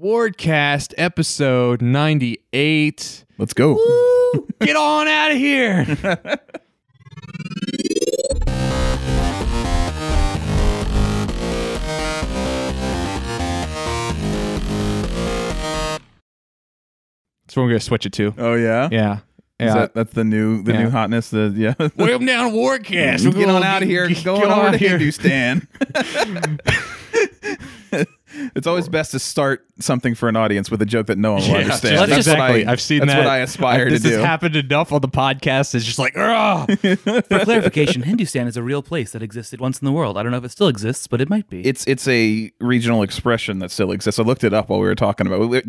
Wardcast episode 98. Let's go. Woo! Get on out of here. That's what we're going to switch it to. Oh yeah. Yeah. Is Yeah. that, that's the new the Yeah. new hotness. The yeah. Welcome down to Wardcast. We're Get gonna on out of here. get- Go get on over out to of here. Hindustan. it's always best to start something for an audience with a joke that no one will Yeah, understand. just- That's what exactly. I, I've seen that's that. what I aspire this to do. has happened enough on the podcast. It's just like, ugh. For clarification, Hindustan is a real place that existed once in the world. I don't know if it still exists, but it might be. it's it's a regional expression that still exists. I looked it up while we were talking about. It.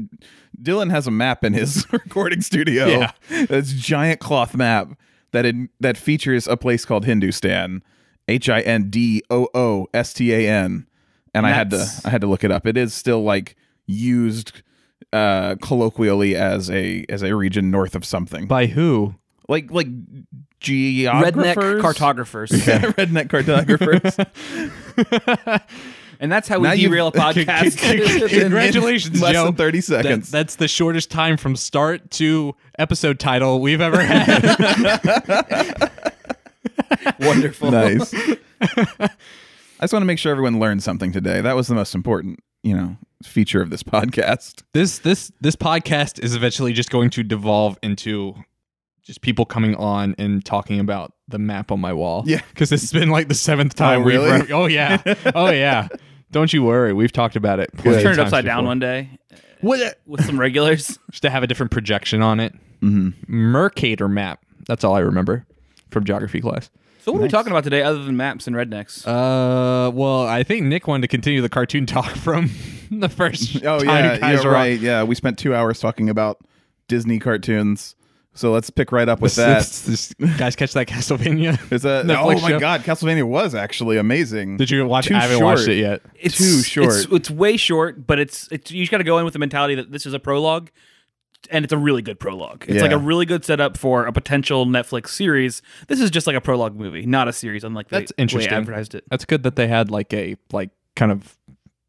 Dylan has a map in his recording studio. Yeah. It's a giant cloth map that in, that features a place called Hindustan, H I N D O O S T A N, and I had to That's- I had to look it up. It is still like used uh colloquially as a as a region north of something By who? like like redneck geographers cartographers, redneck cartographers and that's how we Now you've- derail a podcast. Congratulations, in less Joe. than 30 seconds That, that's the shortest time from start to episode title we've ever had. Wonderful. nice. I just want to make sure everyone learned something today. That was the most important, you know, feature of this podcast. this this this podcast is eventually just going to devolve into just people coming on and talking about the map on my wall. Yeah. because this has been like the seventh time. really? We've, oh yeah. Oh yeah. Don't you worry. We've talked about it. We'll plenty turn it of times upside down before. one day What? a- with some regulars. Just to have a different projection on it. Mercator map. That's all I remember from geography class. So what are we talking about today, other than maps and rednecks? Uh, well, I think Nick wanted to continue the cartoon talk from the first. Oh time yeah, you guys you're were on. right. Yeah, we spent two hours talking about Disney cartoons, so let's pick right up with that. This- this- guys, catch that Castlevania. Is that Netflix oh my show. god, Castlevania was actually amazing. Did you watch? Too it? I haven't watched short. it yet. it's too short. It's, it's way short, but it's it's you just got to go in with the mentality that this is a prologue, and it's a really good prologue. It's like Yeah. a really good setup for a potential Netflix series. This is just like a prologue movie, not a series. Unlike the That's interesting. way advertised it. That's good that they had like a like kind of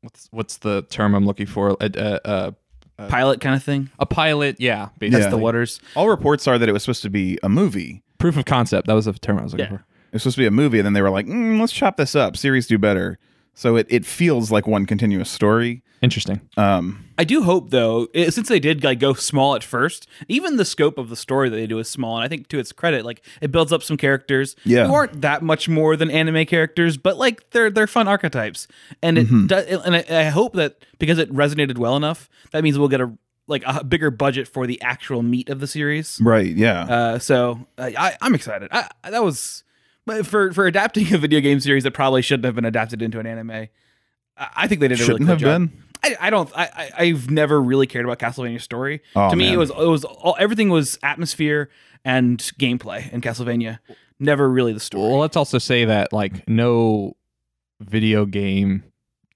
what's what's the term I'm looking for? A uh, uh, Pilot kind of thing. a pilot. Yeah, basically. Yeah. The waters. All reports are that it was supposed to be a movie. proof of concept. That was the term I was looking Yeah. for. It was supposed to be a movie, and then they were like, mm, "Let's chop this up. Series do better." So it, it feels like one continuous story. Interesting. Um, I do hope though, i- since they did like go small at first, even the scope of the story that they do is small, and I think to its credit, like it builds up some characters Yeah. who aren't that much more than anime characters, but like they're they're fun archetypes, and it Mm-hmm. does, and I, I hope that because it resonated well enough, that means we'll get a like a bigger budget for the actual meat of the series. right? Yeah. Uh, so I, I, I'm excited. I, I- that was but for for adapting a video game series that probably shouldn't have been adapted into an anime. I, I think they did a really Shouldn't cool have job. been? I, I don't. I, I I've never really cared about Castlevania's story. Oh, to me, man. it was it was all everything was atmosphere and gameplay in Castlevania. Never really the story. Well, let's also say that like no video game,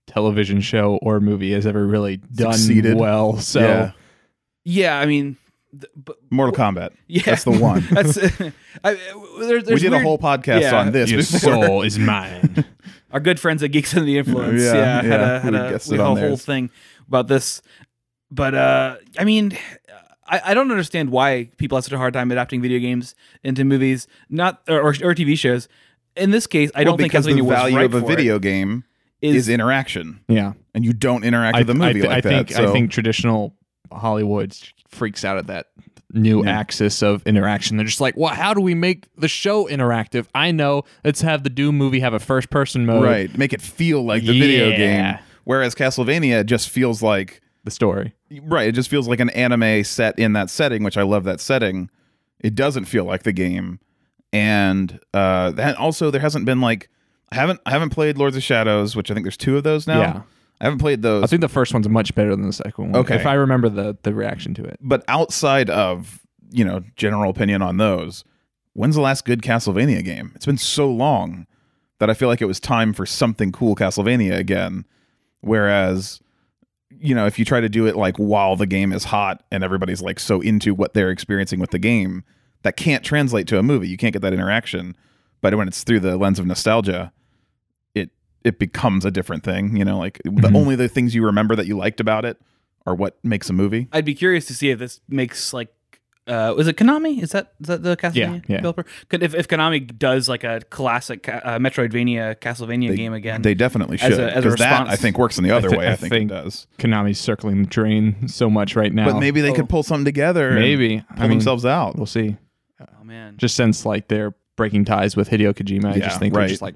television show, or movie has ever really done Succeeded. well. So Yeah. yeah, I mean, th- but Mortal Kombat. yeah, That's the one. that's. I, there, there's we did weird- a whole podcast yeah. on this. your before. soul is mine. Our good friends at Geeks Under the Influence. Yeah, Yeah, had yeah, a, had we a, guessed we it had on a whole theirs. thing about this. But uh, I mean, I, I don't understand why people have such a hard time adapting video games into movies, not or, or, or TV shows. In this case, I Well, don't think because Castlevania the value was right of a for it, video game is, is, interaction, yeah, and you don't interact with a movie th- like that. think so I think traditional Hollywood freaks out at that new axis of interaction. They're just like, well, how do we make the show interactive? I know. Let's have the Doom movie have a first person mode. right, make it feel like the video Yeah. game. Whereas Castlevania just feels like The story. right, it just feels like an anime set in that setting, which I love that setting. It doesn't feel like the game, and uh, that also there hasn't been like I haven't I haven't played Lords of Shadows, which I think there's two of those now. Yeah. I haven't played those. I think the first one's much better than the second one. Okay. If I remember the the reaction to it. but outside of you know general opinion on those when's the last good castlevania game it's been so long that i feel like it was time for something cool castlevania again whereas you know if you try to do it like while the game is hot and everybody's like so into what they're experiencing with the game that can't translate to a movie you can't get that interaction but when it's through the lens of nostalgia it it becomes a different thing you know like the Mhm. only the things you remember that you liked about it are what makes a movie. I'd be curious to see if this makes like uh is it Konami? Is that is that the Castlevania Yeah, yeah. developer? Could- If if Konami does like a classic ca- uh, Metroidvania Castlevania They- game again, They definitely As a- should as a because that response. I think works in the other thi- way. I I think, think- it does. Konami's circling the drain so much right now. But maybe they Oh. could pull something together. and maybe pull I mean, themselves out. we'll see. oh man, Just since like they're breaking ties with Hideo Kojima, I Yeah, just think they're right. just like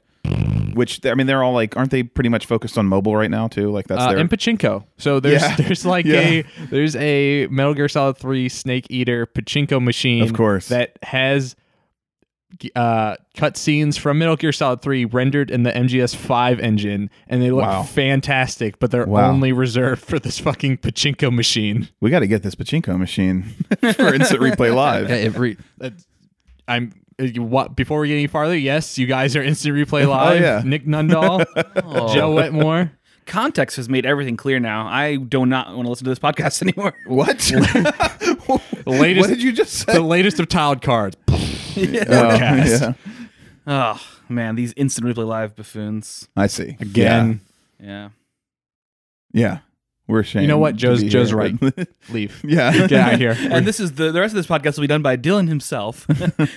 Which I mean, they're all like, aren't they pretty much focused on mobile right now too? Like that's uh, their and pachinko. So there's Yeah. there's like Yeah. a there's a Metal Gear Solid Three Snake Eater pachinko machine, Of course. that has uh, cut scenes from Metal Gear Solid Three rendered in the MGS Five engine, and they look Wow. fantastic. But they're Wow. only reserved for this fucking pachinko machine. we got to get this pachinko machine for instant replay live. every Uh, I'm. uh, you- What, before we get any farther, yes, you guys are instant replay live. Oh, yeah. Nick Nundahl, Oh. Joe Wetmore. context has made everything clear now. I do not want to listen to this podcast anymore. What? latest- what did you just say? the latest of tiled cards. Oh, forecast. yeah. Oh man, these instant replay live buffoons. I see. Again, Yeah. Yeah. Yeah. We're ashamed. You know what? to Joe's- be Joe's here. right. leave. yeah. Get out of here. And this is the the rest of this podcast will be done by Dylan himself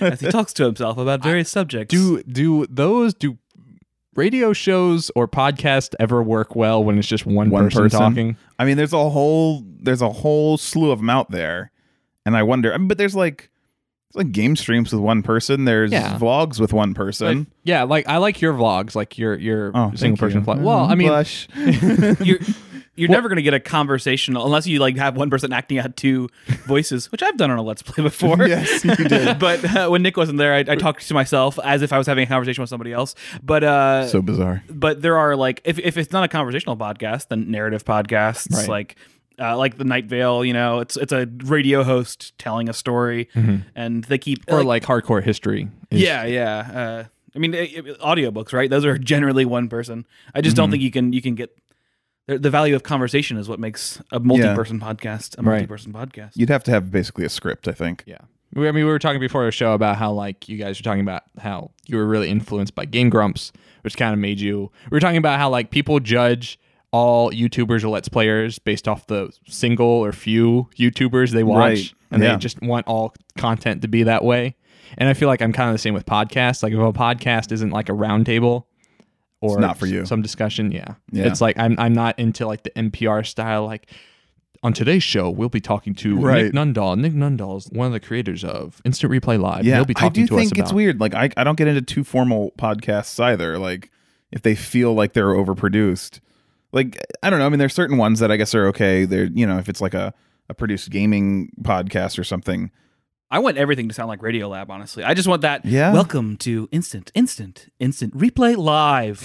as he talks to himself about various subjects. do do those do radio shows or podcasts ever work well when it's just one, One person, person? talking? I mean, there's a whole there's a whole slew of them out there, and I wonder. I mean, but there's like it's like game streams with one person. There's Yeah. vlogs with one Like, person. yeah, like I like your vlogs, like your your oh, single thank person you. vlog. Well, I mean, Blush. you're you're never going to get a conversation unless you like have one person acting out two voices, which I've done on a Let's Play before. Yes, you did. but uh, when Nick wasn't there, I, I talked to myself as if I was having a conversation with somebody else. But uh, so bizarre. but there are like if, if it's not a conversational podcast then narrative podcasts Right. like uh, like the night vale you know it's it's a radio host telling a story Mm-hmm. and they keep uh, or like hardcore history. is- yeah yeah uh, i mean it, it, audiobooks right those are generally one person i just don't think you can you can get the, the value of conversation is what makes a multi-person podcast a Right. multi-person podcast You'd have to have basically a script, I think. yeah. We, I mean, we were talking before the show about how like you guys were talking about how you were really influenced by Game Grumps, which kind of made you. We were talking about how like people judge all YouTubers or Let's Players based off the single or few YouTubers they watch, Right. and Yeah. they just want all content to be that way. And I feel like I'm kind of the same with podcasts. Like if a podcast isn't like a roundtable or It's not for you. some discussion, yeah, Yeah. it's like I'm I'm not into like the NPR style like on today's show, we'll be talking to Right. Nick Nundahl. Nick Nundahl is one of the creators of Instant Replay Live. Yeah, He'll be I talking do to us think it's about. weird. Like, I, I don't get into too formal podcasts either. Like, if they feel like they're overproduced, like I don't know. I mean, there's certain ones that I guess are okay. They're you know, if it's like a a produced gaming podcast or something. i want everything to sound like radio lab honestly i just want that Yeah. welcome to instant instant instant replay live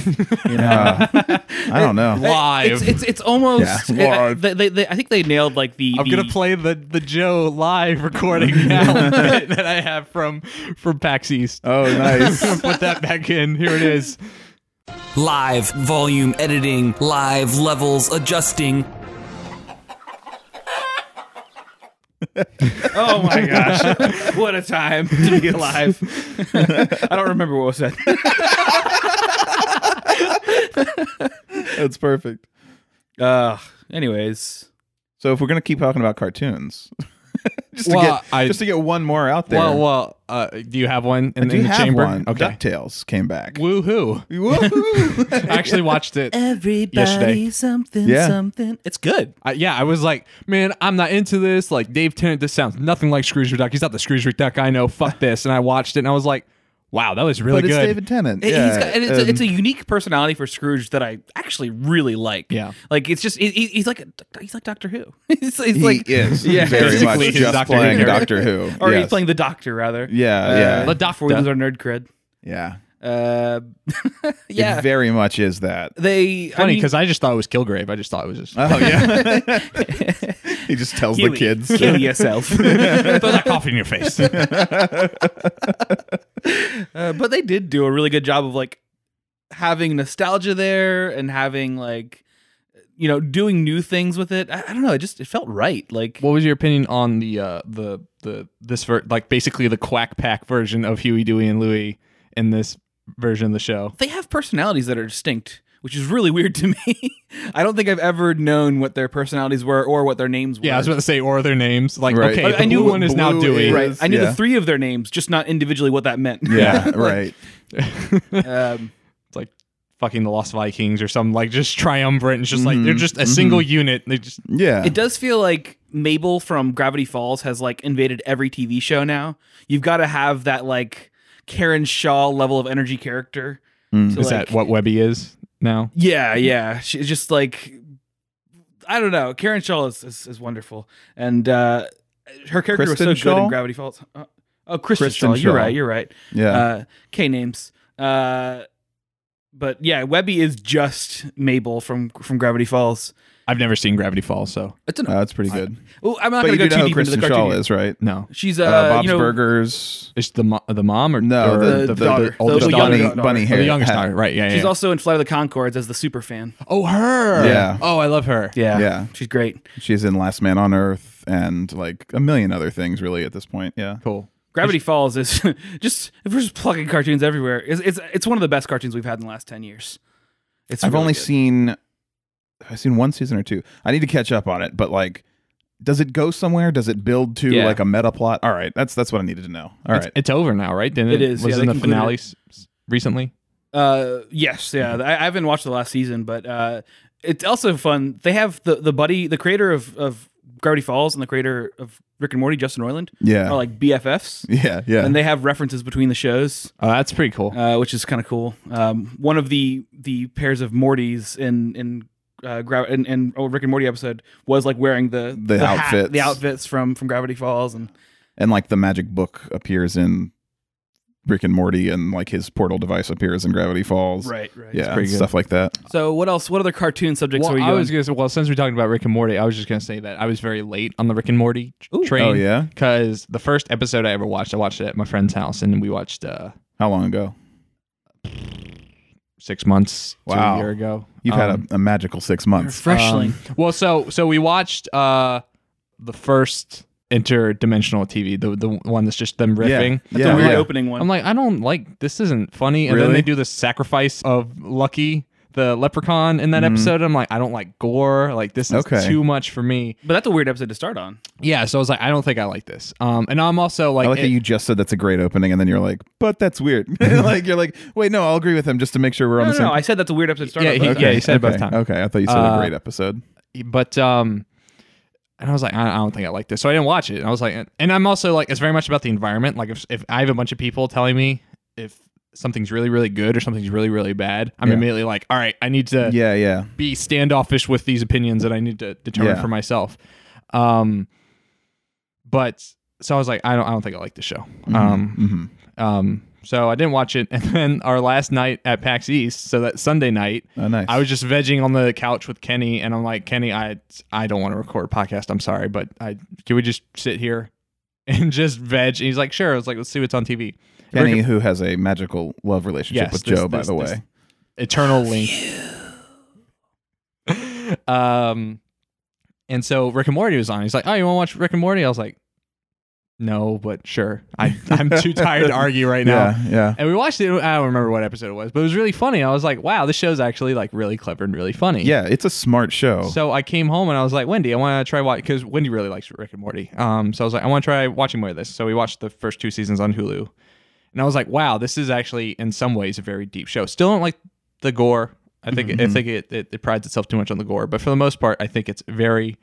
you know Uh, I don't know. Live. It's it's, it's almost. Yeah, I- I- live. they, they, they- I think they nailed like the. I'm the- gonna play the the Joe live recording now that that I have from from PAX East. Oh, nice. I'm gonna put that back in. Here it is. live volume editing, live levels adjusting. Oh my gosh! what a time to be alive. I don't remember what was said. That's perfect. Uh, anyways, So if we're gonna keep talking about cartoons, just to Well, get I- just to get one more out there. Well, well, uh, do you have one in, I do in the have chamber? one. Okay. Ducktales came back. Woohoo! Woohoo! I actually watched it. everybody Yesterday. something Yeah. something. It's good. I, yeah, I was like, man, I'm not into this. Like Dave Tennant, this sounds nothing like Scrooge McDuck. He's not the Scrooge McDuck I know. Fuck this. And I watched it and I was like, wow, that was really but it's good. David Tennant. It- yeah, he's got, and it's, um, a, it's a unique personality for Scrooge that I actually really like. Yeah. like it's just he, he- he's like a, he's like Doctor Who. he's, he's Um, he like is yeah, very much basically he's just Doctor Who playing character. Doctor Who. or he's Yes. playing the Doctor rather. Uh, Yeah, yeah. the Doctor. We lose our nerd cred. yeah. Uh, yeah, It very much is that. they I Funny mean- because I, just thought it was Kilgrave. I just thought it was just Oh yeah. he just tells the kids. kill yourself. throw that coffee in your face. Uh, but they did do a really good job of like having nostalgia there and having like you know doing new things with it. I, I don't know. It just it felt right. Like what was your opinion on the uh, the the this ver- like basically the Quack Pack version of Huey, Dewey, and Louie in this version of the show? they have personalities that are distinct. which is really weird to me. I don't think I've ever known what their personalities were or what their names were. Yeah, I was about to say, or their names. Like, Right. okay, I- the I knew blue one is now blue Dewey. is- right. I knew yeah. the three of their names, just not individually what that meant. Yeah, right. um, It's like fucking the Lost Vikings or something. Like, just triumvirate. And it's just like they're just a single unit. They just Yeah. It does feel like Mabel from Gravity Falls has like invaded every TV show now. You've got to have that like Karen Shaw level of energy character. Mm. to, is like- that what Webby is now? Yeah, yeah. She's just like I don't know. Karen Shaw is is, is wonderful, and uh, her character Kristen was so good Shaw? in Gravity Falls. Uh, oh, Kristen, Kristen Shaw. You're Shaw. right. You're right. yeah. Uh, K names. Uh, but yeah, Webby is just Mabel from from Gravity Falls. I've never seen Gravity Falls, so It's an, Uh, that's pretty good. oh, I'm not But going you to do go know too who deep into the Kristen cartoon. Shaw is, right? no. She's Uh, uh, Bob's you know, Burgers. It's the mo- the mom or No, or the, the, daughter, oldest the daughter, bunny, daughter. bunny Oh, hair. the youngest hat. daughter, right? Yeah, yeah. She's yeah. also in Flight of the Concords as the super fan. oh, her. Yeah. Oh, I love her. Yeah, Yeah. she's great. She's in Last Man on Earth and like a million other things, really, at this point. Yeah. Cool. Gravity Falls is just if we're just plugging cartoons everywhere. It's, it's it's one of the best cartoons we've had in the last ten years. It's I've really only good. seen I've seen one season or two. I need to catch up on it, but like does it go somewhere? Does it build to Yeah. like a meta plot? All right, that's that's what I needed to know. All It's, right. it's over now, right? Didn't It is, Was yeah, in the they concluded finale it. s- s- recently. Uh, yes, Mhm. yeah. I, I haven't watched the last season, but uh, it's also fun. They have the the buddy, the creator of of Gravity Falls and the creator of Rick and Morty, Justin Roiland, Yeah. are like BFFs, yeah, yeah. and they have references between the shows. Oh, that's pretty cool. uh, which is kind of cool. Um, one of the the pairs of Mortys in in uh, gra- in, in oh, Rick and Morty episode was like wearing the The hat- outfits. the outfits from from Gravity Falls, and and like the magic book appears in Rick and Morty and like his portal device appears in Gravity Falls. right. Yeah, pretty good. stuff like that. So what else? What other cartoon subjects well, were you? I was doing? gonna say, well, since we're talking about Rick and Morty, I was just gonna say that I was very late on the Rick and Morty t- train. Oh yeah. because the first episode I ever watched, I watched it at my friend's house, and we watched uh, How long ago? six months to Wow. a year ago. You've Um, had a, a magical six months. Freshling. Um, well, so so we watched uh the first interdimensional TV, the the one that's just them Yeah. riffing. yeah. the weird yeah. opening one. I'm like, I don't like this. Isn't funny. And then Really? they do the sacrifice of Lucky, the leprechaun, in that episode. I'm like, I don't like gore. Like this is Mm-hmm. Okay. too much for me. but that's a weird episode to start on. Yeah. So I was like, I don't think I like this. Um, and I'm also like, I like it- that you just said that's a great opening, and then you're like, "But that's weird." like you're like, "Wait, no, I'll agree with him just to make sure we're on No, the no, same." no, I said that's a weird episode to start Yeah, on. he- but- yeah, he said it okay. both times. Okay, I thought you said a Uh, great episode. but um and I was like, I, I don't think I like this, so I didn't watch it. And I was like, and I'm also like, it's very much about the environment. Like, if, if I have a bunch of people telling me if something's really, really good or something's really, really bad, I'm Yeah. immediately like, all right, I need to Yeah, yeah, be standoffish with these opinions that I need to determine Yeah. for myself. Um, but so I was like, I don't, I don't think I like the show. Um, hmm um, so I didn't watch it. And then our last night at PAX East, so that Sunday night, Oh, nice. I was just vegging on the couch with Kenny, and I'm like, Kenny, I I don't want to record a podcast. I'm sorry, but I can we just sit here and just veg? And he's like, sure. I was like, let's see what's on TV. Kenny, Rick- who has a magical love relationship Yes, with this- Joe, by this- the this- way. Eternal Link. um, and so Rick and Morty was on. He's like, oh, you want to watch Rick and Morty? I was like, no, but sure. I I'm too tired to argue right now. yeah, yeah. And we watched it. I don't remember what episode it was, but it was really funny. I was like, wow, this show's actually like really clever and really funny. Yeah, it's a smart show. So I came home and I was like, Wendy, I want to try watch because Wendy really likes Rick and Morty. Um, so I was like, I want to try watching more of this. So we watched the first two seasons on Hulu, and I was like, wow, this is actually in some ways a very deep show. Still don't like the gore. I think Mm-hmm, I think it, it, it prides itself too much on the gore, but for the most part, I think it's very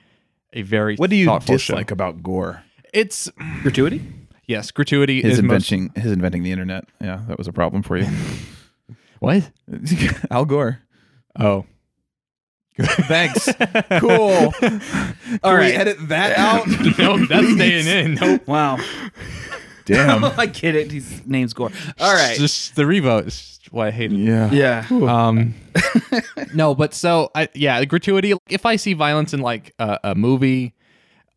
a very what do you thoughtful dislike Show. about Gore? It's Gratuity. yes, gratuity His is most, inventing, his inventing the internet. Yeah, that was a problem for you. what? Al Gore. Oh, Thanks. cool. Can All right. we edit that out? no, that's staying in. Nope. Wow. Damn. I get it. His name's Gore. All right. It's just the revote is why I hate it. Yeah. yeah. Um, no, but so I yeah, the gratuity. If I see violence in like a, a movie,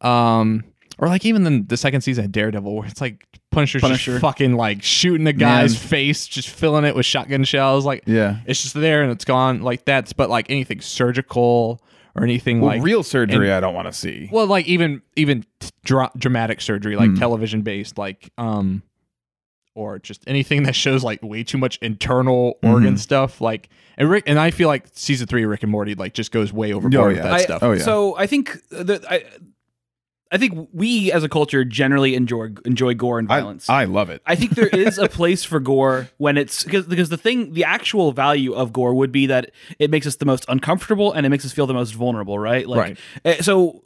um, or like even the, the second season of Daredevil, where it's like Punisher's Punisher. just fucking like shooting a guy's face, just filling it with shotgun shells. Like Yeah. it's just there and it's gone. Like that's but like anything surgical or anything Well, like real surgery, I don't want to see. well, Hmm. like even even t- dra- dramatic surgery, like television based, like um, or just anything that shows like way too much internal organ Mm-hmm. stuff. Like and Rick and I feel like season three of Rick and Morty like just goes way overboard yeah. with that I- stuff. Oh, yeah. So I think that I, I think we as a culture generally enjoy enjoy gore and I, violence. I love it. I think there is a place for gore when it's because because the thing the actual value of gore would be that it makes us the most uncomfortable and it makes us feel the most vulnerable, right? Like right. so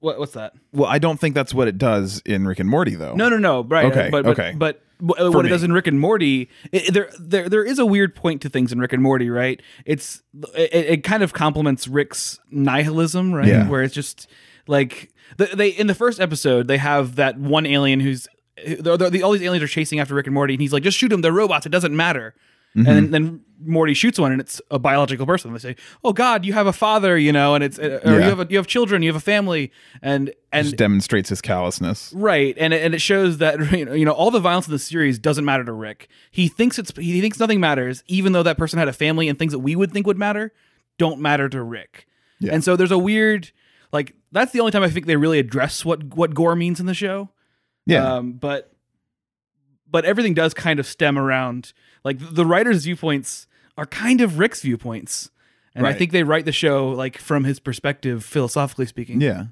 what what's that? well, I don't think that's what it does in Rick and Morty though. No, no, no. Right. Okay, But, but, okay. But w- what me. it does in Rick and Morty, it, there, there, there is a weird point to things in Rick and Morty, right? It's it, it kind of complements Rick's nihilism, right? Yeah. Where it's just like the, they in the first episode they have that one alien who's the, the, all these aliens are chasing after Rick and Morty, and he's like, just shoot them. They're robots. It doesn't matter. Mm-hmm. And then Morty shoots one, and it's a biological person. They say, "Oh God, you have a father, you know, and it's uh, or Yeah. you have a, you have children, you have a family, and and Just demonstrates his callousness. Right, and it- and it shows that you know, you know all the violence in the series doesn't matter to Rick. He thinks it's he thinks nothing matters, even though that person had a family and things that we would think would matter don't matter to Rick. Yeah. And so there's a weird like that's the only time I think they really address what what gore means in the show. Yeah. Um, but but everything does kind of stem around like th- the writer's viewpoints are kind of Rick's viewpoints, and I Right. think they write the show like from his perspective, philosophically speaking. yeah.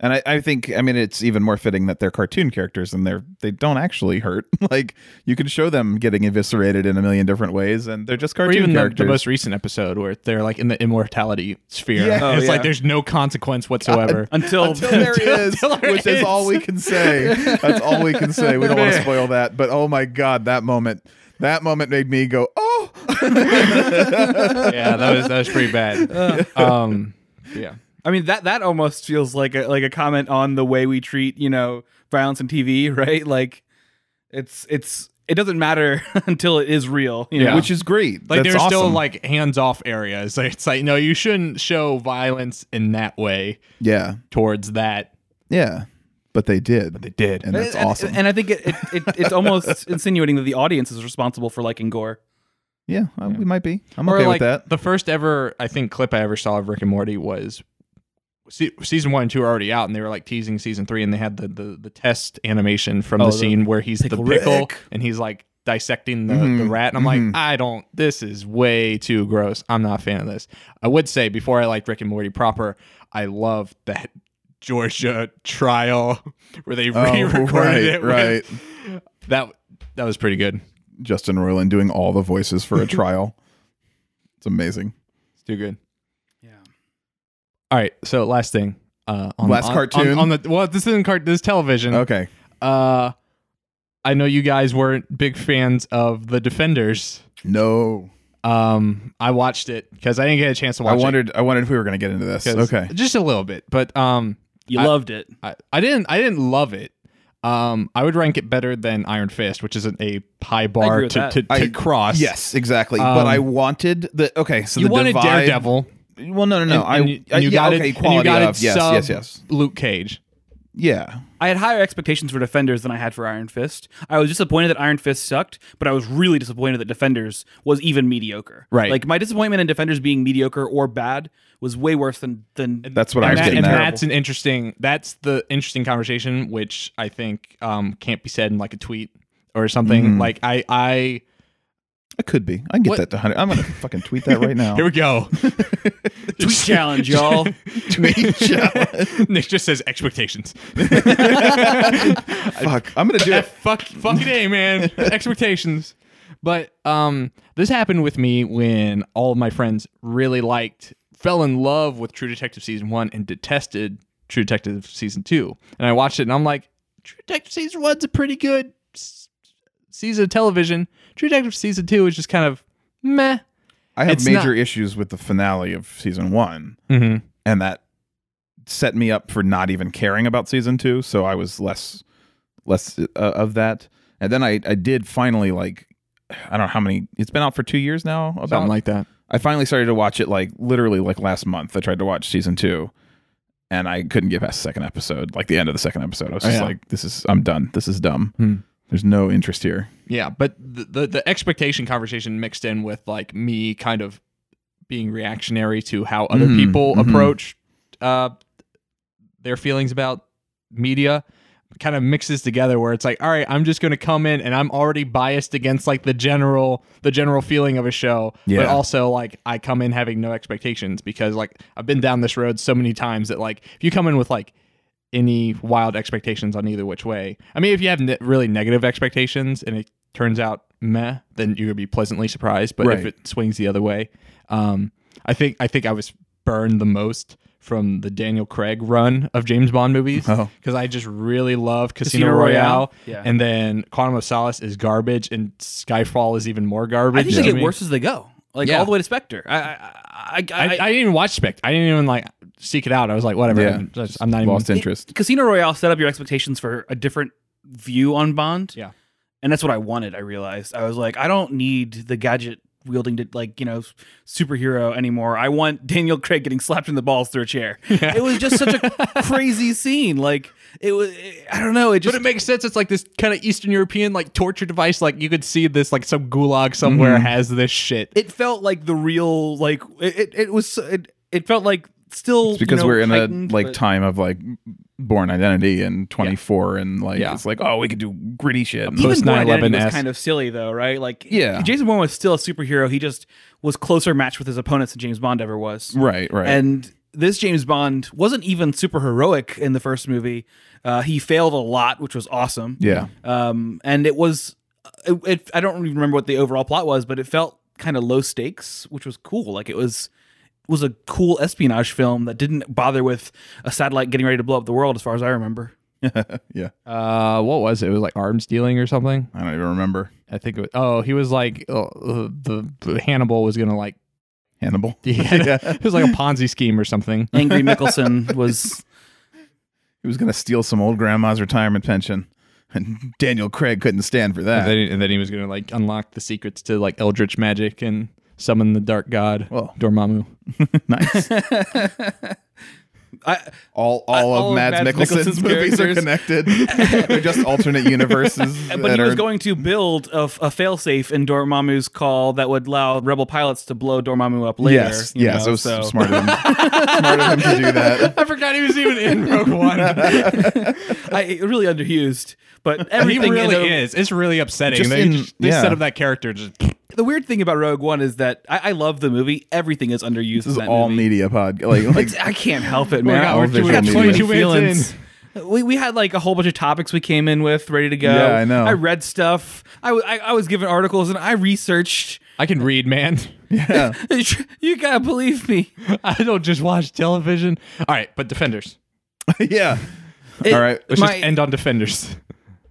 And I, I think I mean it's even more fitting that they're cartoon characters and they're they don't actually hurt. like you can show them getting eviscerated in a million different ways and they're just Or cartoon even the, characters. the most recent episode where they're like in the immortality sphere. Yeah. And it's Oh, yeah. like there's no consequence whatsoever. Until, Until there is, Until there which is. is. all we can say. That's all we can say. We don't want to spoil that, but oh my god, that moment, that moment made me go, oh, yeah, that was that was pretty Uh. bad. Um, yeah. I mean that that almost feels like a like a comment on the way we treat you know violence in TV, right? Like it's it's it doesn't matter until it is real. You know? Yeah. which is great. Like That's there's still awesome. like hands off areas. Like, It's like no, you shouldn't show violence in that way yeah, towards that. yeah, but they did, but they did. and that's And- awesome. And I think it, it, it it's almost insinuating that the audience is responsible for liking gore. yeah, well, we might be. I'm Or okay like with that. the first ever I think clip I ever saw of Rick and Morty was se- season one and two are already out and they were like teasing season three and they had the the, the test animation Oh, from the the scene where he's Pickle the pickle Rick. and he's like dissecting the, the Mhm, rat and I'm mhm. like I don't this is way too gross I'm not a fan of this I would say before I liked Rick and Morty proper I love that Georgia trial where they re-recorded Oh, right, it with- right. that that was pretty good Justin Roiland doing all the voices for a trial. It's amazing. it's too good Yeah. All right. So last thing. Uh, on, Last on- cartoon? on, on the well, this isn't cart. This is television. Okay. Uh, I know you guys weren't big fans of the Defenders. No, Um, I watched it because I didn't get a chance to I watch. it wondered. I wondered if we were going to get into this. 'cause- Okay. just a little bit, but um, You I- loved it. I, I didn't I didn't love it. Um, I would rank it better than Iron Fist, which isn't a high bar with to, that. to, to I- cross. Yes, exactly. Um, but I wanted the okay. So you the wanted divide- Daredevil. Well, no, no, no. and- I, and you, I and you yeah, got okay, it. and quality you got of it. yes, sub yes, yes. Luke Cage. Yeah, I had higher expectations for Defenders than I had for Iron Fist. I was disappointed that Iron Fist sucked, but I was really disappointed that Defenders was even mediocre. Right. Like my disappointment in Defenders being mediocre or bad was way worse than than that's what I was and, that- getting and at. that's an interesting that's the interesting conversation which i think um can't be said in like a tweet or something Mhm. like i i It could be. I can get What- that to hundred. I'm gonna fucking tweet that right now. here we go tweet challenge, y'all. Tweet challenge. nick just says expectations Fuck, I'm gonna do Yeah, it. fuck fucking a man expectations but um this happened with me when all of my friends really liked fell in love with true detective season one and detested true detective season two and i watched it and i'm like true detective season one's a pretty good s- season of television true detective season two is just kind of meh I have It's major not- issues with the finale of season one, mm-hmm. and that set me up for not even caring about season two. So I was less less uh, of that. And then I I did finally like I don't know how many. It's been out for two years now. About something like that I finally started to watch it like literally like last month. I tried to watch season two and I couldn't get past the second episode, like the end of the second episode. I was Oh, just yeah. like, this is, I'm done. This is dumb. Hmm. There's no interest here. Yeah, but the, the the expectation conversation mixed in with like me kind of being reactionary to how other Mhm, people mhm. approach uh, their feelings about media kind of mixes together where it's like, all right, I'm just going to come in and I'm already biased against like the general the general feeling of a show, but Yeah. also like I come in having no expectations because like I've been down this road so many times that like if you come in with like any wild expectations on either which way, I mean, if you have ne- really negative expectations and it turns out meh, then you're gonna be pleasantly surprised. But if Right. it swings the other way, um, I think I think I was burned the most from the Daniel Craig run of James Bond movies Oh. because I just really love Casino, Casino Royale, Royale, yeah. and then Quantum of Solace is garbage, and Skyfall is even more I garbage. think they to get me. worse as they go, like Yeah. all the way to Spectre. I I I, I, I, I didn't even watch Spect. I didn't even like seek it out. I was like, whatever. Yeah. I'm, just- I'm not even. Lost interest. Casino Royale set up your expectations for a different view on Bond. Yeah. And that's what I wanted, I realized. I was like, I don't need the gadget wielding to like, you know, superhero anymore. I want Daniel Craig getting slapped in the balls through a chair. It was just such a crazy scene. Like it was I don't know, it But just it makes sense. It's like this kind of Eastern European like torture device. Like you could see this like some gulag somewhere has this shit. it felt like the real like it it, it was it, it felt like still It's because you know, we're in heightened, a like but- time of like born identity and 24 and like Yeah. it's like oh we could do gritty shit. Post even Born Identity 9/11 -esque. was kind of silly though, right? Like Yeah. Jason Bourne was still a superhero. He just was closer matched with his opponents than James Bond ever was. right, right. And this James Bond wasn't even super heroic in the first movie. Uh, he failed a lot, which was awesome. yeah. Um, and it was, it, it, I don't even remember what the overall plot was, but it felt kind of low stakes, which was cool. Like it was, it was a cool espionage film that didn't bother with a satellite getting ready to blow up the world, as far as I remember. Yeah. Uh, what was it? It was like arms dealing or something. I don't even remember. I think it was. Oh, he was like oh, the, the Hannibal was gonna like. Hannibal. it was like a Ponzi scheme or something. Angry Mickelson was He was going to steal some old grandma's retirement pension and Daniel Craig couldn't stand for And that. then, and then he was gonna like unlock the secrets to like Eldritch magic and summon the dark god Well. Dormammu. nice. I, All all of all of Mads, Mads Mikkelsen's, Mikkelsen's movies are characters. connected. They're just alternate universes. but that he was are- going to build a, a failsafe in Dormammu's call that would allow rebel pilots to blow Dormammu up later. Yes, you yes, it know, was smart of him. smart of him to do that. I forgot he was even in Rogue One. I it really underused, but he everything in really O- is. It's really upsetting. Just they in- just, they yeah. set up that character just. The weird thing about Rogue One is that I, I love the movie. Everything is underused. This is in that all movie. media pod. Like, like I can't help it, man. God, I we're- just we're got 22 minutes We, we had like a whole bunch of topics we came in with ready to go. Yeah, I know. I read stuff. I, w- I- I was given articles and I researched. I can read, man. yeah. You gotta believe me. I don't just watch television. All right, but Defenders. yeah. It- All right. Let's my- just end on Defenders.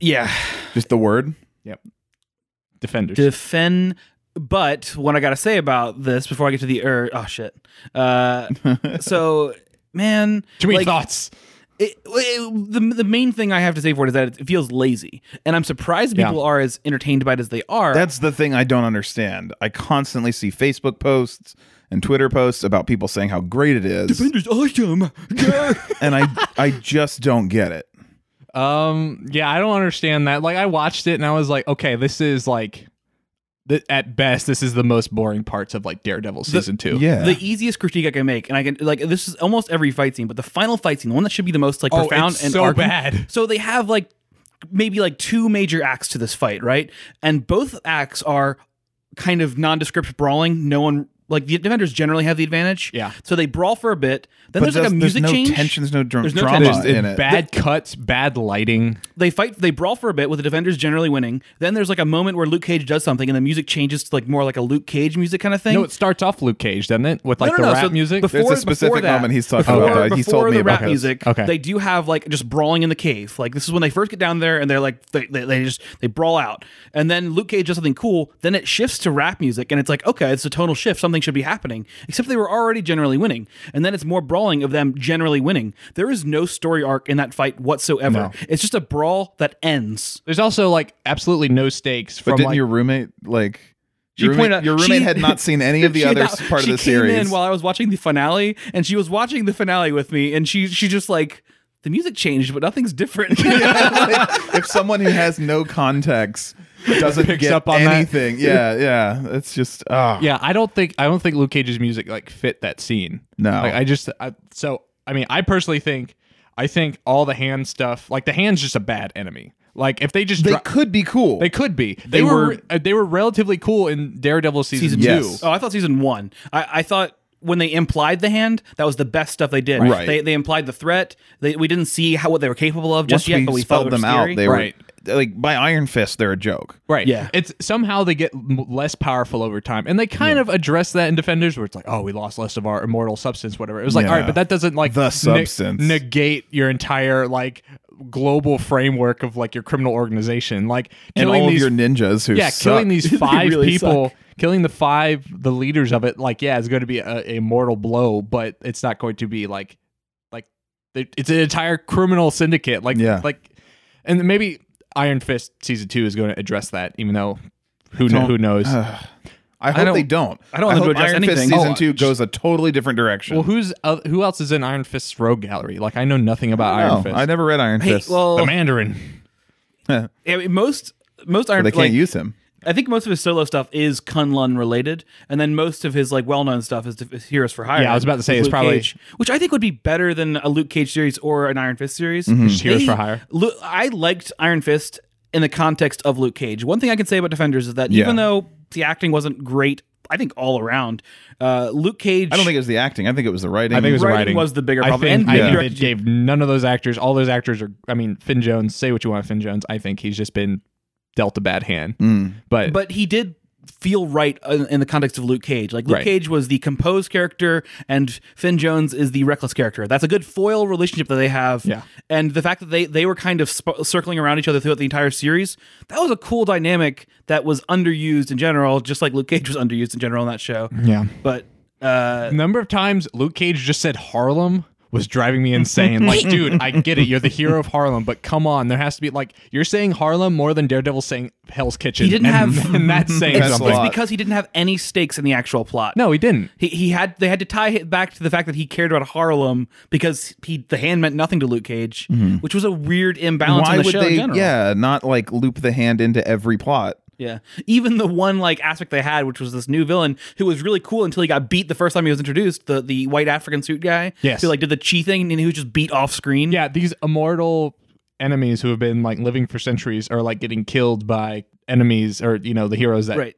yeah. Just the word. Yep. Defenders. defend but what i gotta say about this before i get to the er oh shit uh so man Too many like, thoughts. it, it- the, the main thing i have to say for it is that it feels lazy and i'm surprised Yeah. people are as entertained by it as they are That's the thing I don't understand. I constantly see Facebook posts and Twitter posts about people saying how great it is, awesome and I I just don't get it. Um, yeah, I don't understand that. Like, I watched it and I was like, okay, this is like, th- at best, this is the most boring parts of like Daredevil season two. Yeah. the easiest critique i can make and i can like this is almost every fight scene but the final fight scene the one that should be the most like Oh, profound it's and so arcing- bad. So they have like maybe like two major acts to this fight, right? And both acts are kind of nondescript brawling. No one like the defenders generally have the advantage. Yeah. So they brawl for a bit. Then there's like does- a music no change. tension, there's no dr- There's no drama tension. Just, in uh, it. bad cuts, bad lighting. They fight. They brawl for a bit with the defenders generally winning. Then there's like a moment where Luke Cage does something, and the music changes to like more like a Luke Cage music kind of thing. No, it starts off Luke Cage, doesn't it? With like no, the no, rap so music. before- There's a specific before that- moment he's talking before, about. that. He's before told me the about rap his. music. Okay. They do have like just brawling in the cave. Like this is when they first get down there and they're like they, they, they just they brawl out. And then Luke Cage does something cool. Then it shifts to rap music and it's like okay, it's a tonal shift. Something should be happening. Except they were already generally winning. And then it's more brawling of them generally winning. There is no story arc in that fight whatsoever. It's just a brawl that ends. There's also like absolutely no stakes But from didn't like. your roommate like? She Your roommate, pointed out- your roommate she- had not seen any of the She other thought- part of she the came in series. while I was watching the finale, and she was watching the finale with me, and she she just like the music changed, but nothing's different. if someone who has no context doesn't Picks get up on that. anything, yeah, yeah, it's just ah, yeah, I don't think I don't think Luke Cage's music like fit that scene. No. like I just I, so I mean I personally think I think all the hand stuff, like the hand's just a bad enemy. Like if they just They dro- could be cool. they could be. They, were, were- uh, they were relatively cool in Daredevil season, Season two. Yes. Oh, I thought season one. I, I thought when they implied the hand, that was the best stuff they did. Right. They, they implied the threat. They, we didn't see how what they were capable of just Once yet, we but we spelled thought them out, they Right. were like by Iron Fist. They're a joke. Right. Yeah. It's somehow they get m- less powerful over time, and they kind of address that in Defenders, where it's like, oh, we lost less of our immortal substance, whatever. It was like, all right, Yeah. but that doesn't like The ne- substance. negate your entire like global framework of like your criminal organization, like And killing all of these your ninjas who yeah, killing suck. these They five really people, killing the five the leaders of it. Like, yeah, it's going to be a, a mortal blow, but it's not going to be like like it- it's an entire criminal syndicate. Like, Yeah. like, and maybe Iron Fist season two is going to address that, even though who kn- Don't- who knows. I hope don't- they don't. I don't want them to hope address Iron Fist anything. season Oh, two goes a totally different direction. well, who's uh, who else is in Iron Fist's rogue gallery? Like, I know nothing about I don't Iron know. Fist. I never read Iron Hey, Fist. well, the Mandarin. I mean, most most Iron they can't like, use him. I think most of his solo stuff is Kunlun related, and then most of his like well known stuff is, is Heroes for Hire. Yeah, I was about to say, with it's Luke probably- Cage, which I think would be better than a Luke Cage series or an Iron Fist series. Just Heroes They- for Hire. Lu- I liked Iron Fist in the context of Luke Cage. One thing I can say about Defenders is that even Yeah. though the acting wasn't great, I think all around, uh, Luke Cage. I don't think it was the acting. I think it was the writing. I think it was the writing writing was the bigger I problem. think, And I the think director- they gave none of those actors. All those actors are. I mean, Finn Jones. Say what you want, of Finn Jones. I think he's just been dealt a bad hand. But, but he did feel right in in the context of Luke Cage. Like Luke Right. Cage was the composed character and Finn Jones is the reckless character. That's a good foil relationship that they have. Yeah. And the fact that they they were kind of sp- circling around each other throughout the entire series, that was a cool dynamic that was underused in general, just like Luke Cage was underused in general in that show. yeah, But uh number of times Luke Cage just said Harlem was driving me insane. like, dude, I get it. You're the hero of Harlem, but come on, there has to be like you're saying Harlem more than Daredevil saying Hell's Kitchen. He didn't and, have- and that's saying That's a something. lot. it's because he didn't have any stakes in the actual plot. No, he didn't. He, he had they had to tie it back to the fact that he cared about Harlem because he the hand meant nothing to Luke Cage, which was a weird imbalance Mm-hmm. Why on the would show in they? general. Yeah, not like loop the hand into every plot. Yeah. Even the one like aspect they had, which was this new villain who was really cool until he got beat the first time he was introduced, the the white African suit guy. Yes. Who like did the chi thing and he was just beat off screen. Yeah, these immortal enemies who have been like living for centuries are like getting killed by enemies or you know the heroes that Right.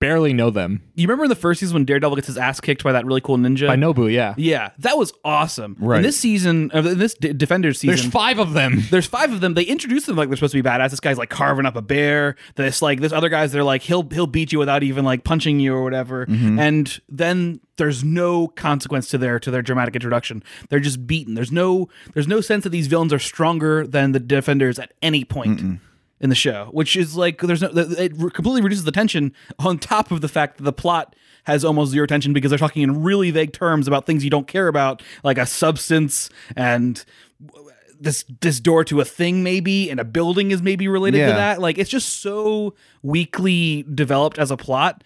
barely know them You remember in the first season when Daredevil gets his ass kicked by that really cool ninja? by Nobu. Yeah, Yeah. That was awesome. Right. In this season, uh, in this D- Defenders season, there's five of them. there's five of them. They introduce them like they're supposed to be badass. This guy's like carving up a bear. This like this other guys they're like he'll he'll beat you without even like punching you or whatever. And then there's no consequence to their to their dramatic introduction. They're just beaten. There's no there's no sense that these villains are stronger than the defenders at any point. In the show, which is like there's no, it re- completely reduces the tension. On top of the fact that the plot has almost zero tension because they're talking in really vague terms about things you don't care about, like a substance and this this door to a thing maybe and a building is maybe related to Yeah. that like it's just so weakly developed as a plot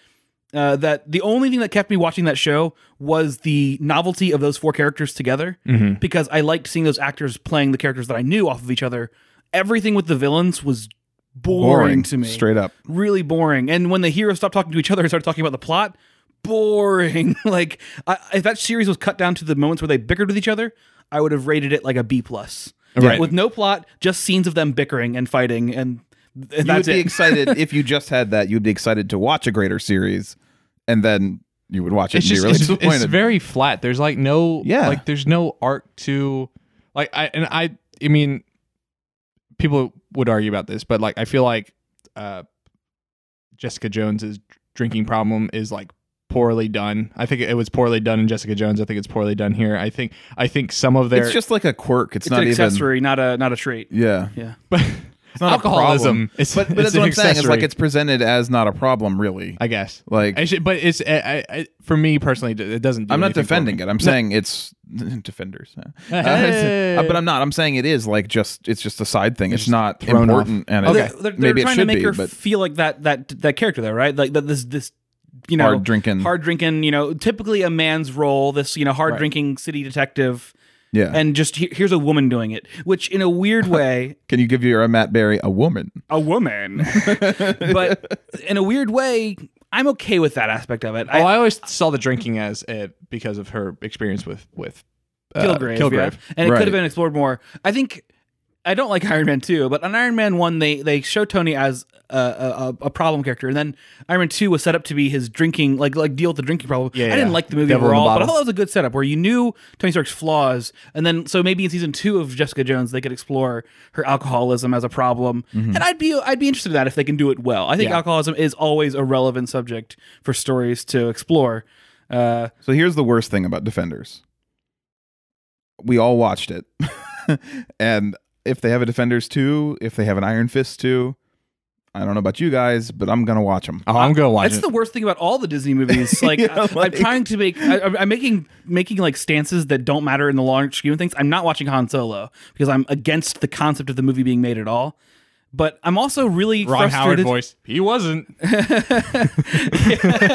uh, that the only thing that kept me watching that show was the novelty of those four characters together Mm-hmm. because I liked seeing those actors playing the characters that I knew off of each other. Everything with the villains was boring, to me, straight up. really boring. And when the heroes stopped talking to each other and started talking about the plot, boring. like I, if that series was cut down to the moments where they bickered with each other, I would have rated it like a B plus. Right. With no plot, just scenes of them bickering and fighting, and, and You would that's be it. excited if you just had that. You'd be excited to watch a greater series, and then you would watch it it's and just be really it's, disappointed. it's very flat. There's like no Yeah. like there's no arc to like I and I I mean people would argue about this, but like I feel like uh Jessica Jones's drinking problem is like poorly done. I think it was poorly done in Jessica Jones. I think it's poorly done here. I think I think some of their it's just like a quirk. It's, it's not an even. accessory, not a not a trait. Yeah. Yeah. but not a alcoholism. problem. It's, But, but it's that's an what I'm saying. It's like accessory, it's presented as not a problem, really. I guess. like I should, but it's I, I, I, for me personally. It doesn't. Do I'm not anything for defending me. it. I'm saying it's defenders. Uh, Hey. uh, but I'm not. I'm saying it is like just it's just a side thing. It's not thrown off. important. And Well, it, They're, they're, maybe they're it trying should to make be. her But feel like that that that character though, right? Like that this this you know Hard drinking. hard drinking. You know, typically a man's role. This you know hard drinking city detective. yeah. And And just he- here's a woman doing it, which in a weird way, can you give your uh, Matt Berry a woman? a woman, but in a weird way, I'm okay with that aspect of it. Oh, I, I always saw the drinking as uh, because of her experience with with Kilgrave, Kilgrave. yeah. and it could Right. have been explored more. I think I don't like Iron Man two, but on Iron Man one, they they show Tony as a, a, a- a problem character, and then Iron Man two was set up to be his drinking, like like deal with the drinking problem. Yeah, I didn't yeah. like the movie Devil in the overall, but I bottle. thought that was a good setup where you knew Tony Stark's flaws, and then so maybe in season two of Jessica Jones, they could explore her alcoholism as a problem, and I'd be I'd be interested in that if they can do it well. I think Mm-hmm. Yeah. alcoholism is always a relevant subject for stories to explore. Uh, So here's the worst thing about Defenders. We all watched it. and if they have a Defenders 2, if they have an Iron Fist 2, I don't know about you guys, but I'm going to watch them. Oh, I'm gonna watch That's it. the worst thing about all the Disney movies. Like, Yeah, I, like- am trying to make, I, I'm- I'm making making like stances that don't matter in the long scheme of things. I'm not watching Han Solo because I'm against the concept of the movie being made at all. But I'm also really Ron Howard frustrated. voice. He wasn't.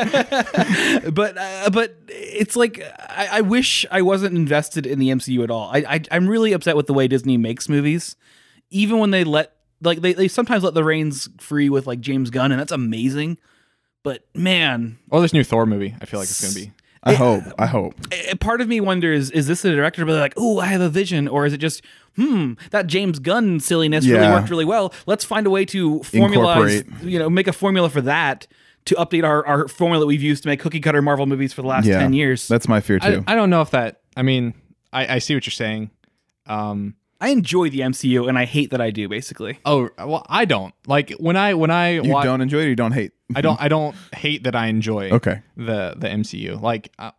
But uh, but it's like I, I wish I wasn't invested in the MCU at all. I, I I'm really upset with the way Disney makes movies, even when they let like they, they sometimes let the reins free with like James Gunn, and that's amazing. But man, Oh, this new Thor movie. I feel like it's gonna be. I hope. I hope. a- part of me wonders is this the director but they're like oh i have a vision or is it just hmm that james gunn silliness really Yeah. worked really well let's find a way to formularize Incorporate. you know make a formula for that to update our, our formula that we've used to make cookie cutter marvel movies for the last Yeah. 10 years That's my fear I, too. I don't know if that. I mean, I, I see what you're saying. Um. i enjoy the mcu and i hate that i do basically Oh well, I don't like when I when I you watch. don't enjoy it or you don't hate? I don't. I don't hate that I enjoy. Okay. The the MCU. Like, uh,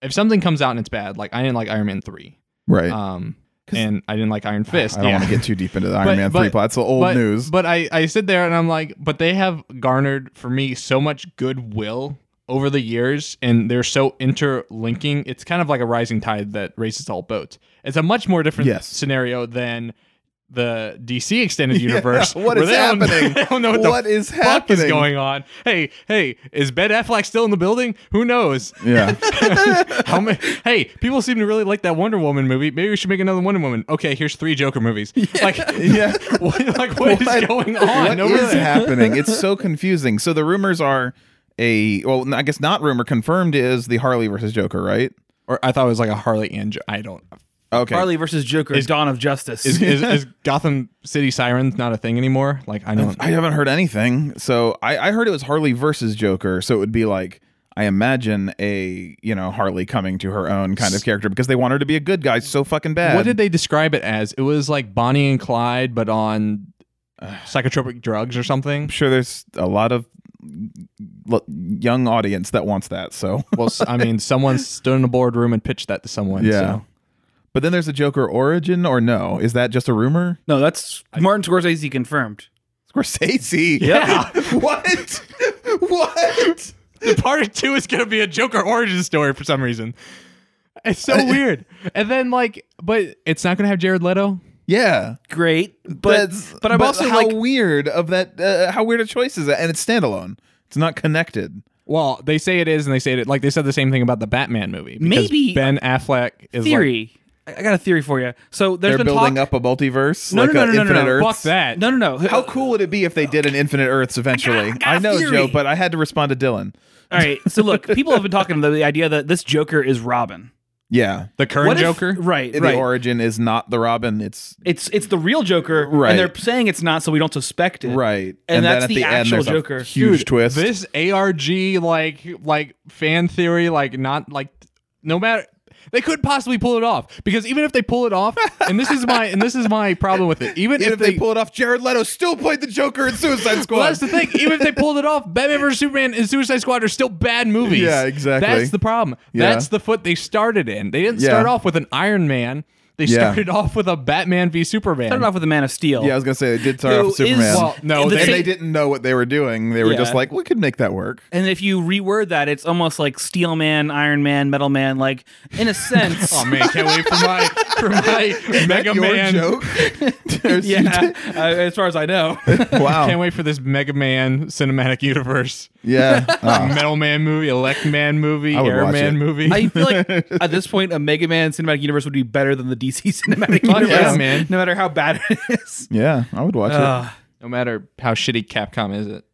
if something comes out and it's bad, like I didn't like Iron Man three. Right. Um. And I didn't like Iron Fist. I don't yeah. want to get too deep into the Iron But- Man but- 3 plot. It's the old but, news. But I, I sit there and I'm like, but they have garnered for me so much goodwill over the years and they're so interlinking. It's kind of like a rising tide that raises all boats. It's a much more different Yes. scenario than the DC extended universe. what where is they don't- happening? they don't know what, What the is fuck happening? is going on. Hey, hey, is Ben Affleck still in the building? Who knows? yeah. How many? Hey, people seem to really like that Wonder Woman movie. Maybe we should make another Wonder Woman. Okay, here's three Joker movies. Like, Yeah. what, like what is What- going on? What Nobody- is happening? It's so confusing. So the rumors are a well, I guess not rumor confirmed is the Harley versus Joker, right? or I thought it was like a Harley and jo- I don't. Okay. harley versus joker is dawn of justice Is, is, is Gotham City Sirens not a thing anymore? Like I don't. I haven't heard anything. So I, I heard it was Harley versus Joker. So it would be like I imagine a you know Harley coming to her own kind of character because they want her to be a good guy so fucking bad. What did they describe it as? It was like Bonnie and Clyde, but on uh, psychotropic drugs or something. I'm sure there's a lot of l- young audience that wants that. So Well, s- I mean, someone stood in a boardroom and pitched that to someone. so. But then there's a Joker origin or no? Is that just a rumor? no that's martin scorsese confirmed Scorsese. Yeah. what? what? the part two is gonna be a Joker origin story for some reason. It's so weird. And then like, but Uh, it's not gonna have Jared Leto. Yeah. great but That's- but i'm also how like weird of that. Uh, how weird a choice is that? And it's standalone. It's not connected. Well, they say it is, and they say it like they said the same thing about the Batman movie. because Maybe- Ben Affleck is like, theory I I got a theory for you. So there's They're been building talk- up a multiverse. No, like no, no, a no, no, no, Infinite no. Earths. fuck that. No, no, no. How cool would it be if they did an Infinite Earths eventually? I, got a know, theory. Joe, but I had to respond to Dylan. All right. So look, people have been talking about the idea that this Joker is Robin. Yeah. the current What if- Joker. right? The Right. origin is not the Robin. It's it's it's the real Joker, Right. And they're saying it's not, so we don't suspect it, right. then And, that's at the, the, end, actual there's a Joker. huge twist. This ARG like like fan theory like not like no matter they could possibly pull it off because even if they pull it off, and this is my and this is my problem with it. Even, Even if they, pull it off, Jared Leto still played the Joker in Suicide Squad. Well, that's the thing. Even if they pulled it off, Batman vs Superman and Suicide Squad are still bad movies. Yeah, exactly. That's the problem. Yeah. That's the foot they started in. They didn't Yeah. start off with an Iron Man. They Yeah. started off with a Batman v Superman. Started off with the Man of Steel. Yeah, I was gonna say they did start off with Who is- Superman. Well, no, and they- and thing- they didn't know what they were doing. They were just Yeah. like, we could make that work. And if you reword that, it's almost like Steel Man, Iron Man, Metal Man. Like in a sense, oh man, can't wait for my for my Mega Your Man joke? There's- yeah. uh, as far as I know, Wow. Can't wait for this Mega Man cinematic universe. Yeah. Ah, Metal Man movie, Elect Man movie, would Air watch Man it. movie. I feel like at this point, a Mega Man cinematic universe would be better than the DC cinematic Fuck universe, yeah, man. no matter how bad it is. yeah, I would watch Uh, no matter how shitty Capcom is at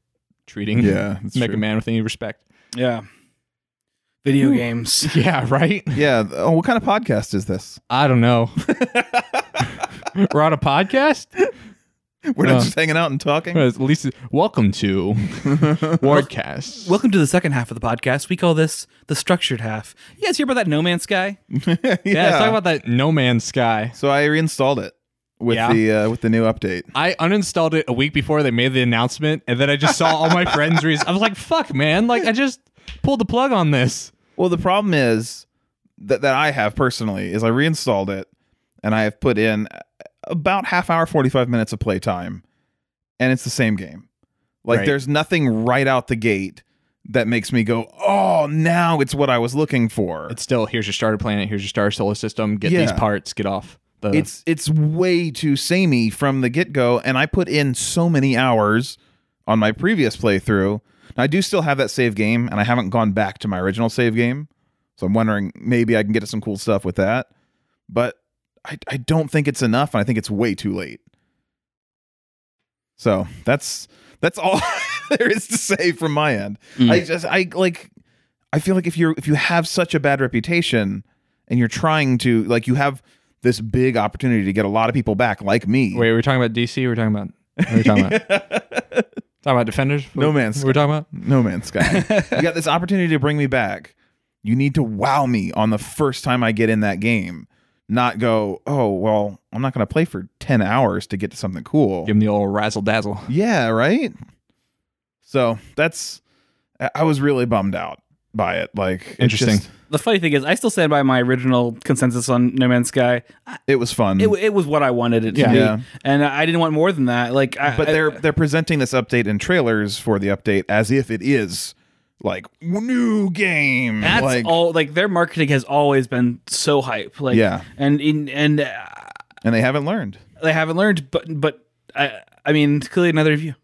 treating Yeah, that's Mega true. Man with any respect. yeah. Video games. Yeah, right? Yeah. Oh, what kind of podcast is this? I don't know. We're on a podcast? We're not Uh. just hanging out and talking. At least welcome to Wardcast. Welcome to the second half of the podcast. We call this the structured half. You guys hear about that No Man's Sky? yeah, let's talk about that No Man's Sky. so I reinstalled it with Yeah. the uh, with the new update. I uninstalled it a week before they made the announcement, and then I just saw all my friends. Re- I was like, "Fuck, man! Like, I just pulled the plug on this." Well, the problem is that that I have personally is I reinstalled it and I have put in about half hour, forty five minutes of playtime, and it's the same game. Like Right. there's nothing right out the gate that makes me go, oh, now it's what I was looking for. It's still here's your starter planet, here's your star solar system. Get these Yeah. parts, get off the. it's it's way too samey from the get go, and I put in so many hours on my previous playthrough. Now, I do still have that save game, and I haven't gone back to my original save game, so I'm wondering maybe I can get some cool stuff with that. But I I don't think it's enough, and I think it's way too late. So that's that's all there is to say from my end. I just I like I feel like if you're if you have such a bad reputation and you're trying to like you have this big opportunity to get a lot of people back like me. Wait, we're talking about DC. We're talking about. What are we talking about? talking about Defenders. No Man's We're talking about. No man's sky. you got this opportunity to bring me back. You need to wow me on the first time I get in that game. Not go, "Oh, well, I'm not going to play for 10 hours to get to something cool." Give them the old razzle dazzle. Yeah, right. So, that's I- I was really bummed out by it. Like it's Interesting. just- The funny thing is, I still stand by my original consensus on No Man's Sky. it was fun. It, it was what I wanted it to Yeah. be, Yeah. and I didn't want more than that. Like, I, but I- they're they're presenting this update in trailers for the update as if it is like new game. That's like, all. Like their marketing has always been so hype. Like Yeah. and in and uh, and they haven't learned. they haven't learned. But but I I mean it's clearly another review.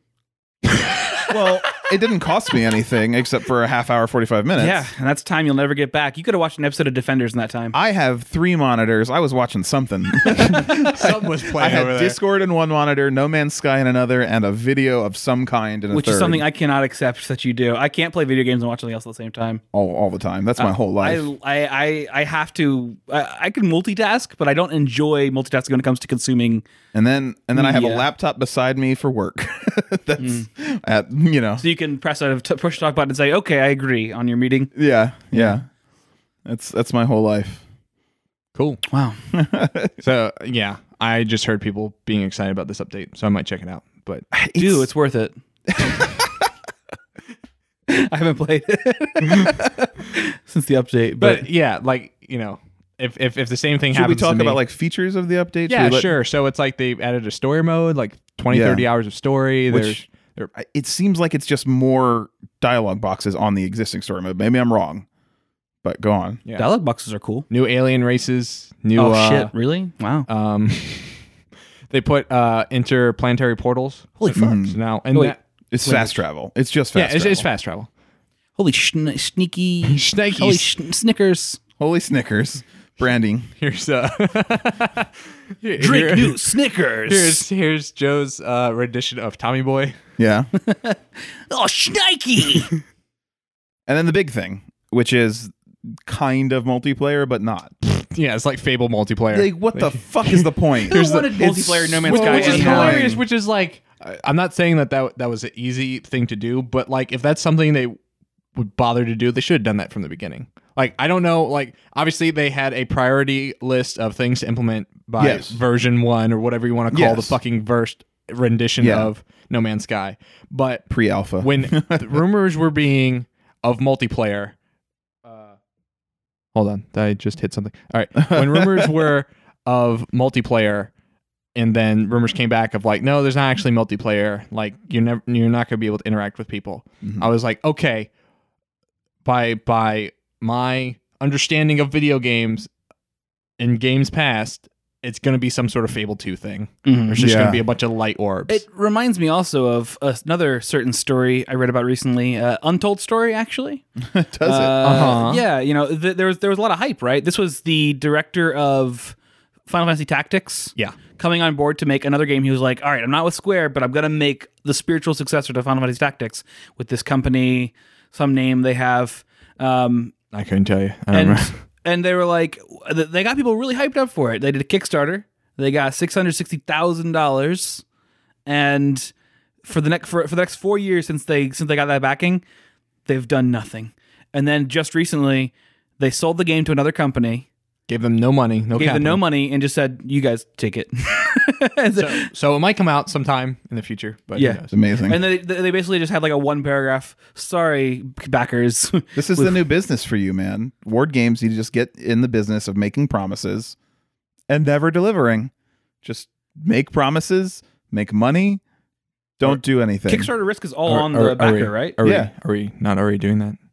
Well, it didn't cost me anything except for a half hour, forty five minutes. yeah, and that's time you'll never get back. You could have watched an episode of Defenders in that time. I have three monitors. I was watching something. Something was I playing over had there. Discord in one monitor, No Man's Sky in another, and a video of some kind in a which third. is something I cannot accept that you do. I can't play video games and watch something else at the same time. all, all the time. That's my whole life. Uh, I, I, I, I have to. I, I can multitask, but I don't enjoy multitasking when it comes to consuming. and then and then I have a Yeah. laptop beside me for work. That's Mm. at you know. So you can press a t- push talk button and say, "Okay, I agree" on your meeting. Yeah, yeah. That's that's my whole life. Cool. Wow. So yeah, I just heard people being excited about this update, so I might check it out. But Do it's worth it. I haven't played it since the update, but, but yeah, like you know, if if, if the same thing Should we happens, talk to me- about like features of the update? Should Yeah, we let- sure. So it's like they added a story mode, like 20, Yeah. 30 hours of story. Which- There's- there- I- It seems like it's just more dialogue boxes on the existing story mode. Maybe I'm wrong, but go on. yeah. dialogue boxes are cool. new alien races, new oh uh, shit! Really? Wow. um they put uh interplanetary portals. holy fuck! So now and Wait. that- It's fast travel. It's just yeah, fast. it's, travel. it's fast travel. Holy schn- sneaky! Sneaky. Holy schn- Snickers! Holy Snickers, branding. Here's uh here- Drink here- new Snickers! Here's here's Joe's uh rendition of Tommy Boy. Yeah, and Oh, Schnikey! then the big thing, which is kind of multiplayer, but not. Yeah, it's like Fable multiplayer. Like, what the fuck is the point? Here's the- wanted multiplayer No Man's which, Sky which is anyway. hilarious. Which is like, I- I'm not saying that, that that was an easy thing to do, but like, if that's something they would bother to do, they should have done that from the beginning. Like, I don't know. Like, obviously, they had a priority list of things to implement by Yes. version one or whatever you want to call the Yes. fucking first rendition Yeah. of No Man's Sky. But Pre-alpha. when the rumors were being of multiplayer, uh, hold on, I just hit something. All right, when rumors were of multiplayer, and then rumors came back of like, no, there's not actually multiplayer. Like you're never, you're not gonna be able to interact with people. I was like, okay, by by my understanding of video games and games past. It's gonna be some sort of Fable Two thing. There's just Yeah. gonna be a bunch of light orbs. It reminds me also of another certain story I read about recently, uh, untold story actually. Does Uh, it? Uh-huh. Yeah, you know, th- there was there was a lot of hype, right? This was the director of Final Fantasy Tactics. yeah, coming on board to make another game. He was like, "All right, I'm not with Square, but I'm gonna make the spiritual successor to Final Fantasy Tactics with this company, some name they have." Um, I couldn't tell you. I don't and remember. and they were like they got people really hyped up for it. They did a Kickstarter. They got six hundred sixty thousand dollars, and for the next for, for the next four years since they since they got that backing, they've done nothing. And then just recently, they sold the game to another company, Gave them no money, no gave them capital. no money, and just said, "You guys take it." and so, So it might come out sometime in the future, but Yeah. yeah. It's amazing. and they they basically just had like a one paragraph. Sorry, backers. this is the new business for you, man. Ward games, you just get in the business of making promises and never delivering. Just make promises, make money, don't do anything. Kickstarter risk is all Are- on are- the are we- backer, right? Are, Yeah. we, are we not already doing that?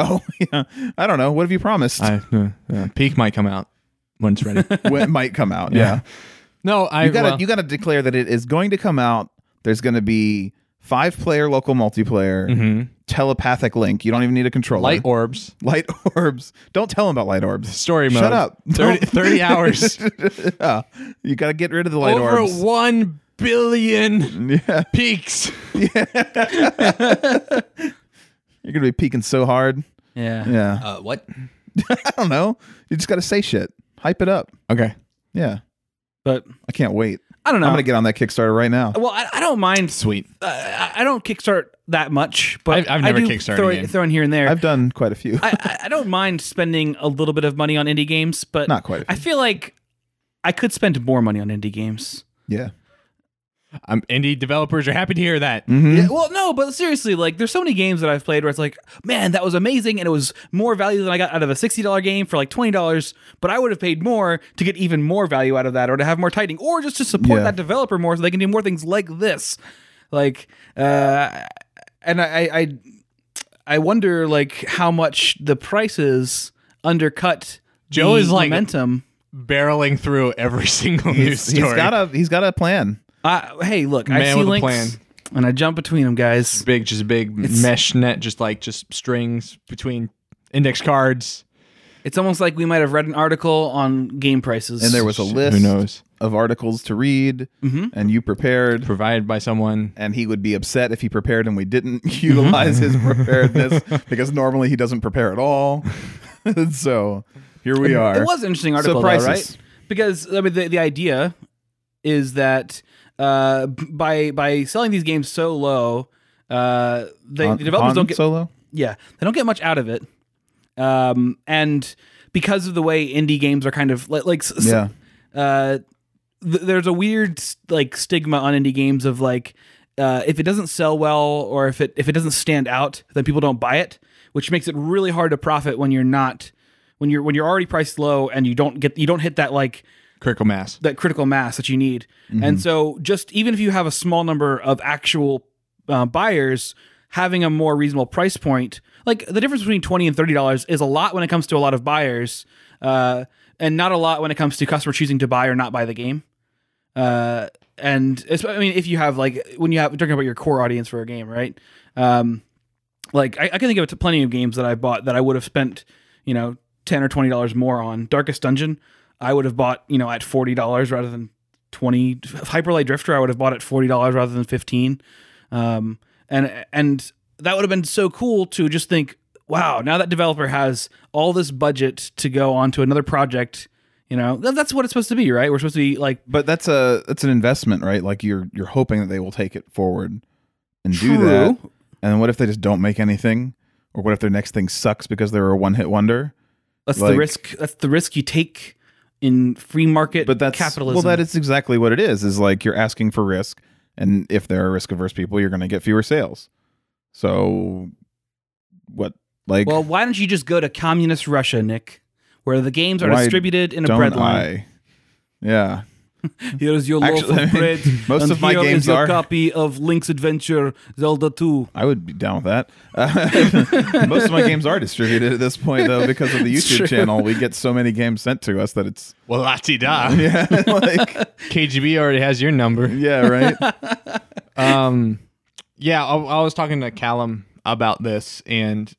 Oh, yeah. I don't know. What have you promised? I, uh, uh, Peak might come out when it's ready. when it might come out. Yeah. Yeah. no, I You gotta well, you gotta declare that it is going to come out. There's gonna be five player local multiplayer, Mhm. telepathic link. You don't even need a controller. light orbs Light orbs. Don't tell them about light orbs. story mode. Shut up. 30, Don't- 30 hours yeah. You gotta get rid of the light over orbs. one billion yeah. peaks. You're gonna be peeking so hard. Yeah. Yeah. Uh, what? I don't know. You just gotta say shit. Hype it up. Okay, Yeah. But I can't wait. I don't know. I'm gonna get on that Kickstarter right now. Well, I, I don't mind. sweet. Uh, I- I don't kickstart that much, but I've- I've I never do Kickstarted throw, a game. throw in here and there. I've done quite a few. I- I, I don't mind spending a little bit of money on indie games, but Not quite. a I few. feel like I could spend more money on indie games. yeah. I'm indie developers are happy to hear that. Mhm. Yeah, well, no, but seriously, like there's so many games that I've played where it's like, man, that was amazing, and it was more value than I got out of a sixty dollar game for like twenty dollars. But I would have paid more to get even more value out of that, or to have more tightening, or just to support Yeah. that developer more so they can do more things like this. Like, uh, and I, I- I, I wonder like how much the prices undercut. Joe the is, like, momentum. Barreling through every single news He's- story. he's got a he's got a plan. I, hey, look, I Man see with a links, plan. and I jump between them, guys. big, just a big mesh net, just like just strings between index cards. It's almost like we might have read an article on game prices. And there was a list Who knows? Mm-hmm. of articles to read, and you prepared. Provided by someone. And he would be upset if he prepared and we didn't utilize his Mm-hmm. preparedness because normally he doesn't prepare at all. so here we are. It was an interesting article, though, prices. right? Because I mean, the, the idea is that uh, b- by by selling these games so low, uh, they, Han- the developers Han don't get solo. yeah they don't get much out of it, um, and because of the way indie games are kind of like, like s- s- Yeah, uh, th- there's a weird like stigma on indie games of like uh, if it doesn't sell well or if it if it doesn't stand out, then people don't buy it, which makes it really hard to profit when you're not when you're when you're already priced low and you don't get you don't hit that like Critical mass. that critical mass that you need. And so, just even if you have a small number of actual uh, buyers, having a more reasonable price point, like the difference between twenty and thirty dollars, is a lot when it comes to a lot of buyers, uh, and not a lot when it comes to customer choosing to buy or not buy the game. Uh, and it's, I mean, if you have like when you have talking about your core audience for a game, right? Um, like I, I can think of t- plenty of games that I bought that I would have spent, you know, ten or twenty dollars more on. Darkest Dungeon, I would have bought, you know, at forty dollars rather than twenty. Hyperlight Drifter, I would have bought at forty dollars rather than fifteen. Um, and and that would have been so cool to just think, wow, now that developer has all this budget to go onto another project. You know, Th- that's what it's supposed to be, right? We're supposed to be like but that's a that's an investment, right? Like you're you're hoping that they will take it forward and do True. that. And what if they just don't make anything, or what if their next thing sucks because they're a one hit wonder? that's the Like- risk. That's the risk you take in free market, but that's capitalism. Well, that is exactly what it is. Is like you're asking for risk, and if there are risk averse people, you're going to get fewer sales. So, what? Like, Well, why don't you just go to communist Russia, Nick, where the games are Why distributed in a don't breadline? I? Yeah, Here's your loaf Actually, I of mean, bread. most and of my here games is your are. copy of Link's Adventure Zelda 2. I would be down with that. Uh, most of my games are distributed at this point, though, because of the true. YouTube channel. We get so many games sent to us that it's Well, lati da. yeah, like KGB already has your number. yeah, right. um yeah I, I was talking to callum about this and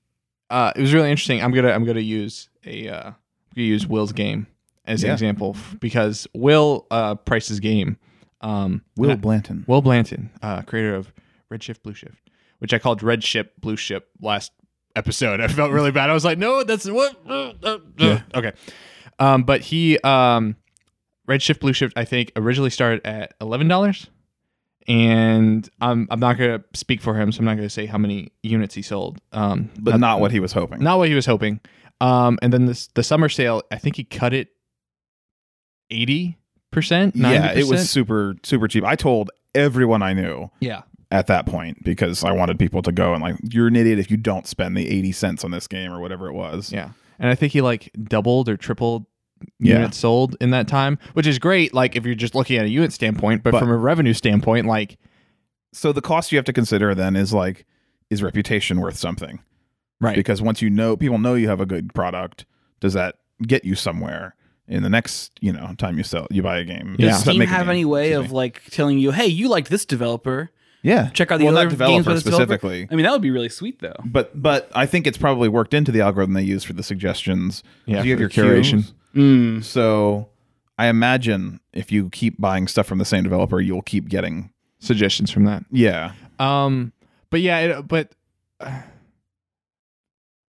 uh it was really interesting i'm gonna i'm gonna use a uh I'm gonna use will's game as an Yeah. example f- because will uh price's game um Will and I- Blanton. will blanton uh creator of redshift blue shift which i called red ship blue ship last episode. I felt really bad. I was like, no, that's what. uh, uh, uh." Okay. Um, but he, um, Red Shift, Blue Shift, I think originally started at eleven dollars, and I'm I'm not gonna speak for him, so I'm not gonna say how many units he sold. Um, but not, what he was hoping. not what he was hoping. Um, and then this the summer sale, I think he cut it eighty percent. yeah, it was super super cheap. I told everyone I knew yeah. at that point because I wanted people to go and like you're an idiot if you don't spend the 80 cents on this game or whatever it was. Yeah. And I think he like doubled or tripled Yeah. units sold in that time, which is great, like if you're just looking at a unit standpoint, but, But- from a revenue standpoint, like So the cost you have to consider then is like is reputation worth something? Right. Because once you know people know you have a good product, does that get you somewhere in the next, you know, time you sell you buy a game? Yeah. Does Does that Steam make a have game? any way Excuse of me. like telling you, hey, you liked this developer? Yeah. Check out the Well, other not developer games by this developer. specifically. I mean, that would be really sweet though. But but I think it's probably worked into the algorithm they use for the suggestions. Yeah, So you have for your curation. curation. Hmm. So I imagine if you keep buying stuff from the same developer, you'll keep getting suggestions from that. yeah. Um, but yeah, it, but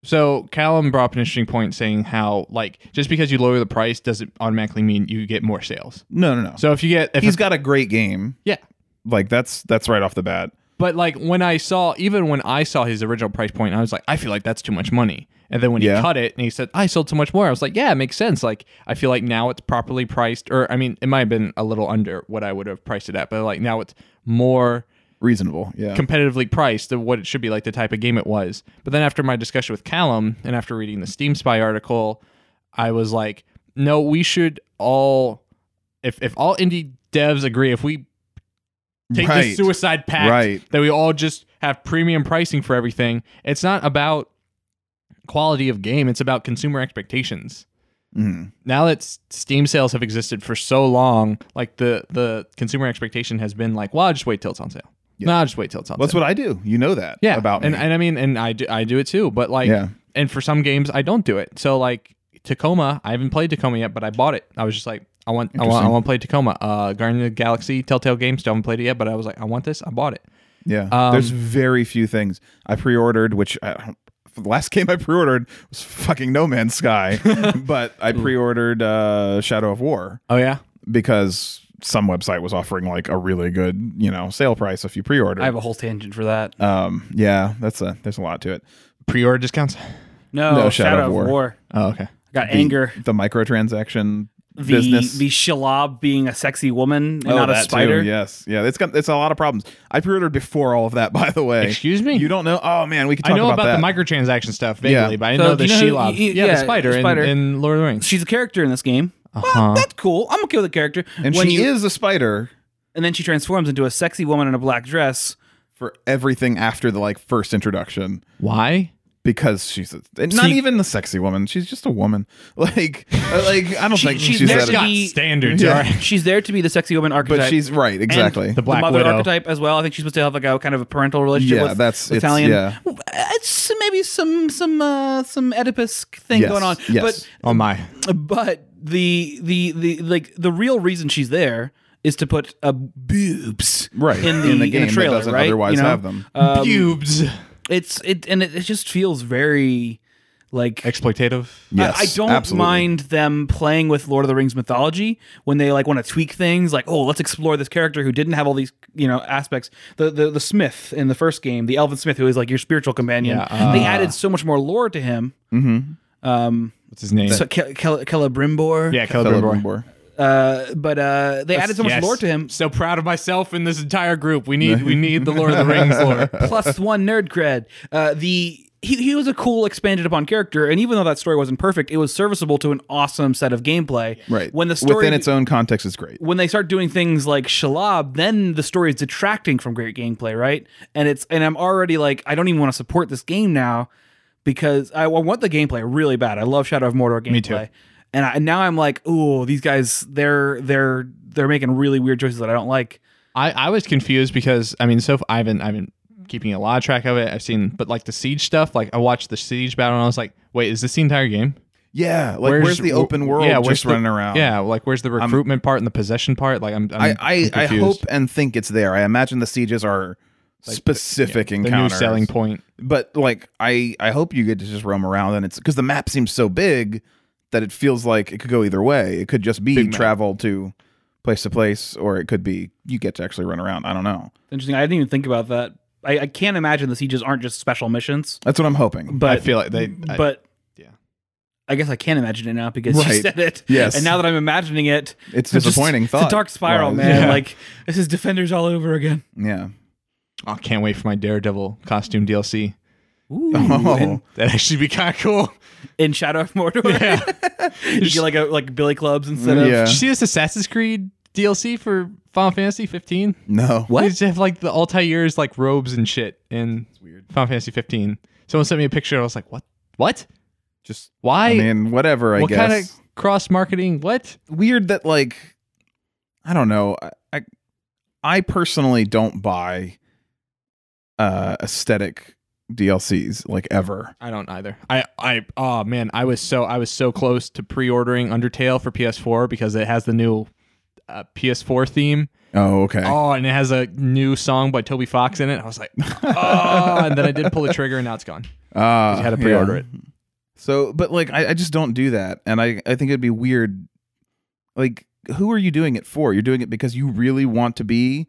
so Callum brought up an interesting point saying how like just because you lower the price doesn't automatically mean you get more sales. No, no, no. So So if you get if he's got a great game. yeah, Like that's that's right off the bat. But like when I saw, even when I saw his original price point, I was like, I feel like that's too much money. And then when Yeah. he cut it and he said, I sold so much more, I was like, yeah, it makes sense. Like, I feel like now it's properly priced, or I mean, it might have been a little under what I would have priced it at, but like now it's more Reasonable. Yeah. competitively priced than what it should be, like the type of game it was. But then after my discussion with Callum and after reading the Steam Spy article, I was like, no, we should all, if, if all indie devs agree, if we take this suicide pact Right. that we all just have premium pricing for everything. It's not about quality of game, it's about consumer expectations. Mhm. Now that s- Steam sales have existed for so long, like the the consumer expectation has been like, well, I'll just wait till it's on sale. No, I'll just wait till it's on Well, that's sale. what I do. You know that. yeah, About and me. and I mean, and I do I do it too, but like, Yeah. and for some games I don't do it. So like Tacoma, I haven't played Tacoma yet, but I bought it. I was just like, I want, I want, I Interesting. want to play Tacoma. Uh, Guardian of the Galaxy, Telltale Games, still haven't played it yet, but I was like, I want this, I bought it. yeah. um, There's very few things I pre-ordered, which I don't. The last game I pre-ordered was fucking No Man's Sky, but I Mm. pre-ordered uh, Shadow of War. Oh yeah, because some website was offering like a really good you know sale price if you pre-order I have a whole tangent for that. um yeah that's a there's a lot to it pre-order discounts. No, No, Shadow, of War. Oh, okay. I got anger. the microtransaction The business the shallab being a sexy woman and Oh, not a that too, spider. yes yeah it's got it's a lot of problems i pre-ordered before all of that by the way Excuse me? you don't know oh man we can talk I know about, about, that the microtransaction stuff vaguely, Yeah. but I didn't So, know the do you know who- Shelob. y- y- yeah, yeah, the spider, spider. In, in Lord of the Rings. She's a character in this game. Well, Uh-huh. that's cool. I'm okay with the character. and When she you- is a spider and then she transforms into a sexy woman in a black dress. for everything after the like first introduction Why? because she's a, and not See- even the sexy woman she's just a woman like uh, like i don't She- think she's she's, there that to be- standards. Yeah. all right. She's there to be the sexy woman archetype. but she's right exactly The Black mother Widow. archetype as well. I think she's supposed to have like a kind of a parental relationship. Yeah, with, that's- with it's- Italian. yeah. Well, It's maybe some some uh, some Oedipus thing Yes, going on. yes. Oh my. But but the the the like the real reason she's there is to put uh, boobs Right, in the, in the in game that the trailer, doesn't right? otherwise You know? have them. Uh, Um, Pubes. it's it and it, it just feels very like Exploitative. I- Yes, I, don't absolutely. mind them playing with Lord of the Rings mythology when they like want to tweak things, like oh, let's explore this character who didn't have all these you know aspects. The the, the Smith in the first game, the Elven Smith who is like your spiritual companion, Yeah, uh, they added so much more lore to him. Hmm. Um, What's his name? so Kel- Kel- Celebrimbor, yeah, Caleb Celebrimbor. Boy. uh, but uh, they added so much lore to him. So proud of myself and this entire group. We need we need the Lord of the Rings lore. plus one nerd cred. Uh, the he, he was a cool expanded upon character, and even though that story wasn't perfect, it was serviceable to an awesome set of gameplay. Right. when the story within its own context is great. when they start doing things like Shalab, then the story is detracting from great gameplay, right? And it's and I'm already like I don't even want to support this game now because I, I want the gameplay really bad. I love Shadow of Mordor gameplay. too. And I, now I'm like, oh, these guys, they're they're they're making really weird choices that I don't like. I, I was confused because I mean, so f- I haven't I've been keeping a lot of track of it. I've seen, but like the siege stuff, like I watched the siege battle and I was like, wait, is this the entire game? Yeah, like where's, the open world yeah, where's just the- running around? Yeah, like where's the recruitment part and the possession part? Like I'm, I'm Oh. I I, I confused. hope and think it's there. I imagine the sieges are Like, specific the encounters. new selling point. but like I I hope you get to just roam around and it's because the map seems so big that it feels like it could go either way. It could just be Big map. travel to place to place, or it could be you get to actually run around. I don't know. Interesting. I didn't even think about that. I, I can't imagine the sieges aren't just special missions, That's what I'm hoping. I but feel like they. I, but yeah. I guess I can't imagine it now because you Right. said it. Yes. And now that I'm imagining it, It's just- disappointing It's thought. a dark spiral, was. man. Yeah. Like this is defenders all over again. Yeah. I can't wait for my Daredevil costume DLC. Ooh. Oh. In, That actually be kind of cool. in Shadow of Mordor, Yeah. you get like a like Billy clubs instead of Yeah. Did you see this Assassin's Creed DLC for Final Fantasy 15? No. What? They just have like the Altair's like robes and shit in Final Fantasy 15. Someone sent me a picture. I was like, what? What? Just Why? I mean, whatever. I what guess. kind of cross marketing? What? weird that like I don't know. I I, I personally don't buy uh aesthetic DLCs like ever. I don't either. I I oh man, I was so I was so close to pre-ordering Undertale for PS4 because it has the new uh, PS4 theme. Oh, okay. Oh, and it has a new song by Toby Fox in it. I was like, oh, and then I did pull the trigger, and now it's gone. Uh, You had to pre-order it. So, but like, I, I just don't do that, and I I think it'd be weird. Like, who are you doing it for? You're doing it because you really want to be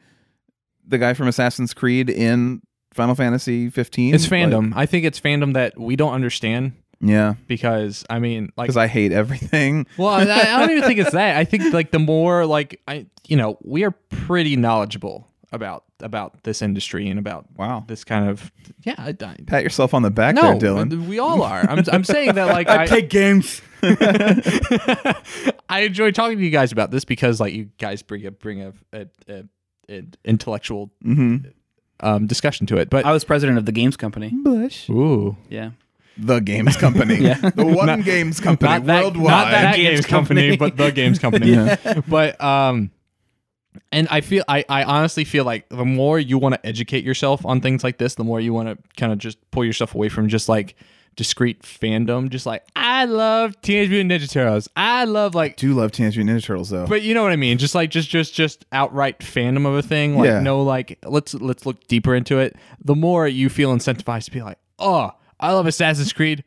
the guy from Assassin's Creed in Final Fantasy 15. It's fandom. I think it's fandom that we don't understand yeah, because I mean, like, because I hate everything. well, I, I don't even think it's that. I think like the more like I, you know, we are pretty knowledgeable about about this industry and about Wow, this kind of yeah. I, I, pat yourself on the back no, there, Dylan. we all are. I'm I'm saying that like I, games. I enjoy talking to you guys about this because like you guys bring a bring a, a, a, a intellectual um, discussion to it. But I was president of the games company. Bush, ooh, Yeah. the games company, Yeah. the one games company not that, worldwide. not that That games, games company, company. but the games company. But um, and I feel I I honestly feel like the more you want to educate yourself on things like this, the more you want to kind of just pull yourself away from just like discrete fandom. Just like I love Teenage Mutant Ninja Turtles. I love like do love Teenage Mutant Ninja Turtles though. But you know what I mean? Just like just just just outright fandom of a thing. Like Yeah. no like let's let's look deeper into it. The more you feel incentivized to be like, oh, I love Assassin's Creed.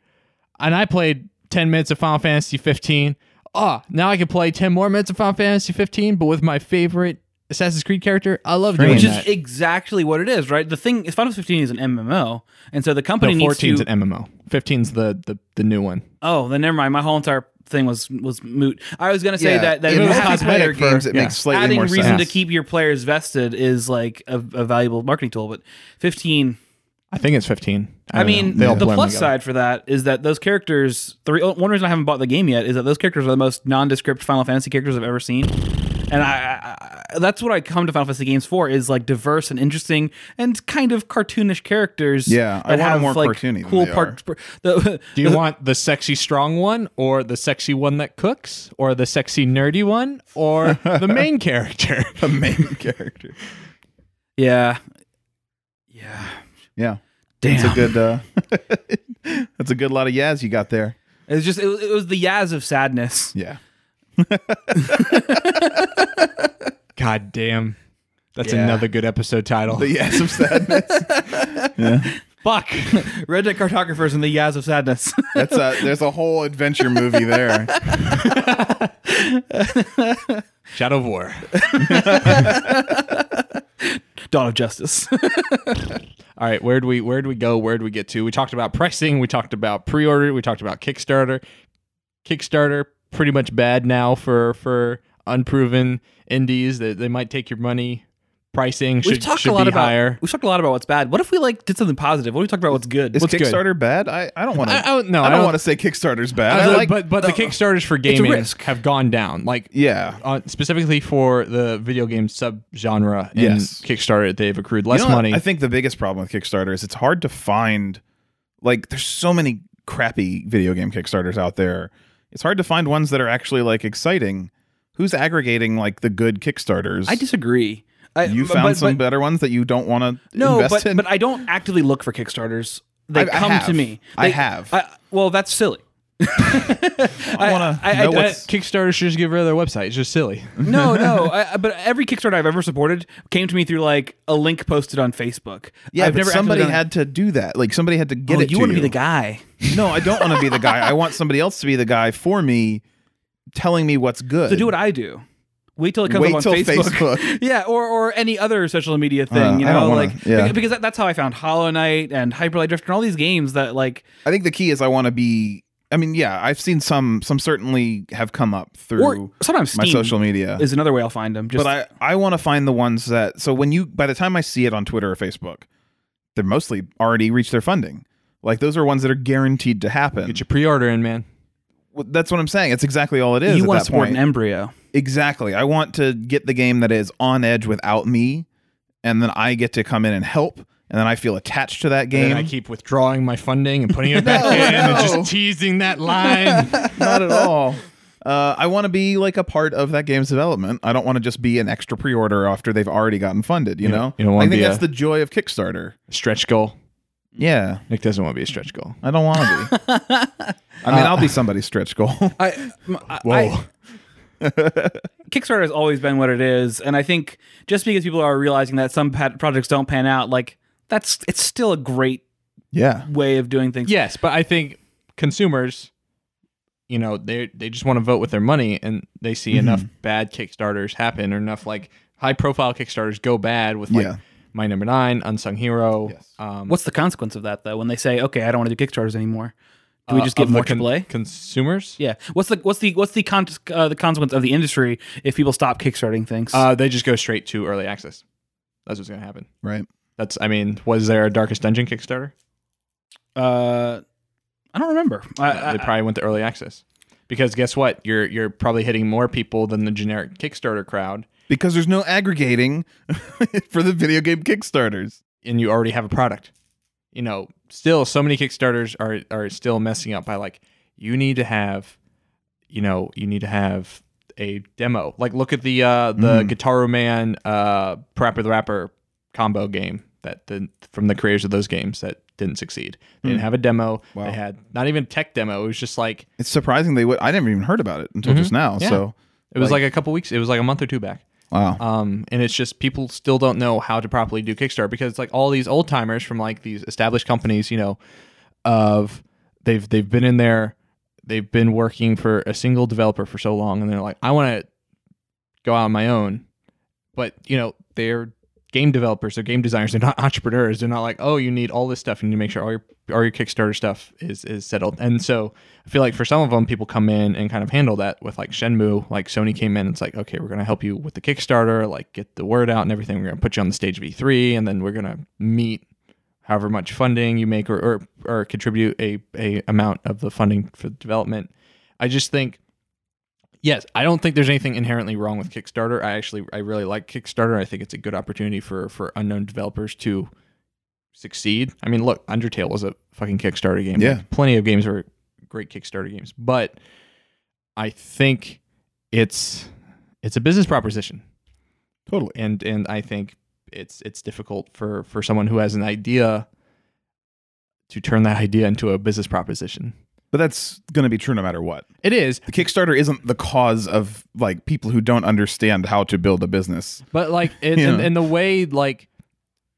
And I played ten minutes of Final Fantasy fifteen. Oh, now I can play ten more minutes of Final Fantasy fifteen, but with my favorite Assassin's Creed character. I love doing Which is that. exactly what it is, right? The thing is Final Fantasy 15 is an MMO, and so the company No, needs to 14's an MMO. 15's the, the the new one. Oh, then never mind. My whole entire thing was was moot. I was gonna say Yeah, that that in it was multiplayer cosmetic games, for it makes slightly adding more reason sense. to keep your players vested is like a, a valuable marketing tool. But fifteen, I think it's fifteen. I, don't mean, know. They all the blend plus together. side for that is that those characters. The re- one reason I haven't bought the game yet is that those characters are the most nondescript Final Fantasy characters I've ever seen, and I, I, I that's what I come to Final Fantasy games for is like diverse and interesting and kind of cartoonish characters. Yeah, I that want 'em have, more like, cartoony than Cool they part. The, Do you want the sexy strong one, or the sexy one that cooks, or the sexy nerdy one, or the main character? the main character. yeah, yeah. Yeah, Damn. that's a good. Uh, that's a good lot of yas you got there. It was just it was, it was the Yaz of sadness. Yeah. God damn. That's Yeah. another good episode title. The yes of sadness. Fuck. Red Dead Cartographers and the Yaz of sadness. That's a, there's a whole adventure movie there. Shadow of War. Dawn of Justice. All right, where'd we where'd we go? Where'd we get to? We talked about pricing, we talked about pre-order, we talked about Kickstarter. Kickstarter pretty much bad now for for unproven indies that they might take your money. Pricing should, we've talked should a lot be about higher. we've talked a lot about what's bad. What if we like did something positive? What do we talk about what's good? Is What's good? Kickstarter bad? I, I don't want to. I- I don't- no, I I don't don't- want to say Kickstarter's bad. Uh, I like. but but the Kickstarters for gaming risk. have gone down. Like yeah. uh, specifically for the video game subgenre in Yes. Kickstarter, they've accrued less You know what? money. I think the biggest problem with Kickstarter is it's hard to find. Like, there's so many crappy video game Kickstarters out there. It's hard to find ones that are actually like exciting. Who's aggregating like the good Kickstarters? I disagree. I, You but- found but- some but- better ones that you don't want to no, invest but in. but I don't actively look for Kickstarters. They I- I come have. to me. I They- have. I, well, that's silly. I want to know what's. Kickstarter should just get rid of their website. It's just silly. no, no. I, I- but every Kickstarter I've ever supported came to me through like a link posted on Facebook. yeah, I've but never actually somebody done it. had to do that. Like somebody had to get Oh, it. you to want to be you. the guy? No, I don't want to be the guy. I want somebody else to be the guy for me, telling me what's good. So do what I do. Wait till it comes Wait up on till Facebook. Facebook. yeah, or or any other social media thing. Uh, you I know, don't wanna- like yeah. beca- because that, that's how I found Hollow Knight and Hyper Light Drifter and all these games that like I think the key is I want to be. I mean, yeah, I've seen some. Some certainly have come up or through sometimes my Steam social media. is another way I'll find them. Uh. Just but I I want to find the ones that. So when you by the time I see it on Twitter or Facebook, they're mostly already reached their funding. Like those are ones that are guaranteed to happen. Get your pre-order in, man. Well, That's what I'm saying. It's exactly all it is. you at want to that support point. an embryo. Exactly. I want to get the game that is on edge without me, and then I get to come in and help, and then I feel attached to that And game. I keep withdrawing my funding and putting it back in and no. just teasing that line. Not at all. Uh, I want to be like a part of that game's development. I don't want to just be an extra pre-order after they've already gotten funded. You, You- know, you don't I wanna think be that's a- the joy of Kickstarter. stretch goal. Yeah, Nick doesn't want to be a stretch goal. I don't want to be. I mean, Uh, I'll be somebody's stretch goal. I, m- I- I- Kickstarter has always been what it is, and I think just because people are realizing that some pat- projects don't pan out, like that's it's still a great yeah, way of doing things. Yes, but I think consumers, you know, they they just want to vote with their money, and they see Mm-hmm. enough bad Kickstarters happen, or enough like high profile Kickstarters go bad with like Yeah. my number nine, unsung hero. Yes. Um, Mm. What's the consequence of that though? When they say, "Okay, I don't want to do Kickstarters anymore," do we just Uh, give of the more to con- play? consumers? Yeah. What's the what's the what's the con- uh, the consequence of the industry if people stop kickstarting things? Uh, they just go straight to early access. That's what's gonna happen. right. That's I mean, was there a Darkest Dungeon Kickstarter? Uh, I don't remember. I, No, I- they probably went to early access because guess what? You're you're probably hitting more people than the generic Kickstarter crowd, Because there's no aggregating for the video game Kickstarters. and you already have a product. You know, still so many Kickstarters are are still messing up by like you need to have, you know, you need to have a demo. Like look at the uh the Guitar Man uh Prapper the Rapper combo game that the from the creators of those games that didn't succeed. They didn't have a demo. They had not even a tech demo. It was just like It's surprising they would. I never even heard about it until just now. Yeah. So it was like a couple weeks. It was like a month or two back. wow. Um, and it's just people still don't know how to properly do Kickstarter because it's like all these old timers from like these established companies, you know, of they've they've been in there, they've been working for a single developer for so long, and they're like, I want to go out on my own, but you know they're game developers, they're game designers, they're not entrepreneurs, they're not like, oh, you need all this stuff, and you need to make sure all your all your Kickstarter stuff is is settled, and so I feel like for some of them, people come in and kind of handle that with like Shenmue. Like Sony came in, it's like, okay, we're going to help you with the Kickstarter, like get the word out and everything. We're going to put you on the stage of E3, and then we're going to meet however much funding you make or, or, or contribute a, a amount of the funding for development. I just think, yes, I don't think there's anything inherently wrong with Kickstarter. I actually, I really like Kickstarter. I think it's a good opportunity for, for unknown developers to succeed. I mean, look, Undertale was a fucking Kickstarter game. Yeah. Like, plenty of games are great Kickstarter games, but I think it's it's a business proposition totally. and and I think it's it's difficult for for someone who has an idea to turn that idea into a business proposition. But that's going to be true no matter what. It is, The Kickstarter isn't the cause of like people who don't understand how to build a business. but like in, in, Yeah. in the way like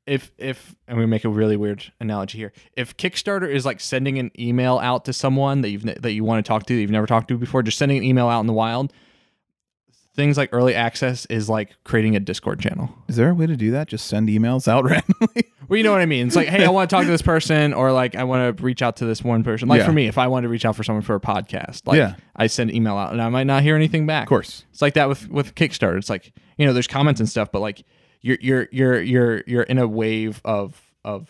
if if and we make a really weird analogy here. If Kickstarter is like sending an email out to someone that you've ne- that you want to talk to that you've never talked to before, just sending an email out in the wild. Things like early access is like creating a Discord channel. Is there a way to do that? Just send emails out randomly? Well, you know what I mean. It's like, hey, I want to talk to this person, or like, I want to reach out to this one person. Like Yeah. for me, if I wanted to reach out for someone for a podcast, like Yeah. I send an email out, and I might not hear anything back. Of course. it's like that with with Kickstarter. It's like you know, there's comments and stuff, but like you're you're you're you're you're in a wave of of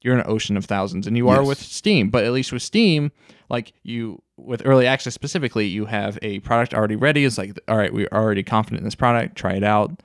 you're in an ocean of thousands, and you are Yes. with Steam. But at least with Steam, like you with early access specifically, you have a product already ready. It's like, all right, we're already confident in this product. Try it out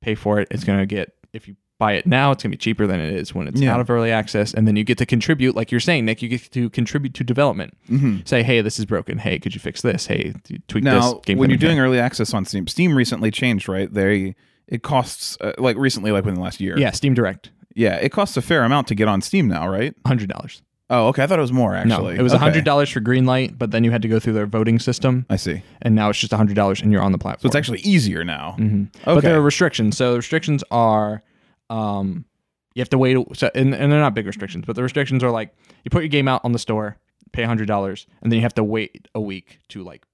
pay for it. It's going to get, if you buy it now, it's going to be cheaper than it is when it's Yeah. out of early access. And then you get to contribute, like you're saying, Nick, you get to contribute to development. Mm-hmm. Say, hey, this is broken. Hey, could you fix this? Hey, t- tweak now, this. when you're doing mechanic. early access on Steam, Steam recently changed, right? They it costs uh, like recently, like within the last year. yeah, Steam Direct, yeah, it costs a fair amount to get on Steam now, right? $100. Uh, Oh, okay. I thought it was more No, actually. it was okay. hundred dollars for green light, but then you had to go through their voting system, I see. and now it's just hundred dollars and you're on the platform. Mm-hmm. So it's actually easier now. but Okay. there are restrictions. So the restrictions are, um, you have to wait. So and, and they're not big restrictions, but the restrictions are like you put your game out on the store, pay hundred dollars, and then you have to wait a week to like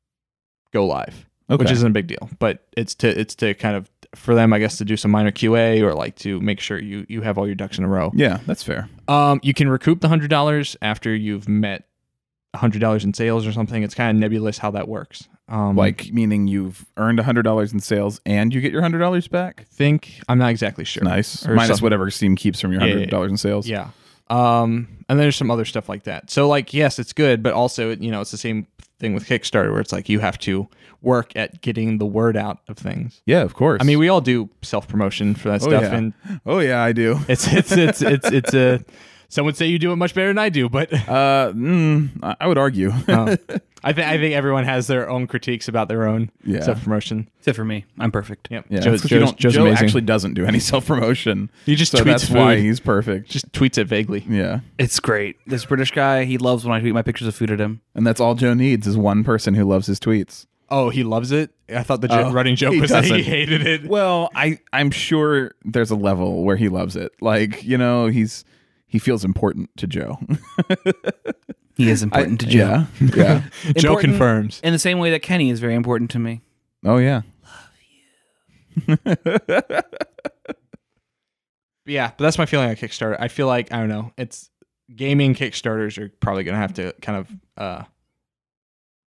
go live, which Okay. isn't a big deal. But it's to it's to kind of for them, I guess, to do some minor QA or like to make sure you you have all your ducks in a row. Yeah, that's fair. Um, you can recoup the hundred dollars after you've met hundred dollars in sales or something. It's kind of nebulous how that works. Um, Like meaning you've earned hundred dollars in sales and you get your hundred dollars back. think I'm not exactly sure. Nice. Or Minus something. whatever Steam keeps from your Yeah, yeah, yeah. hundred dollars in sales. Yeah. Um, and there's some other stuff like that. So like, yes, it's good, but also, you know, it's the same thing with Kickstarter where it's like you have to work at getting the word out of things. Yeah, of course. I mean, we all do self promotion for that oh, stuff, yeah. and oh yeah, I do. it's it's it's it's it's a. Some would say you do it much better than I do, but Uh, mm, I- I would argue. uh, I think I think everyone has their own critiques about their own Yeah. self promotion. Except for me, I'm perfect. Yep. yeah, Joe, that's 'cause you Joe's, don't- Joe's Joe amazing. actually doesn't do any self promotion. He just so tweets that's why food. he's perfect. just tweets it vaguely. Yeah, It's great. This British guy, he loves when I tweet my pictures of food at him. and that's all Joe needs is one person who loves his tweets. Oh, he loves it. I thought the jo- Oh, running joke he was that he doesn't. hated it. Well, I I'm sure there's a level where he loves it. Like you know, he's he feels important to Joe. He is important to Joe. yeah, yeah. Joe Important confirms. In the same way that Kenny is very important to me. Oh yeah. yeah, but that's my feeling on Kickstarter. I feel like I don't know. It's gaming Kickstarters are probably going to have to kind of uh,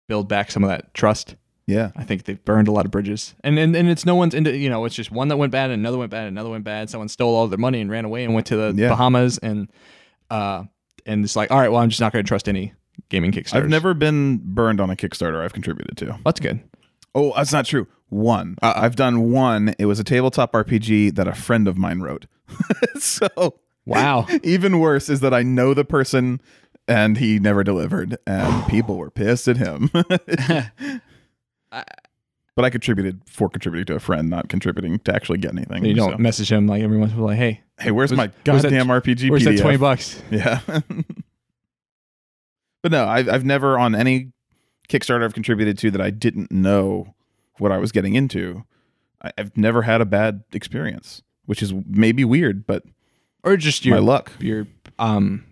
build back some of that trust. Yeah. I think they've burned a lot of bridges, and and, and it's no one's into you know it's just one that went bad, another went bad, another went bad. Someone stole all their money and ran away and went to the Yeah. Bahamas and uh and it's like all right, well I'm just not going to trust any gaming Kickstarters. I've never been burned on a Kickstarter I've contributed to. That's good. Oh, that's not true. One. I've done one. It was a tabletop RPG that a friend of mine wrote. so Wow. even worse is that I know the person and he never delivered and people were pissed at him. but I contributed for contributing to a friend, not contributing to actually get anything. you don't So, message him like everyone's like, hey, Hey, where's my where's that- goddamn RPG where's that PDF? twenty bucks? Yeah. but no, I've, I've never on any Kickstarter I've contributed to that I didn't know what I was getting into. I, I've never had a bad experience, which is maybe weird, but Or just my your luck, your um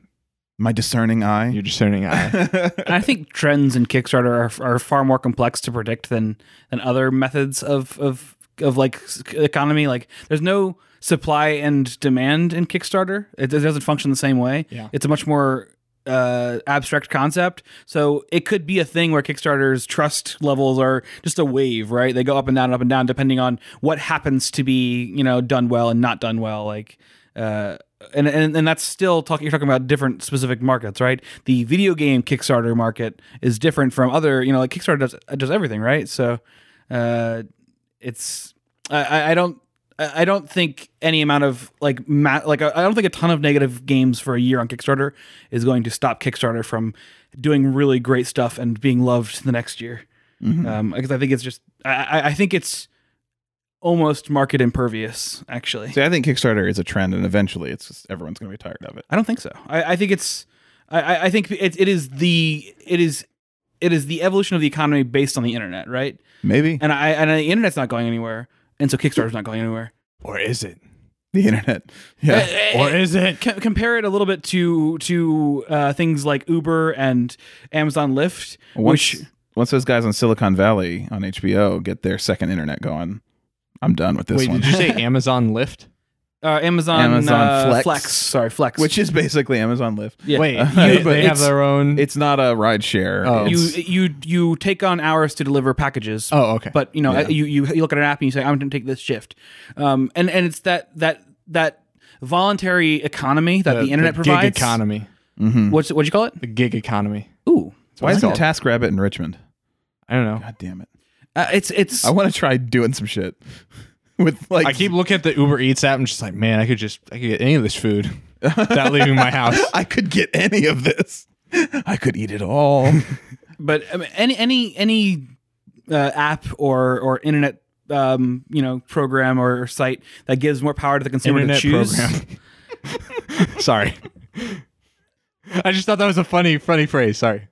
my discerning eye. your discerning eye. And I think trends in Kickstarter are, are far more complex to predict than than other methods of of of like s- economy. Like there's no supply and demand in Kickstarter. It, it doesn't function the same way. Yeah. It's a much more uh, abstract concept. So it could be a thing where Kickstarter's trust levels are just a wave, right? They go up and down and up and down depending on what happens to be, you know, done well and not done well. Like, uh, and, and and that's still talking. You're talking about different specific markets, right? The video game Kickstarter market is different from other. You know, like Kickstarter does does everything, right? So, uh, it's I- I, I don't I I don't think any amount of like ma- like I I don't think a ton of negative games for a year on Kickstarter is going to stop Kickstarter from doing really great stuff and being loved the next year. Um, because I think it's just I, I- I think it's almost market impervious actually. See, I think Kickstarter is a trend, and eventually, it's just everyone's going to be tired of it. I don't think so. I, I think it's I- I, I think it, it is the it is it is the evolution of the economy based on the internet, right? Maybe And I and the internet's not going anywhere, and so Kickstarter's not going anywhere. Or is it? the internet. Yeah, Eh, Uh, Or is it? c- compare it a little bit to to uh, things like Uber and Amazon Lyft, once which once those guys on Silicon Valley on HBO get their second internet going, I'm done with this Wait, one. did you say Amazon Lyft? uh, Amazon, Amazon uh, Flex. sorry Flex, Which is basically Amazon Lyft. yeah. Wait, you- they it's- have their own. It's not a ride share. Oh. you It's- you you take on hours to deliver packages. oh, okay. But you know, Yeah. you, you you look at an app and you say, "I'm going to take this shift," um, and and it's that that that voluntary economy that the, internet gig provides. economy, What's what you call it? the gig economy. Ooh, Why it's isn't called. TaskRabbit in Richmond? I don't know. God damn it! uh, it's it's I want to try doing some shit with like. I keep looking at the Uber Eats app and just like, man, I could just I could get any of this food without leaving my house. I could get any of this. I could eat it all. but I mean, any any any uh, app or or internet um, you know program or, or site that gives more power to the consumer Internet to choose program. Sorry. I just thought that was a funny, funny phrase. Sorry.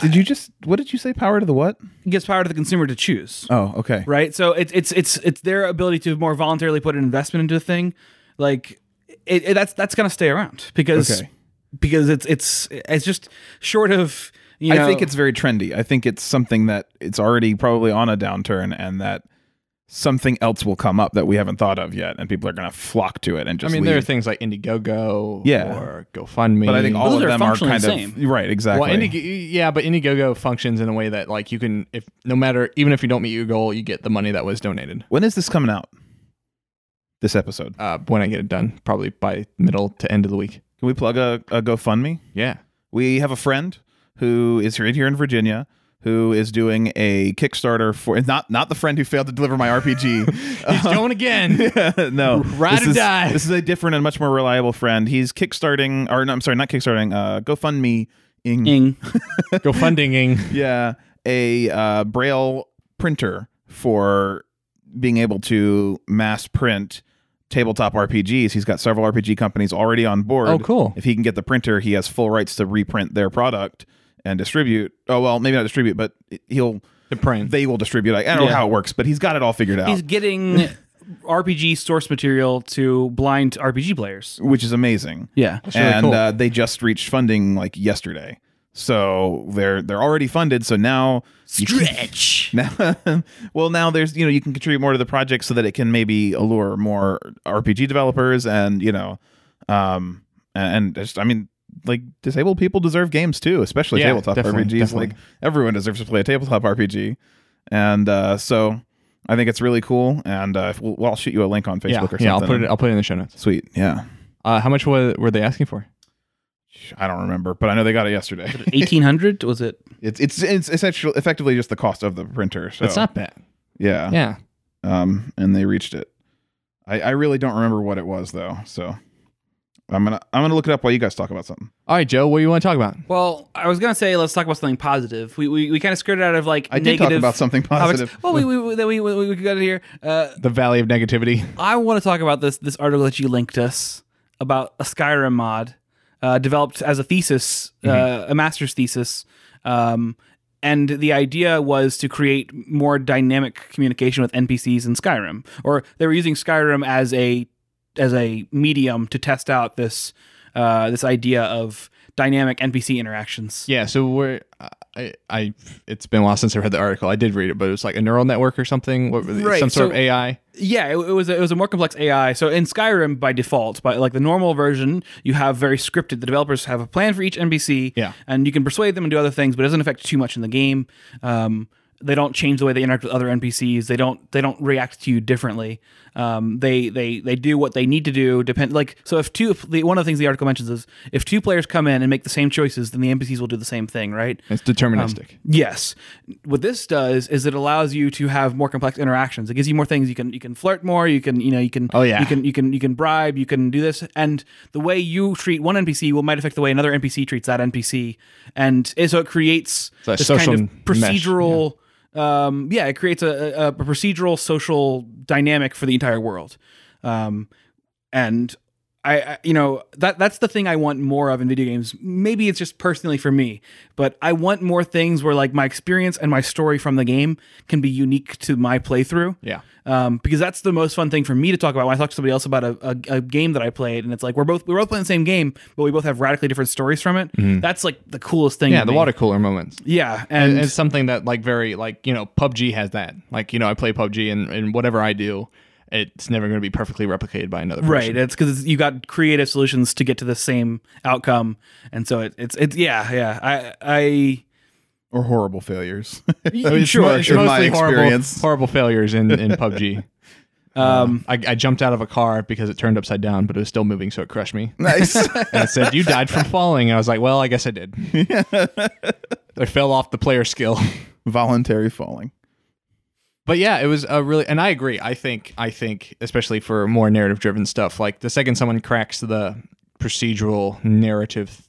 Did you just? What did you say? Power to the what? gives power to the consumer to choose. Oh, okay. right? So it's it's it's it's their ability to more voluntarily put an investment into a thing, like it, it- that's that's gonna stay around because Okay. because it's it's it's just short of you know. I think it's very trendy. I think it's something that it's already probably on a downturn, and that something else will come up that we haven't thought of yet, and people are going to flock to it I and just. mean, there are leave. things like Indiegogo Yeah. or GoFundMe. but I think all Those of are them are functionally kind the of right. Exactly. Well, Indie- yeah, but Indiegogo functions in a way that like you can, if no matter, even if you don't meet your goal, you get the money that was donated. when is this coming out? This episode. Uh, when I get it done, probably by middle to end of the week. Can we plug a, a GoFundMe? Yeah, We have a friend who is right here in Virginia who is doing a Kickstarter for not not the friend who failed to deliver my RPG. he's going again. no, Ride this or is, die. This is a different and much more reliable friend. He's kickstarting, or no, I'm sorry, not kickstarting. Uh, GoFundMe, ing, Ing. GoFundinging. yeah, a uh, braille printer for being able to mass print tabletop RPGs. He's got several RPG companies already on board. Oh, cool. If he can get the printer, he has full rights to reprint their product and distribute. Oh well, maybe not distribute, but he'll The print. they will distribute. I I don't know Yeah. how it works, but he's got it all figured out. he's getting RPG source material to blind RPG players. which is amazing. Yeah, really and cool. uh, they just reached funding like yesterday, so they're they're already funded. So now you can- Stretch. now, well, now there's you know you can contribute more to the project so that it can maybe allure more RPG developers and you know, um, and just I mean like disabled people deserve games too, especially Yeah, tabletop definitely, RPGs. definitely. Like everyone deserves to play a tabletop RPG, and uh, so I think it's really cool. And uh, we'll, well, I'll shoot you a link on Facebook yeah, or something. yeah. I'll put it. I'll put it in the show notes. Sweet, yeah. Uh, how much were, were they asking for? I don't remember, but I know they got it yesterday. eighteen hundred was it? It's it's it's essentially effectively just the cost of the printer. So That's not bad. yeah. Yeah. Um, and they reached it. I I really don't remember what it was though. So I'm gonna I'm gonna look it up while you guys talk about something. All right, Joe. What do you want to talk about? Well, I was gonna say let's talk about something positive. We we, we kind of skirted out of like I did negative talk about something topics. positive. Well, we we we, we, we, we got it here. Uh, The Valley of Negativity. I want to talk about this this article that you linked us about a Skyrim mod uh, developed as a thesis, uh, a master's thesis, um, and the idea was to create more dynamic communication with NPCs in Skyrim, or they were using Skyrim as a as a medium to test out this uh, this idea of dynamic NPC interactions. Yeah, so we're I, I it's been a while since I read the article. I did read it, but it was like a neural network or something. What were they- Right, some sort of so- AI? Yeah, it, it was a, it was a more complex AI. So in Skyrim, by default, by like the normal version, you have very scripted. The developers have a plan for each NPC, Yeah. and you can persuade them and do other things, but it doesn't affect too much in the game. Um, they don't change the way they interact with other NPCs. They don't they don't react to you differently. Um, they they they do what they need to do. Depend like so if two if the, one of the things the article mentions is if two players come in and make the same choices, then the NPCs will do the same thing, right? It's deterministic. Yes. What this does is it allows you to have more complex interactions. It gives you more things. You can you can flirt more. You can you know you can Oh, yeah. you can you can you can bribe. You can do this. And the way you treat one NPC will might affect the way another NPC treats that NPC. And it- so it creates like this social kind of mesh, procedural. Um, yeah, it creates a, a, a procedural social dynamic for the entire world. Um, and I, I you know that that's the thing I want more of in video games. Maybe it's just personally for me, but I want more things where like my experience and my story from the game can be unique to my playthrough. yeah. Um, because that's the most fun thing for me to talk about when I talk to somebody else about a, a, a game that I played, and it's like we're both we're both playing the same game, but we both have radically different stories from it. That's like the coolest thing. Mm-hmm. Yeah, to the me. water cooler moments. Yeah, And and, it's something that like very like, you know, PUBG has that. Like, you know, I play PUBG and, and whatever I do, it's never gonna be perfectly replicated by another person. right, it's because you got creative solutions to get to the same outcome, and so it, it's it's yeah yeah I Or horrible failures. I It's mo- sure it's in my mostly horrible, experience. horrible failures in, in PUBG. um I, I jumped out of a car because it turned upside down, but it was still moving, so it crushed me. nice. and it said you died from falling and i was like well i guess i did i fell off the player skill Voluntary falling. but yeah it was a really and i agree i think i think especially for more narrative driven stuff like the second someone cracks the procedural narrative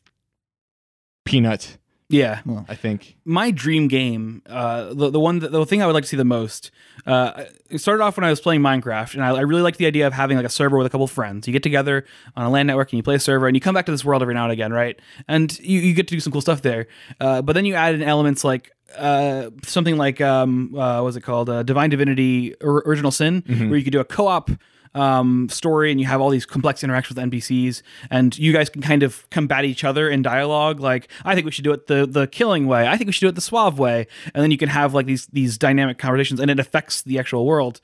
peanut Yeah. I think. my dream game, uh, the, the one that, the thing I would like to see the most, uh, it started off when I was playing Minecraft, and I, I really liked the idea of having like a server with a couple friends. You get together on a LAN network and you play a server, and you come back to this world every now and again, right? And you, you get to do some cool stuff there. Uh, but then you add in elements like uh, something like um, uh, what was it called, uh, Divine Divinity or Original Sin, where you could do a co-op um, story and you have all these complex interactions with NPCs and you guys can kind of combat each other in dialogue. Like, I think we should do it the the killing way. I think we should do it the suave way. And then you can have like these these dynamic conversations and it affects the actual world.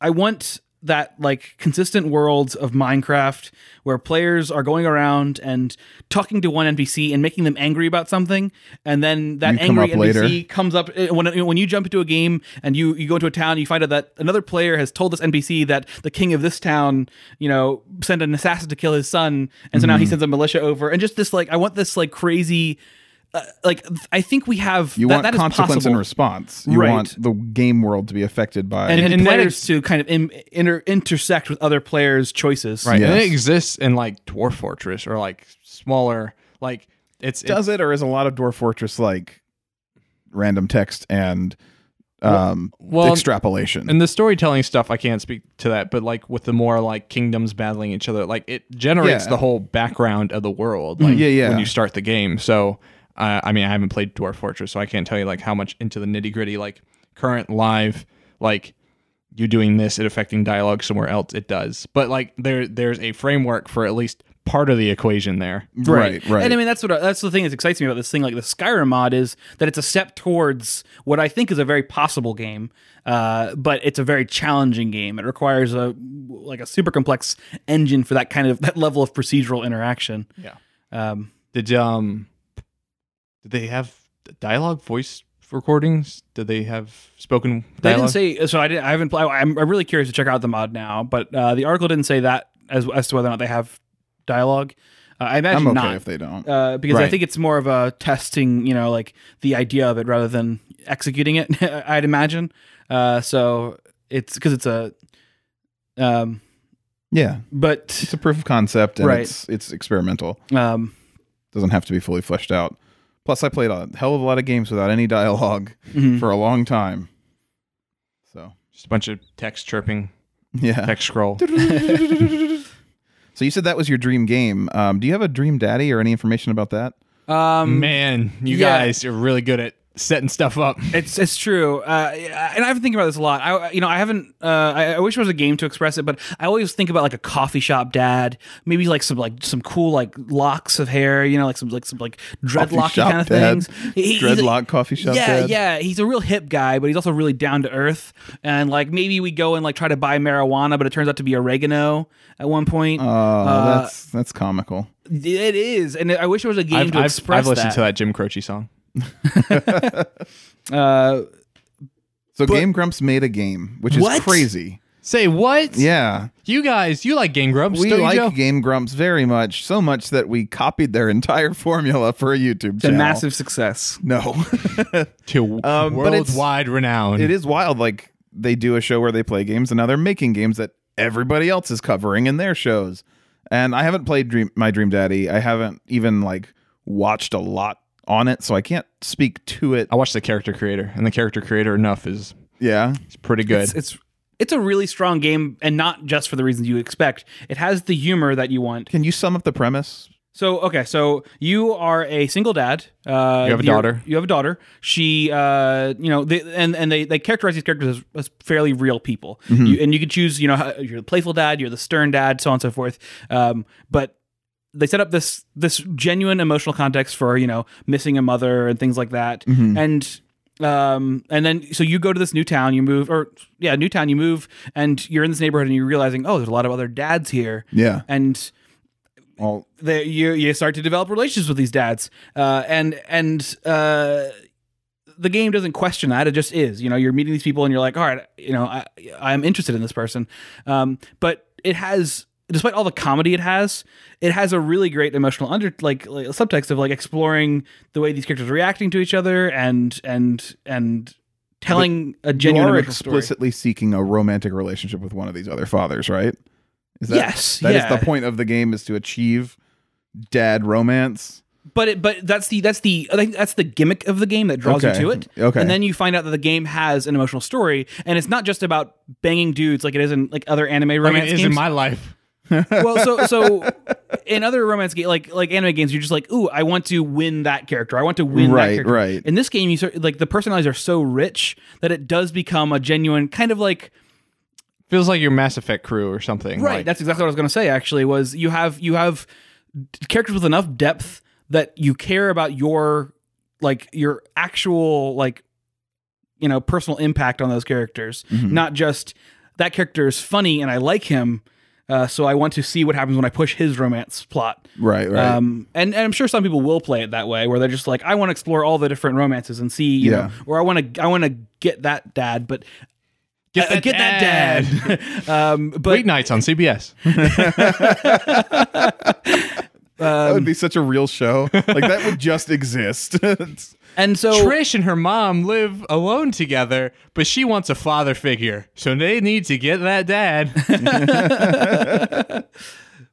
I want that like consistent world of Minecraft where players are going around and talking to one NPC and making them angry about something and then that You come angry up later. NPC comes up uh, when when you jump into a game and you you go into a town you find out that another player has told this npc that the king of this town you know sent an assassin to kill his son and so now he Mm-hmm. sends a militia over and just this like i want this like crazy uh, like th- i think we have You that, want that is consequence and possible. response. You Right. want the game world to be affected by. and, and, and that players to kind of in, inter, intersect with other players choices Right. And Yes. it exists in like Dwarf Fortress or like smaller, like it's, it's does it, or is a lot of Dwarf Fortress like random text and um, well, extrapolation? and the storytelling stuff, I can't speak to that, but like with the more like kingdoms battling each other, like it generates Yeah. Mm-hmm. the whole background of the world. Like Yeah, yeah. When you start the game, so uh, I mean, I haven't played Dwarf Fortress, so I can't tell you like how much into the nitty gritty, like current live, like you doing this, it affecting dialogue somewhere else. It does, but like there, there's a framework for at least part of the equation there. right, right. And I mean, that's what that's the thing that excites me about this thing, like the Skyrim mod, is that it's a step towards what I think is a very possible game, uh, but it's a very challenging game. It requires a like a super complex engine for that kind of that level of procedural interaction. Yeah. Um, Did um did they have dialogue voice recordings? Did they have spoken they dialogue? didn't say so. I didn't. I haven't. pl- I'm, I'm really curious to check out the mod now, but uh, the article didn't say that as as to whether or not they have dialogue. Uh, I imagine I'm okay not. if they don't. uh, because I Right. think it's more of a testing, you know, like the idea of it rather than executing it. I'd imagine. Uh, so it's because it's a, um, yeah, but it's a proof of concept, and Right. it's it's experimental. um, Doesn't have to be fully fleshed out. Plus, I played a hell of a lot of games without any dialogue mhm. for a long time. So Just a bunch of text chirping, yeah. text scroll. So you said that was your dream game. Um, do you have a dream daddy or any information about that? um, Man, you Yeah. guys are really good at setting stuff up. It's it's true, uh, and I've been thinking about this a lot. I you know I haven't. Uh, I, I wish there was a game to express it, but I always think about like a coffee shop dad, maybe like some like some cool like locks of hair, you know, like some like some like dreadlocky shop kind of dad. things. He- he's a- Dreadlock coffee shop. yeah, dad? yeah. He's a real hip guy, but he's also really down to earth. And like maybe we go and like try to buy marijuana, but it turns out to be oregano at one point. Oh, Uh, that's that's comical. it is, and I wish there was a game I've, to I've, express I've listened that. to that Jim Croce song. that. Uh, So Game Grumps made a game, which is What? crazy. Say what? Yeah. You guys, you like Game Grumps, We don't like you, Joe? Game Grumps very much, so much that we copied their entire formula for a YouTube it's a channel. massive success. No. to Um, but it's- worldwide renown. it is wild like they do a show where they play games and now they're making games that everybody else is covering in their shows. And I haven't played Dream My Dream Daddy. I haven't even like watched a lot on it, so I can't speak to it. I watched the character creator, and the character creator enough is Yeah. is pretty good. It's, it's it's a really strong game, and not just for the reasons you expect. It has the humor that you want. Can you sum up the premise? So okay, so you are a single dad. Uh, You have a you're- daughter. You have a daughter. She, uh, you know, they, and and they they characterize these characters as, as fairly real people. Mm-hmm. You, and you can choose, you know, how- you're the playful dad, you're the stern dad, so on and so forth. Um, but they set up this this genuine emotional context for you know missing a mother and things like that Mm-hmm. and um and then so you go to this new town you move or yeah new town you move and you're in this neighborhood and you're realizing oh there's a lot of other dads here Yeah. and Well, they, you you start to develop relationships with these dads, uh, and and uh, the game doesn't question that. It just is. You know, you're meeting these people, and you're like, all right, you know, I I'm interested in this person, um, but it has. Despite all the comedy it has, it has a really great emotional under like, like subtext of like exploring the way these characters are reacting to each other and and and telling a you genuine are emotional story. explicitly seeking a romantic relationship with one of these other fathers, right? Is Yes, that is yeah. the point of the game is to achieve dad romance. But it, but that's the that's the I think that's the gimmick of the game that draws Okay. you to it. Okay. And then you find out that the game has an emotional story, and it's not just about banging dudes like it is in like other anime I mean, romance it is games. in my life. well, so so in other romance games, like like anime games, you're just like, ooh, I want to win that character. I want to win Right, that character. right. In this game, you sort like the personalities are so rich that it does become a genuine kind of like Feels like your Mass Effect crew or something. right. like- that's exactly what I was gonna say. Actually, was you have you have d- characters with enough depth that you care about your like your actual like you know personal impact on those characters, Mm-hmm. not just that character is funny and I like him. Uh, so I want to see what happens when I push his romance plot. Right, right. Um, and, and I'm sure some people will play it that way, where they're just like, I want to explore all the different romances and see, you Yeah. know, or I want to, I want to get that dad, but Get uh, that get that dad. um, but Late nights on CBS. that would be such a real show. like that would just exist. It's- and so Trish and her mom live alone together, but she wants a father figure, so they need to get that dad.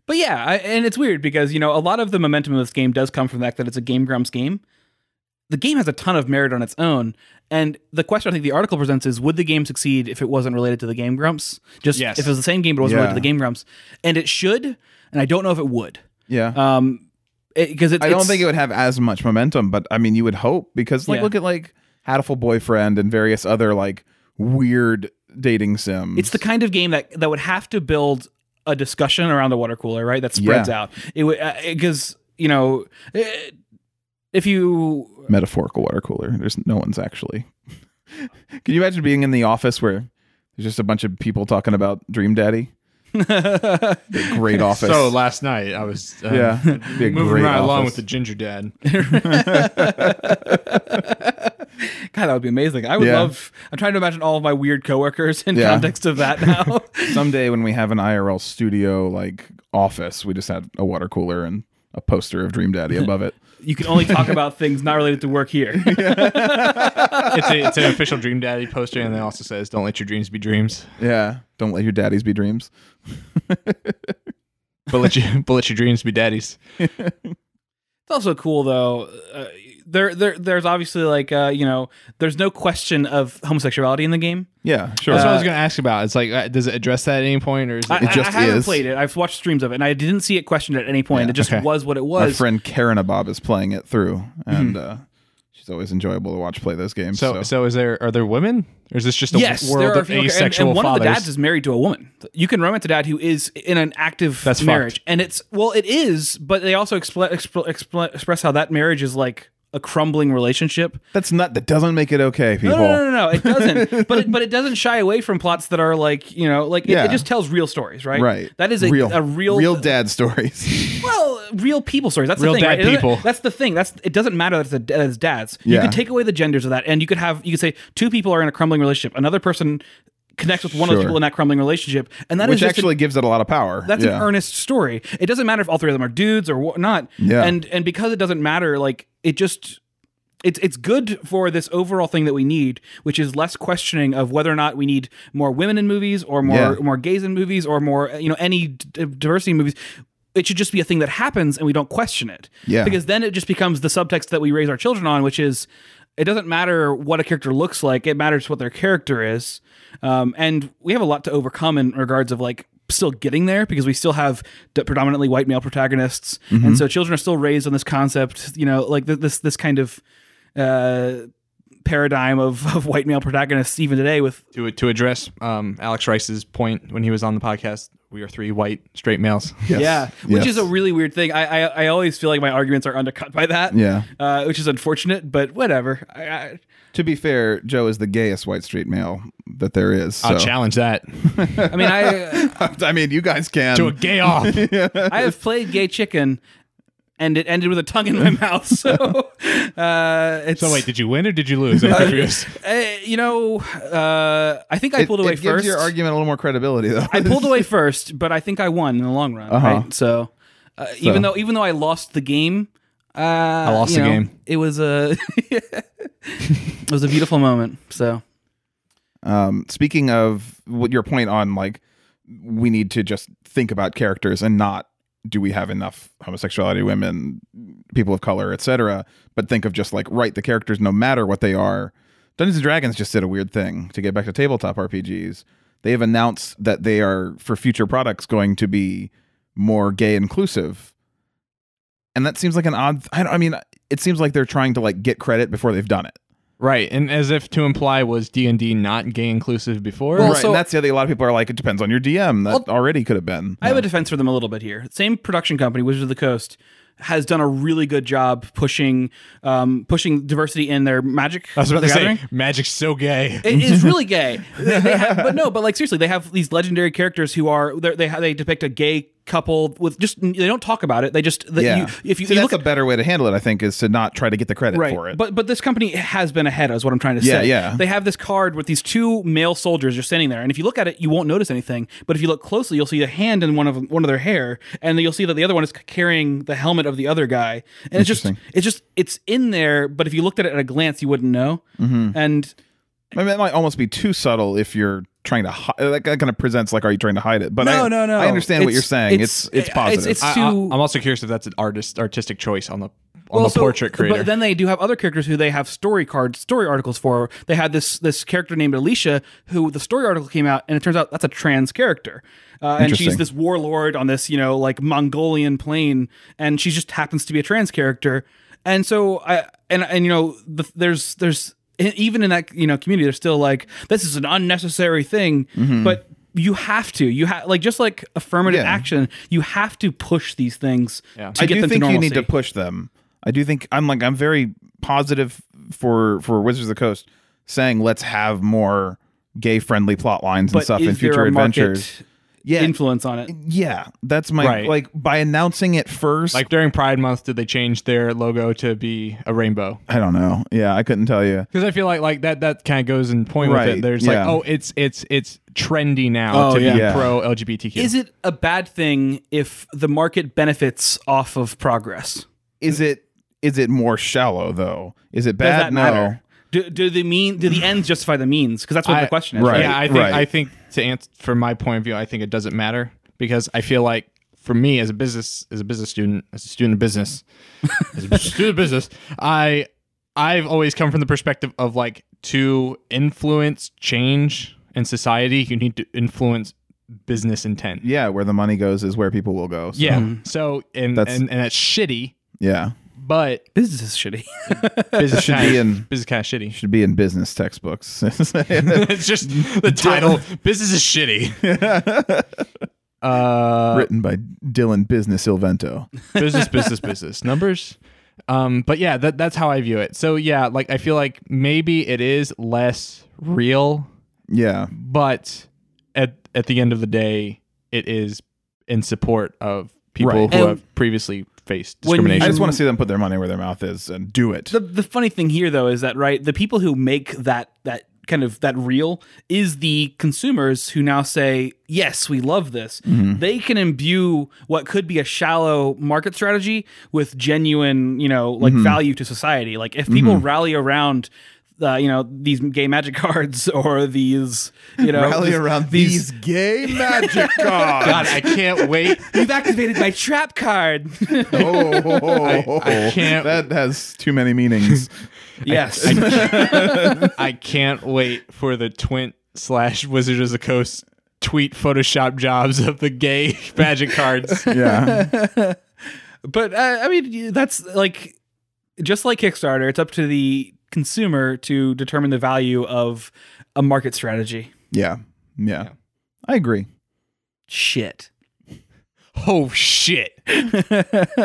But yeah, I, and it's weird because you know a lot of the momentum of this game does come from the fact that it's a Game Grumps game. The game has a ton of merit on its own, and the question I think the article presents is: Would the game succeed if it wasn't related to the Game Grumps? Just Yes. if it was the same game but wasn't Yeah. related to the Game Grumps, and it should. And I don't know if it would, yeah. um, because it, I don't it's- think it would have as much momentum, but I mean, you would hope because like Yeah. look at like Hatful Boyfriend and various other like weird dating sims. It's the kind of game that that would have to build a discussion around the water cooler, right? That spreads Yeah. out. It would because you know eh, if you metaphorical water cooler. There's no one's actually. Can you imagine being in the office where there's just a bunch of people talking about Dream Daddy? Be a great office. so last night I was uh, yeah, be a moving great right along with office. the ginger dad. God, that would be amazing. I would Yeah. love. I'm trying to imagine all of my weird coworkers in Yeah. context of that now. Someday when we have an IRL studio like office, we just had a water cooler and a poster of Dream Daddy above it. you can only talk about things not related to work here. It's, a, it's an official Dream Daddy poster, and it also says, "Don't let your dreams be dreams, Yeah, don't let your daddies be dreams. but let you but let your dreams be daddies." It's also cool though. Uh, there, there, there's obviously like uh, you know, there's no question of homosexuality in the game. Yeah, sure. That's what I was going to ask about. It's like, uh, does it address that at any point, or is it, I, I- just I haven't is. played it. I've watched streams of it, and I didn't see it questioned at any point. Yeah, it just okay. was what it My was. friend Karen Abob is playing it through, Mm-hmm. and uh, she's always enjoyable to watch play those games. So, so? So is there are there women, or is this just a yes, world there are a of few, and, asexual and one of the fathers? dads is married to a woman. You can romance a dad who is in an active That's marriage, fucked. and it's well, it is, but they also expl- expl- expl- express how that marriage is like a crumbling relationship. that's not that doesn't make it okay, people. No, no, no, no, no, it doesn't. but it, but it doesn't shy away from plots that are like you know, like it- Yeah. it, just tells real stories, right? Right. That is a real, a real real dad stories. Well, real people stories. That's Real the thing. dad right? It doesn't- people. That's the thing. That's it. Doesn't matter that it's, a, that it's dads. You Yeah. could take away the genders of that, and you could have you could say two people are in a crumbling relationship. Another person connects with one of Sure. the people in that crumbling relationship, and that is Which just an- actually gives it a lot of power. that's yeah. an earnest story. It doesn't matter if all three of them are dudes or whatnot. Yeah. And and because it doesn't matter, like it just it's it's good for this overall thing that we need, which is less questioning of whether or not we need more women in movies or more Yeah. more gays in movies or more you know any d- diversity in movies. It should just be a thing that happens and we don't question it. Yeah. Because then it just becomes the subtext that we raise our children on, which is it doesn't matter what a character looks like, it matters what their character is. Um, and we have a lot to overcome in regards of like still getting there because we still have d- predominantly white male protagonists. Mm-hmm. And so children are still raised on this concept, you know, like th- this, this kind of, uh, paradigm of, of white male protagonists even today with to to address um, Alex Rice's point when he was on the podcast. We are three white straight males. Yes. yeah which Yes. is a really weird thing I, I i always feel like my arguments are undercut by that Yeah. uh, which is unfortunate but whatever I, I, to be fair, Joe is the gayest white street male that there is. So. I'll challenge that I mean i I mean, you guys can. to a gay off. I have played gay chicken, and it ended with a tongue in my mouth. So, uh, it's So wait, did you win or did you lose? I'm confused. uh, you know, uh, I think I it, pulled away it gives first. your argument a little more credibility, though. I pulled away first, but I think I won in the long run. Right? So, uh, even though even though I lost the game, uh, I lost the game. It was a it was a beautiful moment. So. Um, speaking of what your point on like, we need to just think about characters and not do we have enough homosexuality, women, people of color, etc. But think of just like write the characters no matter what they are. Dungeons and Dragons just did a weird thing to get back to tabletop RPGs. They have announced that they are for future products going to be more gay inclusive. And that seems like an odd I, don't, I mean it seems like they're trying to like get credit before they've done it. Right, and as if to imply was D and D not gay inclusive before? Well, right. so- and that's the other a lot of people are like it depends on your DM. That already could have been. I have a defense for them a little bit here. Same production company, Wizards of the Coast, has done a really good job pushing um, pushing diversity in their magic. I was about the to say Gathering. magic's so gay. It is really gay. They, they have, but no, but like seriously, they have these legendary characters who are they're- they ha- they depict a gay couple with just they don't talk about it. They just the, yeah. you, if you, See, you that's look a better way to handle it, I think, is to not try to get the credit right, for it. but but this company has been ahead. Is what I'm trying to Yeah, say. yeah. They have this card with these two male soldiers just standing there, and if you look at it, you won't notice anything. But if you look closely, you'll see a hand in one of one of their hair, and you'll see that the other one is carrying the helmet of the other guy. And it's just Interesting. it's just it's in there. But if you looked at it at a glance, you wouldn't know. Mm-hmm. And I mean, it might almost be too subtle if you're trying to hi- that kind of presents like are you trying to hide it? But No, I, no, no. I understand what It's- you're saying. it's- It's it's, it's- positive. it's- I, to- am also curious if that's an artist artistic choice on the on the Also, portrait creator. But then they do have other characters who they have story cards, story articles for. They had this this character named Alicia, who the story article came out, and it turns out that's a trans character, uh, and she's Interesting. this warlord on this you know like Mongolian plane, and she just happens to be a trans character, and so I and and you know the, there's there's e, even in that you know community they're still like this is an unnecessary thing, but. You have to. You have like just like affirmative Mm-hmm. Yeah. action. You have to push these things Yeah. to I get do them think to you normalcy. need to push them. I do think I'm like I'm very positive for for Wizards of the Coast saying let's have more gay friendly plot lines and but stuff is in future there a market adventures. Yeah. influence on it. yeah, that's my Right. like by announcing it first. like during Pride Month, did they change their logo to be a rainbow? I don't know. Yeah, I couldn't tell you. Because I feel like like that that kind of goes in point with Right, it. There's like, yeah. oh, it's it's it's trendy now to be yeah. pro LGBTQ. Is it a bad thing if the market benefits off of progress? Is it is it more shallow though? Is it Does bad? that matter? Do, do the mean do the ends justify the means? Because that's what the question is. right. Yeah, I think right. I think to answer from my point of view, I think it doesn't matter because I feel like for me as a business as a business student as a student of business as a student of business, I I've always come from the perspective of like to influence change in society, you need to influence business intent. no. Yeah, where the money goes is where people will go. So, Yeah. So and That's- and and that's shitty, yeah. but Business is shitty. business Should kind be of, in- business kind of shitty. should be in business textbooks. Uh, it's just the title. business is shitty. uh, Written by Dylan Business Ilvento. business, business, business numbers. Um, but yeah, that that's how I view it. So yeah, like I feel like maybe it is less real, Yeah. but at at the end of the day, it is in support of people Right. who And have previously faced when you- I discrimination. just want to see them put their money where their mouth is and do it. the the funny thing here though is that right the people who make that that kind of that real is the consumers who now say yes we love this they can imbue what could be a shallow market strategy with genuine you know like value to society like if people rally around uh, you know these gay magic cards or these you know this- gay magic God, cards. I can't wait. you've activated my trap card oh, I can't- That has too many meanings. yes I can't wait for the twin slash Wizard of the Coast tweet Photoshop jobs of the gay magic cards. yeah. But uh, I mean, y- that's like just like Kickstarter, it's up to the consumer to determine the value of a market strategy. Yeah. Yeah. I agree. Shit. Oh shit!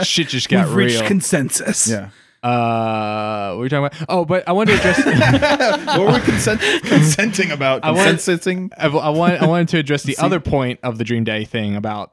shit just got We've real. reached consensus. Yeah. Uh, what were you talking about? Oh, but I wanted to address. what were we consent- consenting about? I wanna- Consenting? I, I want. I wanted to address the other point of the Dream Day thing about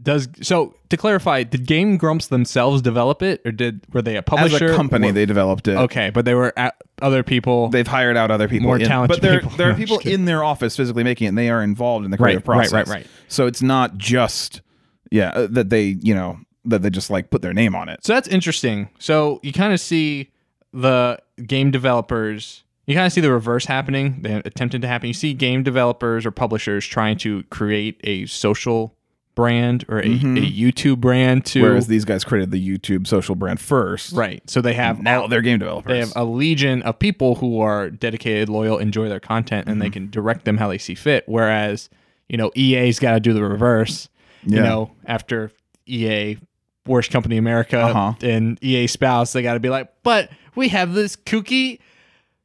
does. So to clarify, did Game Grumps themselves develop it, or did were they a As publisher? a company, Or- they developed it. okay, but they were at other people. They've hired out other people, More in- talented but there people. there No, are I'm people just kidding. in their office physically making it, and they are involved in the creative Right, right, process. right, right. So it's not just yeah uh, that they you know that they just like put their name on it. So that's interesting. So you kind of see the game developers, you kind of see the reverse happening, the attempted to happen. You see game developers or publishers trying to create a social brand or a, a YouTube brand to Whereas these guys created Mm-hmm. the YouTube social brand first. right. So they have Now they're game developers. they have a legion of people who are dedicated, loyal, enjoy their content, and they Mm-hmm. can direct them how they see fit. Whereas, you know, EA's got to do the reverse. You Yeah. know, after EA, worst company in America, Uh-huh. and EA spouse, they got to be like, but we have this kooky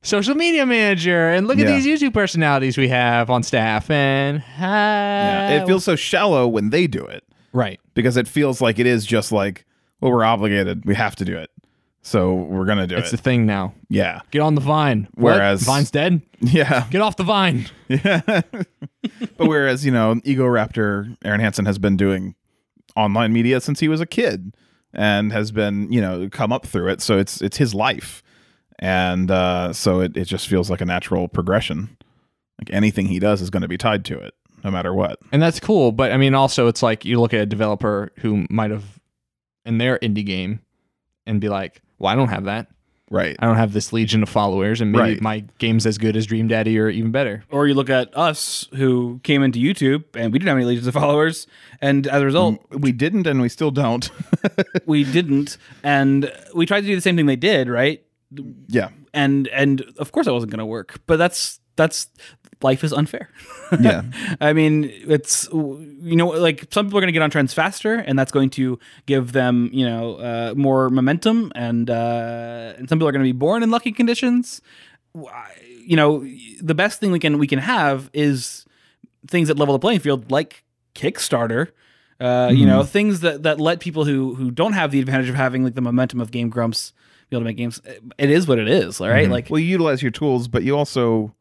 social media manager, and look at Yeah. these YouTube personalities we have on staff, and yeah. yeah, It feels so shallow when they do it right. because it feels like it is just like, well, we're obligated. We have to do it. So we're going to do It's it. the thing now. yeah. Get on the vine. What? Whereas- Vine's dead. Yeah. Get off the vine. Yeah. but whereas, you know, Ego Raptor, Aaron Hansen has been doing online media since he was a kid and has been, you know, come up through it. So it's it's his life. And uh, so it, it just feels like a natural progression. Like anything he does is going to be tied to it, no matter what. and that's cool. But I mean, also, it's like you look at a developer who might have in their indie game and be like, "Well, I don't have that. Right. I don't have this legion of followers, and maybe Right. my game's as good as Dream Daddy or even better." Or you look at us who came into YouTube and we didn't have any legions of followers, and as a result, We didn't and we still don't. we didn't, and we tried to do the same thing they did, right? yeah. And and of course, that wasn't going to work. But that's that's life is unfair. Yeah. I mean, it's you know, like some people are going to get on trends faster, and that's going to give them you know uh, more momentum, and uh, and some people are going to be born in lucky conditions. Wh- You know, the best thing we can we can have is things that level the playing field, like Kickstarter. Uh, You know, things that that let people who who don't have the advantage of having like the momentum of Game Grumps be able to make games. eh, It is what it is, all right? Like Well, you utilize your tools, but you also,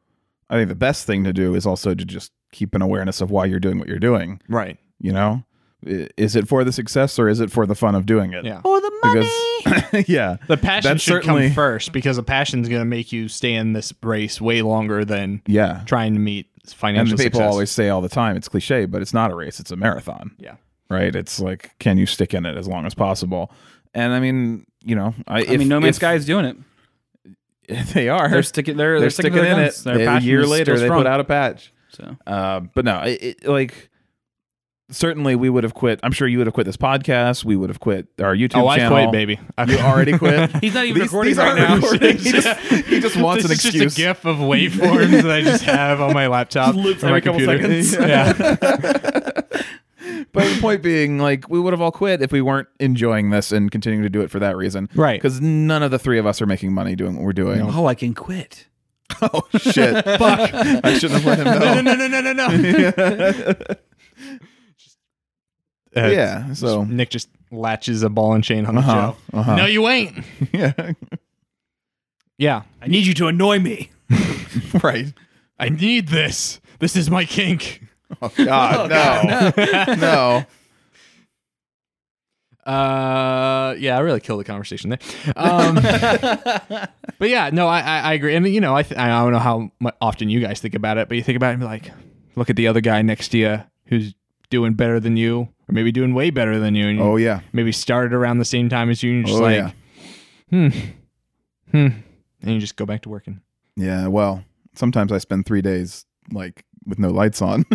I think the best thing to do is also to just keep an awareness of why you're doing what you're doing. Right. you know I- is it for the success or is it for the fun of doing it Yeah. for the money. because yeah The passion That's should certainly- come first because the passion's going to make you stay in this race way longer than yeah trying to meet and financial people success. always say all the time it's cliche but it's not a race it's a marathon yeah. right it's like can you stick in it as long as possible and i mean you know i, I mean, No Man's Sky is doing it. they are They're sticking. They're, They're they're, sticking, to their in guns. it Their a passion year is later still they strong. put out a patch So Uh, but no, it, it, like certainly we would have quit. I'm sure you would have quit this podcast. We would have quit our YouTube Oh, channel. I quit, baby. I You already quit. He's not even recording aren't right now. recording. He, just, he just wants this an is excuse. just a gif of waveforms that I just have on my laptop Loops or my every couple computer. seconds. Yeah. But the point being, like, we would have all quit if we weren't enjoying this and continuing to do it for that reason. Right. Because none of the three of us are making money doing what we're doing. oh, I can quit. Oh, shit. Fuck. I shouldn't have let him no, know. no, no, no, no, no. Uh, yeah. So, Nick just latches a ball and chain on Uh-huh, the show. uh-huh. No, you ain't. yeah. Yeah. I need you to annoy me. Right. I need this. This is my kink. Oh, God. no. no. Uh, yeah, I really killed the conversation there. Um, but yeah, no, I, I, I agree. And, you know, I, th- I don't know how mu- often you guys think about it, but you think about it and be like, look at the other guy next to you who's doing better than you, or maybe doing way better than you. And you Oh, yeah. maybe started around the same time as you, and you're just Oh, like, yeah. hmm, and you just go back to working. Yeah. Well, sometimes I spend three days, like, with no lights on.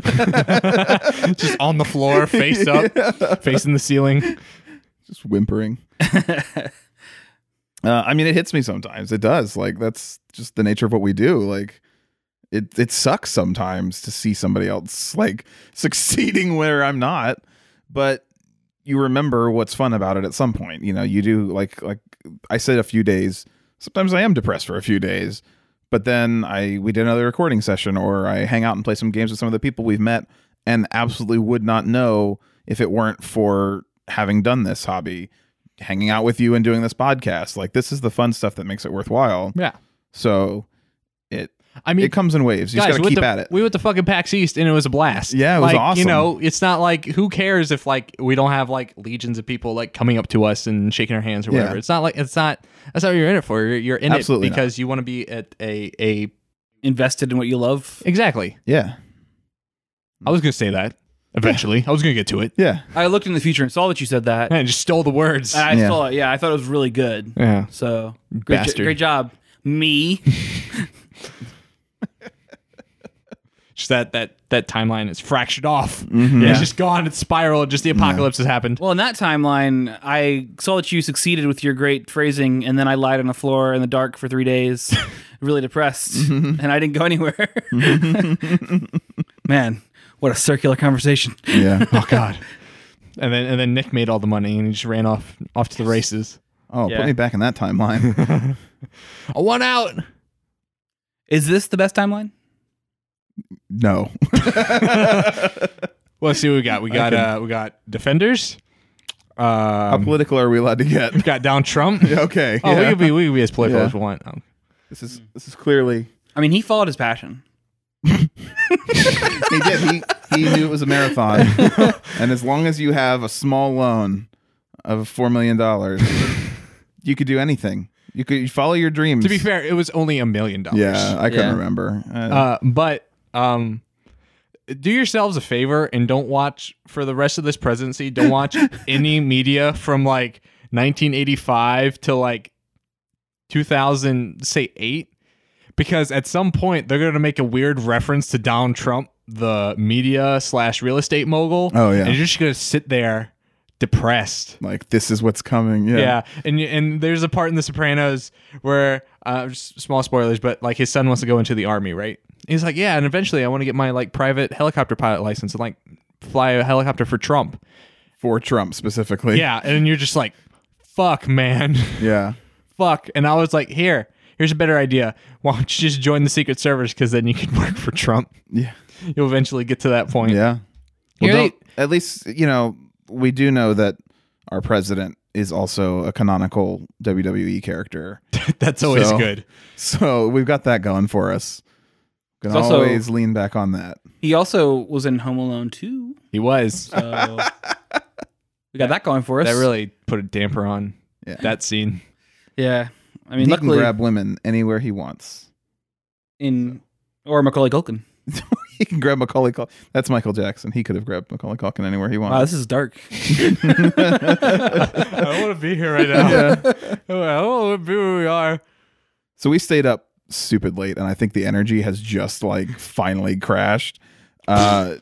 just on the floor, face up, facing the ceiling. just whimpering. uh, I mean, it hits me sometimes. It does. Like that's just the nature of what we do. Like it it sucks sometimes to see somebody else like succeeding where I'm not, but you remember what's fun about it at some point. You know, you do like like I said a few days. Sometimes I am depressed for a few days, but then I we did another recording session or I hang out and play some games with some of the people we've met and absolutely would not know if it weren't for having done this hobby, hanging out with you and doing this podcast. Like this is the fun stuff that makes it worthwhile. Yeah, So it I mean, it comes in waves. You guys, we just gotta went keep to- at it. We went to fucking PAX East, and it was a blast. Yeah, it was Like, You awesome. know, it's not like who cares if like we don't have like legions of people like coming up to us and shaking our hands or Yeah. whatever. It's not like it's not. That's not what you're in it for. You're, you're in Absolutely it not. because you want to be at a a Invested in what you love. exactly. yeah. I was gonna say that eventually. I was gonna get to it. Mm. Yeah. I looked in the future and saw that you said that. And I just stole the words. I Yeah. saw it. Yeah, I thought it was really good. yeah. So great, jo- Bastard. great job, me. Just that that that timeline is fractured off. Mm-hmm. It's just gone. It's spiraled. Just the apocalypse has happened. Well, in that timeline, I saw that you succeeded with your great phrasing, and then I lied on the floor in the dark for three days, really depressed, Mm-hmm. and I didn't go anywhere. Man, what a circular conversation. Yeah. oh God. And then and then Nick made all the money and he just ran off off to the races. Oh, Yeah. put me back in that timeline. I won out. Is this the best timeline? no. Well, let's see what we got. We got uh we got defenders. How Um, political are we allowed to get? we got down Trump. okay. Oh, we yeah. could be we could be as political Yeah. as we want. Um, this is this is clearly I mean, he followed his passion. he did. He he knew it was a marathon, and as long as you have a small loan of four million dollars, you could do anything. You could you follow your dreams. to be fair, it was only a million dollars. yeah, I couldn't Yeah. remember. Uh, Uh, but um, do yourselves a favor and don't watch for the rest of this presidency. Don't watch any media from like 1985 to like 2000, say eight, because at some point they're going to make a weird reference to Donald Trump, the media slash real estate mogul. Oh, yeah. and you're just going to sit there depressed. like this is what's coming. Yeah. Yeah, and you- and there's a part in The Sopranos where uh, just small spoilers, but like his son wants to go into the army, right? He's like, yeah, and eventually I want to get my like private helicopter pilot license and like fly a helicopter for Trump. for Trump specifically. Yeah, and you're just like, fuck, man, yeah. fuck. And I was like, here, here's a better idea. Why don't you just join the Secret Service because then you can work for Trump. Yeah. You'll eventually get to that point. Yeah. You're Well, right. don't, at least you know we do know that our president is also a canonical WWE character. That's always So- good. So we've got that going for us. Can It's also- always lean back on that. He also was in Home Alone 2, He was. so we got that going for us. That really put a damper on Yeah. that scene. yeah. I mean, he luckily, can grab women anywhere he wants. in or Macaulay Culkin. he can grab Macaulay Culkin. That's Michael Jackson. He could have grabbed Macaulay Culkin anywhere he Wow, wanted. this is dark. I don't want to be here right now. Well, here we are. so we stayed up stupid late, and I think the energy has just like finally crashed. Uh,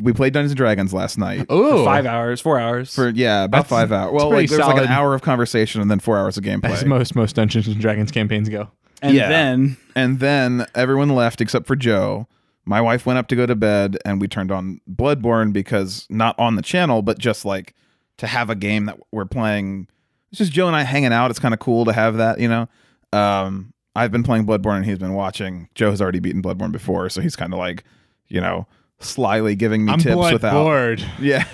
we played Dungeons and Dragons last night. Ooh, Five hours, four hours. For, yeah, about That's- five hours. Well, pretty like, there was like solid. an hour of conversation and then four hours of As gameplay. most most Dungeons and Dragons campaigns go. and yeah. then and then everyone left except for Joe. My wife went up to go to bed, and we turned on Bloodborne because not on the channel, but just like to have a game that we're playing. It's just Joe and I hanging out. It's kind of cool to have that, you know. Um, I've been playing Bloodborne, and he's been watching. Joe has already beaten Bloodborne before, so he's kind of like, you know, slyly giving me tips without. bored. Yeah.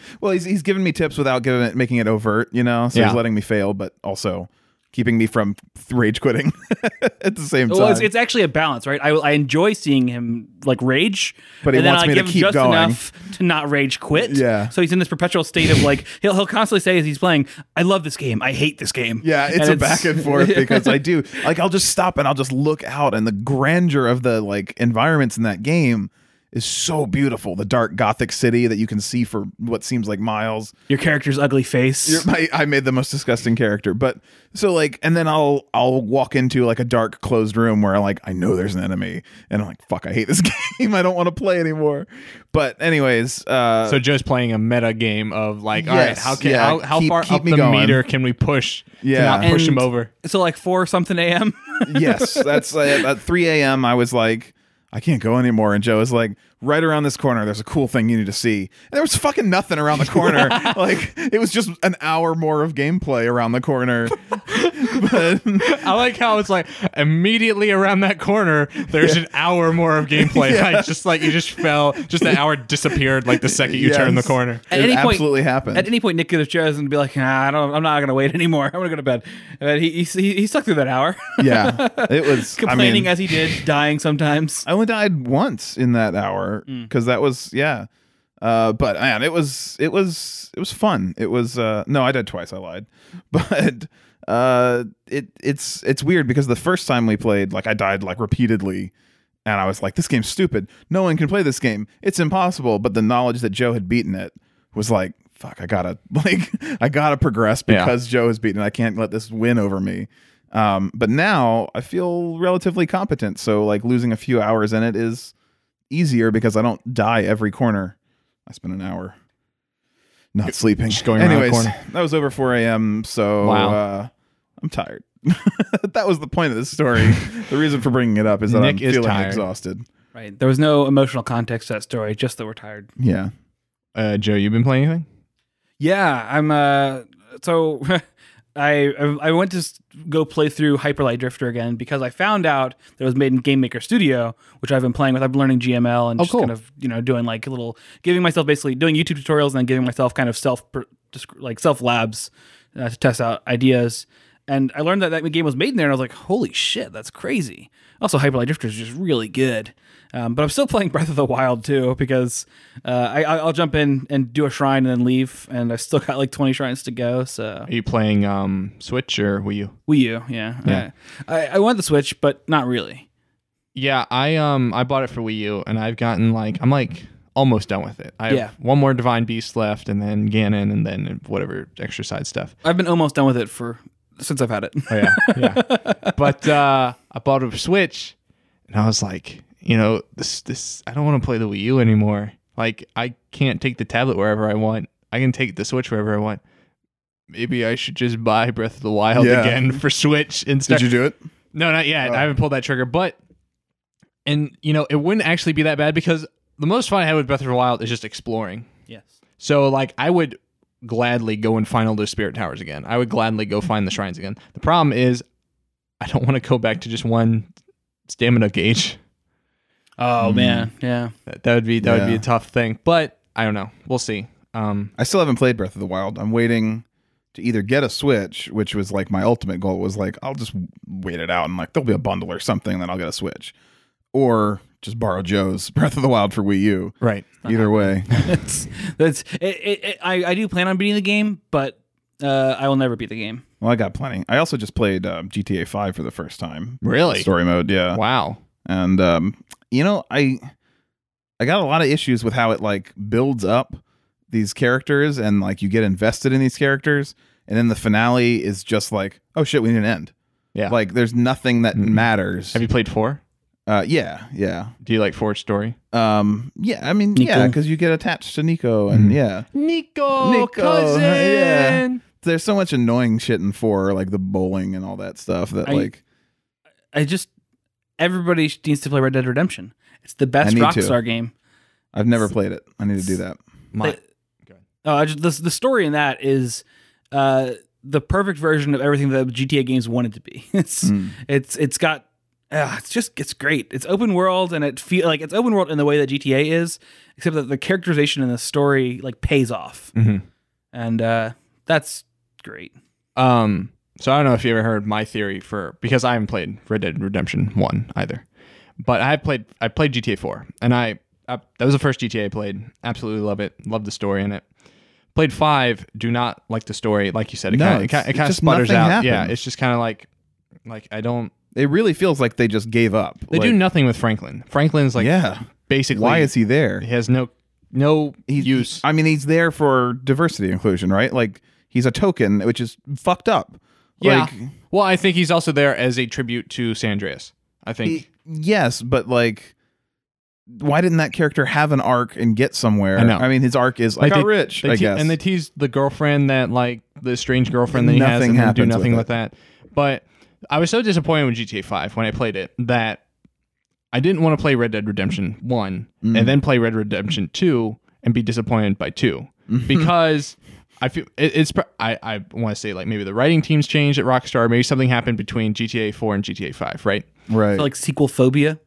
well, he's he's giving me tips without giving it, making it overt, you know. So Yeah. he's letting me fail, but also keeping me from rage quitting at the same time. well, it's, it's actually a balance, right? I, I enjoy seeing him like rage, But he and then wants I me to give him keep just going. enough to not rage quit. Yeah. So he's in this perpetual state of like he'll he'll constantly say as he's playing, "I love this game. I hate this game." yeah, it's a back and forth because I do like I'll just stop and I'll just look out and the grandeur of the like environments in that game is so beautiful. The dark gothic city that you can see for what seems like miles. your character's ugly face. You're- I, I made the most disgusting character, but so like, and then I'll I'll walk into like a dark closed room where like I know there's an enemy, and I'm like, fuck, I hate this game. I don't want to play anymore. But anyways, uh, So Joe's playing a meta game of like, all right, Yes, how can yeah, how, how keep- far keep up me the going. meter can we push? to Yeah. not push him And- over. so like four something a.m. yes, that's uh, at 3 a.m. I was like, I can't go anymore. And Joe was like, right around this corner, there's a cool thing you need to see. And there was fucking nothing around the corner. like it was just an hour more of gameplay around the corner. but I like how it's like immediately around that corner. There's an hour more of gameplay. Like just like you just fell, just an hour disappeared. Like the second you turned the Yes. corner. At It any point, absolutely happened. At any point, Nick could have chosen to be like, nah, I don't, I'm not gonna wait anymore. I'm gonna go to bed. But he he, he stuck through that hour, yeah, it was complaining I mean, as he did, dying sometimes. I only died once in that hour because that was yeah. Uh, but man, it was it was it was fun. It was uh, no, I died twice. I lied, but uh, it it's it's weird because the first time we played, like I died like repeatedly, and I was like, this game's stupid. No one can play this game. It's impossible. But the knowledge that Joe had beaten it was like, fuck, I gotta like I gotta progress Yeah. because Joe has beaten. it. I can't let this win over me. Um, but now I feel relatively competent. So like losing a few hours in it is easier because I don't die every corner. I spent an hour not sleeping. just going around the Anyways, corner. that was over 4 a.m. So Wow. uh, I'm tired. that was the point of this story. the reason for bringing it up is that Nick I'm is feeling tired. exhausted. Right. There was no emotional context to that story, just that we're tired. Yeah. Uh, Joe, you been playing anything? Yeah, I'm. uh So, I I went to s- go play through Hyperlight Drifter again because I found out that it was made in Game Maker Studio, which I've been playing with. I've been learning GML and just cool. kind of you know doing like little giving myself basically doing YouTube tutorials and then giving myself kind of self per- disc- like self labs uh, to test out ideas. And I learned that that game was made in there, and I was like, "Holy shit, that's crazy!" Also, Hyperlight Drifter is just really good. Um, but I'm still playing Breath of the Wild too because uh, I, I- I'll jump in and do a shrine and then leave, and I still got like 20 shrines to go. So Are you playing um, Switch or Wii U? Wii U, yeah, Yeah. I, I, I want the Switch, but not really. Yeah, I um I bought it for Wii U and I've gotten like I'm like almost done with it. I have Yeah. one more Divine Beast left and then Ganon and then whatever extra side stuff. I've been almost done with it for since I've had it. Oh yeah. Yeah. but uh I bought a Switch and I was like, you know, this this I don't want to play the Wii U anymore. Like I can't take the tablet wherever I want. I can take the Switch wherever I want. Maybe I should just buy Breath of the Wild Yeah. again for Switch instead. Did you do it? No, not yet. Oh. I haven't pulled that trigger, but and you know, it wouldn't actually be that bad because the most fun I had with Breath of the Wild is just exploring. yes. So like I would gladly go and find all those spirit towers again. I would gladly go find the shrines again. The problem is I don't want to go back to just one stamina gauge. Oh man, yeah. That, that would be that would be Yeah. a tough thing. But I don't know. We'll see. Um I still haven't played Breath of the Wild. I'm waiting to either get a Switch, which was like my ultimate goal was like I'll just wait it out and like there'll be a bundle or something, then I'll get a Switch, or just borrow Joe's Breath of the Wild for Wii U. right. Either way, That's that's it, it, it, I I do plan on beating the game, but uh, I will never beat the game. well, I got plenty. I also just played um, GTA Five for the first time, Really? story mode, yeah. Wow. and um, you know i i got a lot of issues with how it like builds up these characters and like you get invested in these characters and then the finale is just like oh shit we need an end Yeah. like there's nothing that Mm. matters Have you played 4? uh yeah yeah Do you like 4 story? um yeah i mean Nico. yeah because you get attached to nico and Mhm. yeah Nico, Nico, cousin! yeah. Mm-hmm. there's so much annoying shit in four like the bowling and all that stuff that I- like I just everybody sh- needs to play Red Dead Redemption. It's the best need to. Rockstar game. i've never played it i need to do that My, Oh, I just, the the story in that is uh, the perfect version of everything that GTA games wanted to be. It's Mm. it's it's got uh, it's just it's great. It's open world and it feel like it's open world in the way that GTA is, except that the characterization in the story like pays off, Mhm. and uh, that's great. Um, so I don't know if you ever heard my theory for because I haven't played Red Dead Redemption One either, but I played I played GTA Four, and I, I that was the first GTA I played. Absolutely love it. Love the story in it. Played five. Do not like the story. Like you said, it No, kind of it, it's- ki- it it's kind of just sputters nothing out. Yeah, happened. it's just kind of like like I don't. it really feels like they just gave up They Like, do nothing with Franklin. Franklin's like yeah basically why is he there he has no no He's- use. I mean, he's there for diversity inclusion, right? Like he's a token, which is fucked up. yeah. Like, well, I think he's also there as a tribute to San Andreas. I think. he- yes, but like, why didn't that character have an arc and get somewhere? I know. mean, his arc is I Like, got they- rich. They I te- guess. And they tease the girlfriend that like the strange girlfriend that he has Nothing and then do happens nothing with, with it. that. But I was so disappointed with GTA five when I played it that I didn't want to play Red Dead Redemption one Mm. and then play Red Dead Redemption two and be disappointed by 2 because I feel it, it's pr- I, I want to say like maybe the writing teams changed at Rockstar maybe something happened between GTA four and GTA five right right. So, like sequel phobia.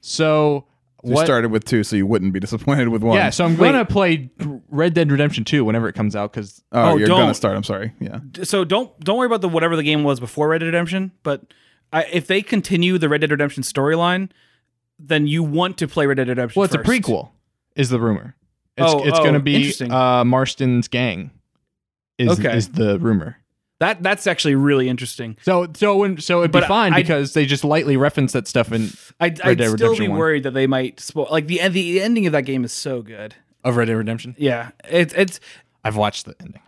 so you what started with two, so you wouldn't be disappointed with one. yeah so I'm Wait. gonna play Red Dead Redemption two whenever it comes out because Oh, Oh, you're don't. gonna start. I'm sorry. Yeah. so don't don't worry about the whatever the game was before Red Dead Redemption, but I, if they continue the Red Dead Redemption storyline, then you want to play Red Dead Redemption. Well, it's first. a prequel, is the rumor. It's, Oh, it's oh, going to be interesting. uh, Marston's gang. Is, Okay. is the rumor. That that's actually really interesting. So so when so it'd But be fine I- because they just lightly reference that stuff in I, I'd Dead still Redemption be one. worried that they might spoil. Like the the ending of that game is so good. of Red Dead Redemption. Yeah, it's it's I've watched the ending.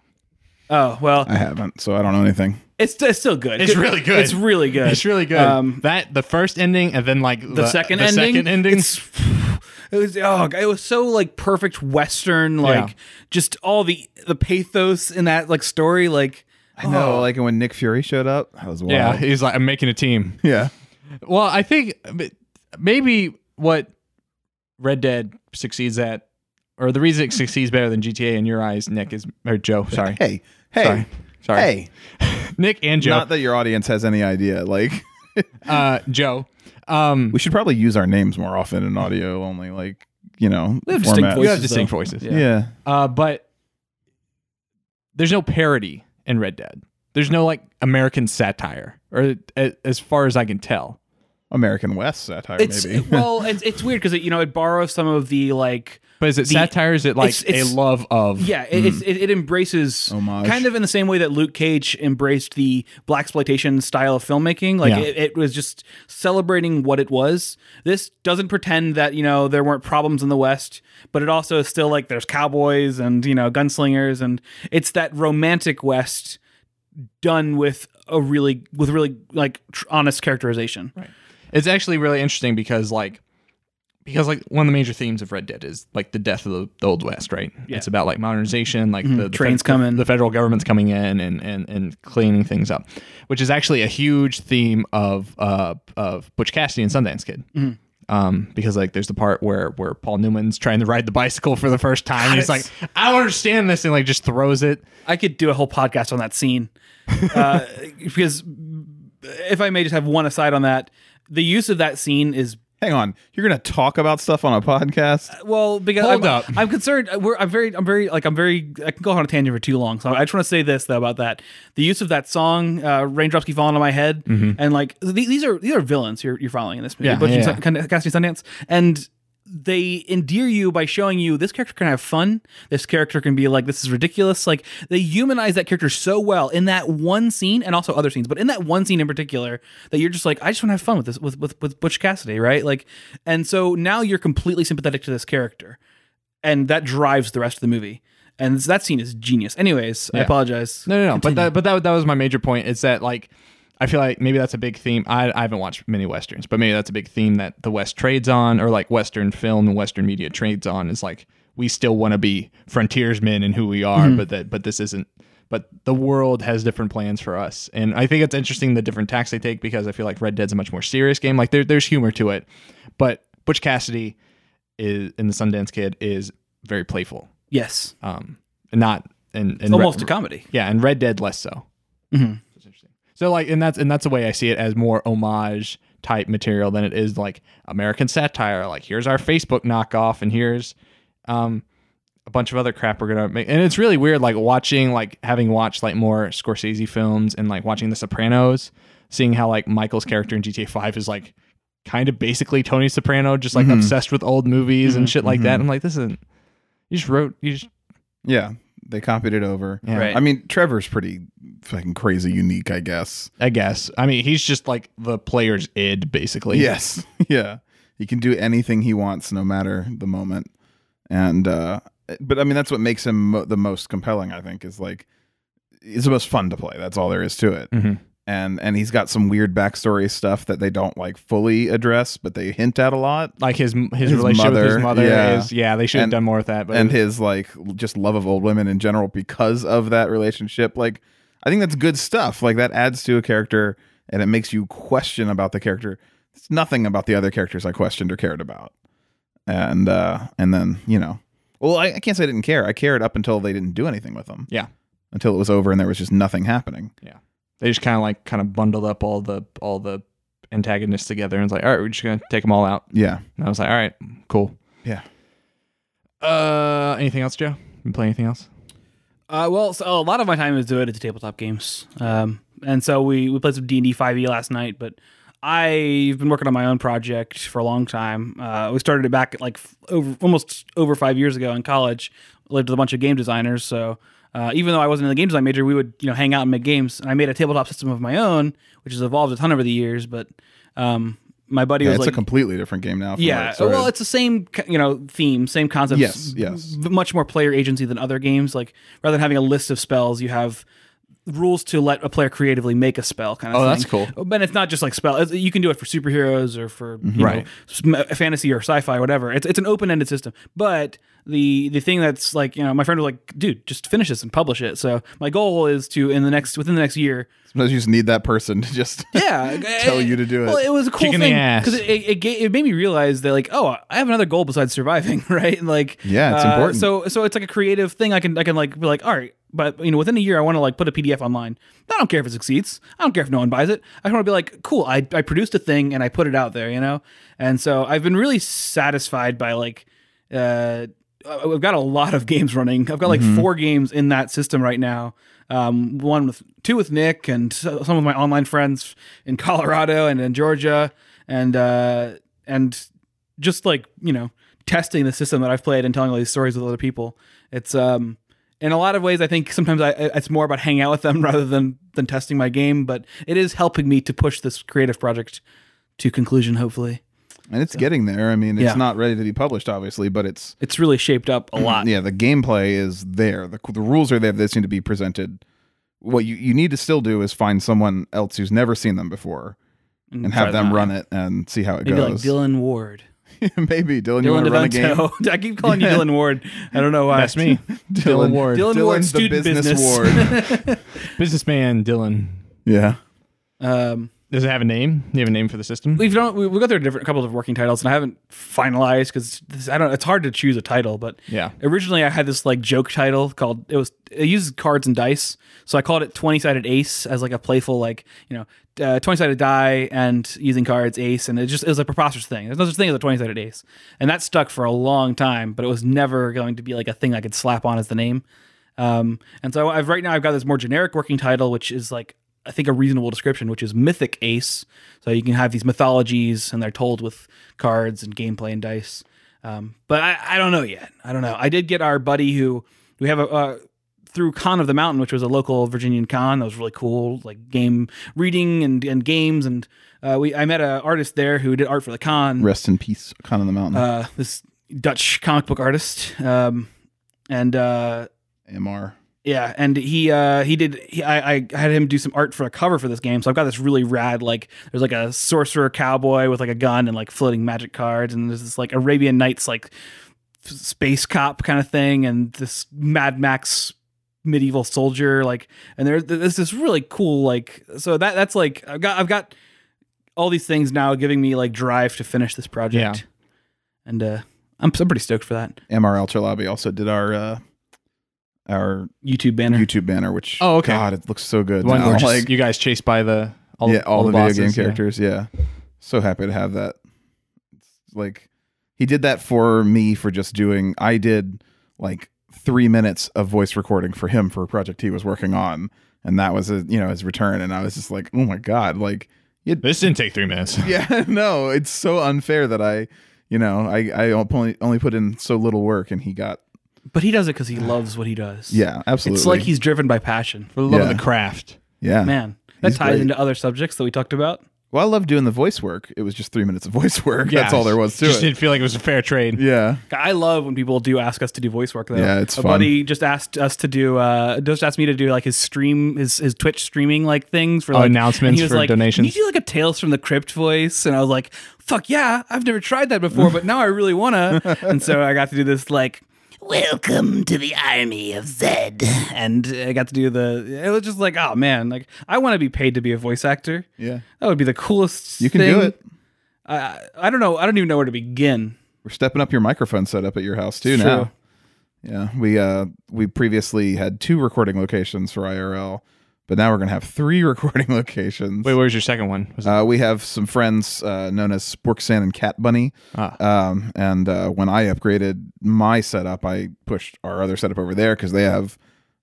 Oh well, I haven't, so I don't know anything. it's, it's still good. It's really good. It's really good. It's really good. Um, that the first ending and then like the, second ending. second ending. It's, it was oh, it was so like perfect Western, like Yeah. just all the the pathos in that like story, like. I know, like when Nick Fury showed up, that was wild. Oh. yeah, he's like, I'm making a team. yeah. Well, I think but maybe what Red Dead succeeds at, or the reason it succeeds better than GTA in your eyes, Nick is or Joe. Sorry, Hey, hey, Sorry. Sorry. hey! Nick and Joe. Not that your audience has any idea. Like, uh, Joe. Um, we should probably use our names more often in audio only. Like, you know, We have distinct format. you have voices, distinct though. voices. Yeah. Yeah. Uh, but there's no parody in Red Dead. There's no like American satire, or a- as far as I can tell. American West satire, It's maybe. well, it's, it's weird because it, you know it borrows some of the like But is it The- satire? Is it like it's- it's- a love of? yeah it, it's, it, it embraces Hmm. Homage. kind of in the same way that Luke Cage embraced the black exploitation style of filmmaking like Yeah. it, it was just celebrating what it was this doesn't pretend that you know there weren't problems in the west but it also is still like there's cowboys and you know gunslingers and it's that romantic west done with a really with really like tr- honest characterization right It's actually really interesting because like because like one of the major themes of Red Dead is like the death of the, the old West, right? Yeah. Mm-hmm. It's about like modernization, like the, the Trains fed- coming. the federal government's coming in and, and and cleaning things up, which is actually a huge theme of uh of Butch Cassidy and Sundance Kid. Mm-hmm. Um, because like there's the part where where Paul Newman's trying to ride the bicycle for the first time, and he's like, "I don't understand this," and like just throws it. I could do a whole podcast on that scene uh, because if I may just have one aside on that, the use of that scene is Hang on, you're gonna talk about stuff on a podcast? well because Hold I'm, up. I'm concerned. uh, We're, I'm very, I'm very like I'm very. I can go on a tangent for too long, so I just want to say this though about that. The use of that song, uh, "Raindrops Keep Falling on My Head," and like th- these are these are villains you're you're following in this movie, Mm-hmm. Yeah, Butch yeah, and yeah. Sun- kind of Cassidy Sundance, and they endear you by showing you this character can have fun. This character can be like, this is ridiculous. Like they humanize that character so well in that one scene, and also other scenes, but in that one scene in particular, that you're just like, I just want to have fun with this with with with Butch Cassidy, right? Like, and so now you're completely sympathetic to this character, and that drives the rest of the movie. And that scene is genius. Anyways, I apologize. No, no, no. But that, but that, that was my major point. Is that like, I feel like maybe that's a big theme. I, I haven't watched many westerns, but maybe that's a big theme that the West trades on, or like Western film and Western media trades on. Is like we still want to be frontiersmen and who we are, but that, but this isn't. But the world has different plans for us, and I think it's interesting the different tacks they take because I feel like Red Dead's a much more serious game. Like there, there's humor to it, but Butch Cassidy is and the Sundance Kid is very playful, yes, um, not and, and almost a comedy. yeah, and Red Dead less so. That's interesting. So like, and that's and that's the way I see it as more homage type material than it is like American satire. Like here's our Facebook knockoff, and here's um a bunch of other crap we're gonna make. And it's really weird, like watching like having watched like more Scorsese films and like watching The Sopranos, seeing how like Michael's character in GTA Five is like kind of basically Tony Soprano, just like obsessed with old movies and shit like that. I'm like, this isn't. You just wrote. You just Yeah, they copied it over. Yeah. Right. I mean, Trevor's pretty fucking crazy unique, I guess. I guess. I mean, he's just like the player's id, basically. Yes. yeah. He can do anything he wants no matter the moment. And uh but I mean that's what makes him mo- the most compelling, I think, is like it's the most fun to play. That's all there is to it. Mhm. And and he's got some weird backstory stuff that they don't like fully address, but they hint at a lot. Like his his, His relationship with his mother, mother yeah. is yeah. They should have And- done more with that. But and his like l- just love of old women in general because of that relationship like i think that's good stuff like that adds to a character and it makes you question about the character it's nothing about the other characters i questioned or cared about and uh and then you know well i, I can't say i didn't care i cared up until they didn't do anything with them Yeah. until it was over and there was just nothing happening they just kind of like kind of bundled up all the all the antagonists together and was like, all right, we're just gonna take them all out. yeah And I was like, all right, cool. Yeah. Uh, anything else, Joe? You play anything else? Uh, well, so a lot of my time is devoted to tabletop games, um, and so we we played some D and D five E last night. But I've been working on my own project for a long time. Uh, we started it back at like f- over almost over five years ago in college. Lived with a bunch of game designers, so. Uh, even though I wasn't in the game design major, we would you know hang out and make games. And I made a tabletop system of my own, which has evolved a ton over the years. But um, my buddy Yeah, was it's like, a completely different game now. From yeah, what it started. well, it's the same, ki- you know, theme, same concept. Yes, yes. v- Much more player agency than other games. Like rather than having a list of spells, you have rules to let a player creatively make a spell. Kind of. Oh, thing. that's cool. But it's not just like spell. it's- You can do it for superheroes or for you Right. know, sm- fantasy or sci-fi, whatever. It's it's an open-ended system. But the the thing that's like you know, my friend was like, dude, just finish this and publish it. So my goal is to in the next within the next year Sometimes you just need that person to just yeah tell you to do it. well it was a cool Kick in the thing ass. because it, it, ga- it made me realize that like oh i have another goal besides surviving right And, like Yeah, it's uh, important. so so it's like a creative thing i can i can like be like all right but you know within a year i want to like put a pdf online i don't care if it succeeds i don't care if no one buys it i want to be like cool I, I produced a thing and i put it out there you know and so i've been really satisfied by like uh I- I've got a lot of games running. I've got like Mm-hmm. four games in that system right now. Um, one with two with Nick and so- some of my online friends in Colorado and in Georgia, and uh, and just like you know testing the system that I've played and telling all these stories with other people. It's um in a lot of ways I think sometimes I I- it's more about hanging out with them rather than than testing my game, but it is helping me to push this creative project to conclusion. Hopefully, and it's getting there. I mean, it's Yeah. not ready to be published, obviously, but it's it's really shaped up a lot. Mm, yeah. The gameplay is there. The, the rules are there. They just need to be presented. What you, you need to still do is find someone else who's never seen them before and have them run it and see how it Maybe like goes. Dylan Ward. Maybe Dylan, you Dylan want to run a game? DeVento. I keep calling you Dylan Ward. I don't know Uh, why. That's me. Dylan Ward. Dylan Ward, Dylan's the student business, business. ward. Businessman Dylan. yeah. Um, Does it have a name? Do you have a name for the system? we've done we, we got through a different a couple of working titles, and I haven't finalized because I don't. It's hard to choose a title, but Yeah. Originally, I had this like joke title called it was it uses cards and dice, so I called it twenty sided ace as like a playful like you know uh, twenty sided die and using cards ace, and it just it was a preposterous thing. There's no such thing as a twenty sided ace, and that stuck for a long time, but it was never going to be like a thing I could slap on as the name. Um, and so I've right now I've got this more generic working title, which is like I think a reasonable description, which is Mythic Ace. So you can have these mythologies, and they're told with cards and gameplay and dice. Um, but I, I don't know yet. I don't know. I did get our buddy who we have a. Uh, through Con of the Mountain, which was a local Virginian con that was really cool, like game reading and, and games, and uh, we I met an artist there who did art for the con Rest in peace, Con on the Mountain. uh, this Dutch comic book artist, um, and uh, MR. yeah, and he uh, he did. He, I, I had him do some art for a cover for this game, so I've got this really rad like there's like a sorcerer cowboy with like a gun and like floating magic cards, and there's this like Arabian Nights like f- space cop kind of thing, and this Mad Max medieval soldier like, and there there's this really cool like so that that's like I've got I've got all these things now giving me like drive to finish this project, Yeah. and uh, I'm I'm pretty stoked for that MR Ultra Lobby also did our uh, our YouTube banner. YouTube banner, which Oh, okay. God, it looks so good. The one now. where just Like, you guys chased by the all, yeah, all, the, video game bosses, yeah. characters. Yeah. so happy to have that. It's like he did that for me for just doing. I did like three minutes of voice recording for him for a project he was working on, and that was a, you know his return. And I was just like, oh my God, like This didn't take three minutes. yeah no it's so unfair that i you know i i only only put in so little work and he got But he does it because he loves what he does. yeah absolutely It's like he's driven by passion. For the love Yeah. of the craft. yeah Man, that He's ties great. into other subjects that we talked about. well i love doing the voice work it was just three minutes of voice work that's Yeah, all there was to Just it didn't feel like it was a fair trade. yeah I love when people do ask us to do voice work though. Yeah, it's a fun. buddy just asked us to do uh just asked me to do like his stream his his Twitch streaming like things for Oh, like announcements and he was for like, donations. Can you do like a Tales from the Crypt voice? And I was like, Fuck yeah, I've never tried that before, but now I really wanna and so I got to do this like Welcome to the army of Zed. And I got to do the. It was just like, oh man, like I want to be paid to be a voice actor. yeah That would be the coolest. you can do thing. it I, I don't know. I don't even know where to begin. we're stepping up your microphone setup at your house too now yeah we uh we previously had two recording locations for irl but now we're gonna have three recording locations Wait, where's your second one? Was it- Uh, we have some friends uh, known as Sporksan and Cat Bunny. ah. Um, and uh, when I upgraded my setup, I pushed our other setup over there because they have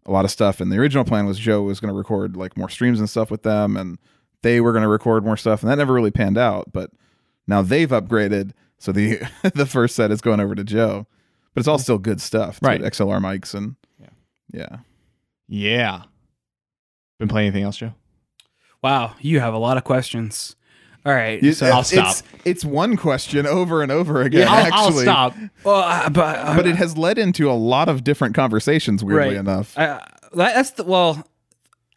a lot of stuff. And the original plan was Joe was going to record like more streams and stuff with them, and they were going to record more stuff, and that never really panned out. But now they've upgraded, so the the first set is going over to Joe, but it's all still good stuff, It's got Right. XLR mics and Yeah. yeah. yeah. Been playing anything else, Joe? Wow, you have a lot of questions. All right. You- so, I'll it's- stop. It's one question over and over again. I'll, I'll actually, stop. well, I- but, uh, I- But it has led into a lot of different conversations. Weirdly Right. enough, I, I- that's the well.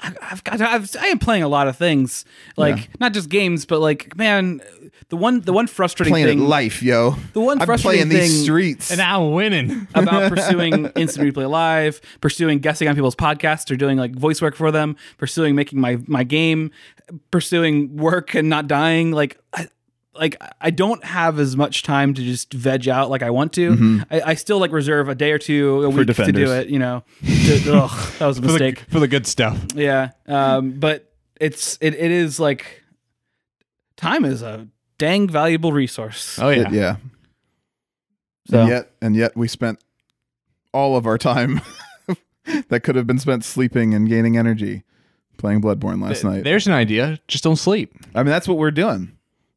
I- I've got. I've, I am playing a lot of things, like not just games, but like man, the one the one frustrating playing thing life, yo. The one I'm frustrating playing thing- these streets. And I'm winning. about pursuing instant replay live, pursuing guessing on people's podcasts or doing like voice work for them, pursuing making my my game, pursuing work and not dying. Like, I, like I don't have as much time to just veg out like I want to. I, I still like reserve a day or two a week to defenders. do it. You know, to, ugh, that was a For the, mistake. for the good stuff. Yeah, um, but it's it, it is like time is a dang valuable resource. Oh, yeah. It- yeah. So- Uh, And yet, and yet, we spent all of our time that could have been spent sleeping and gaining energy playing Bloodborne last night. There's an idea. Just don't sleep. I mean, that's what we're doing.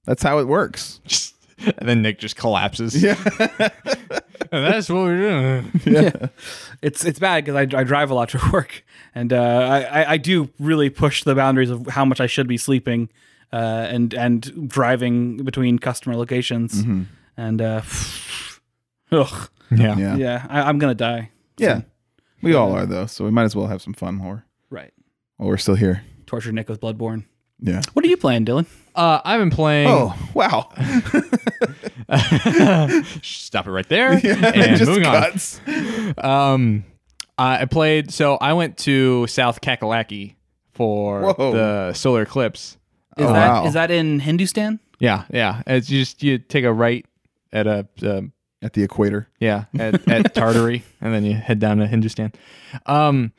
That's how it works. Just, and then Nick just collapses. Yeah. And that's what we're doing. It's it's bad because I, I drive a lot to work, and uh, I I- I do really push the boundaries of how much I should be sleeping, uh, and and driving between customer locations, Mm-hmm. and uh, ugh, Yeah. Yeah. Yeah. yeah, I, I'm gonna die. We all are though, so we might as well have some fun while we're, Right, while we're still here. torture Nick with Bloodborne. Yeah. What are you playing, Dylan? Uh, I've been playing. Oh wow! Stop it right there. It and just moving on. cuts. Um, I I played. So I went to South Kakalaki for Whoa. the solar eclipse. Is Oh, that wow. is that in Hindustan? Yeah, yeah. It's you just you take a right at a um, At the equator, yeah at, at Tartary, and then you head down to Hindustan. Um,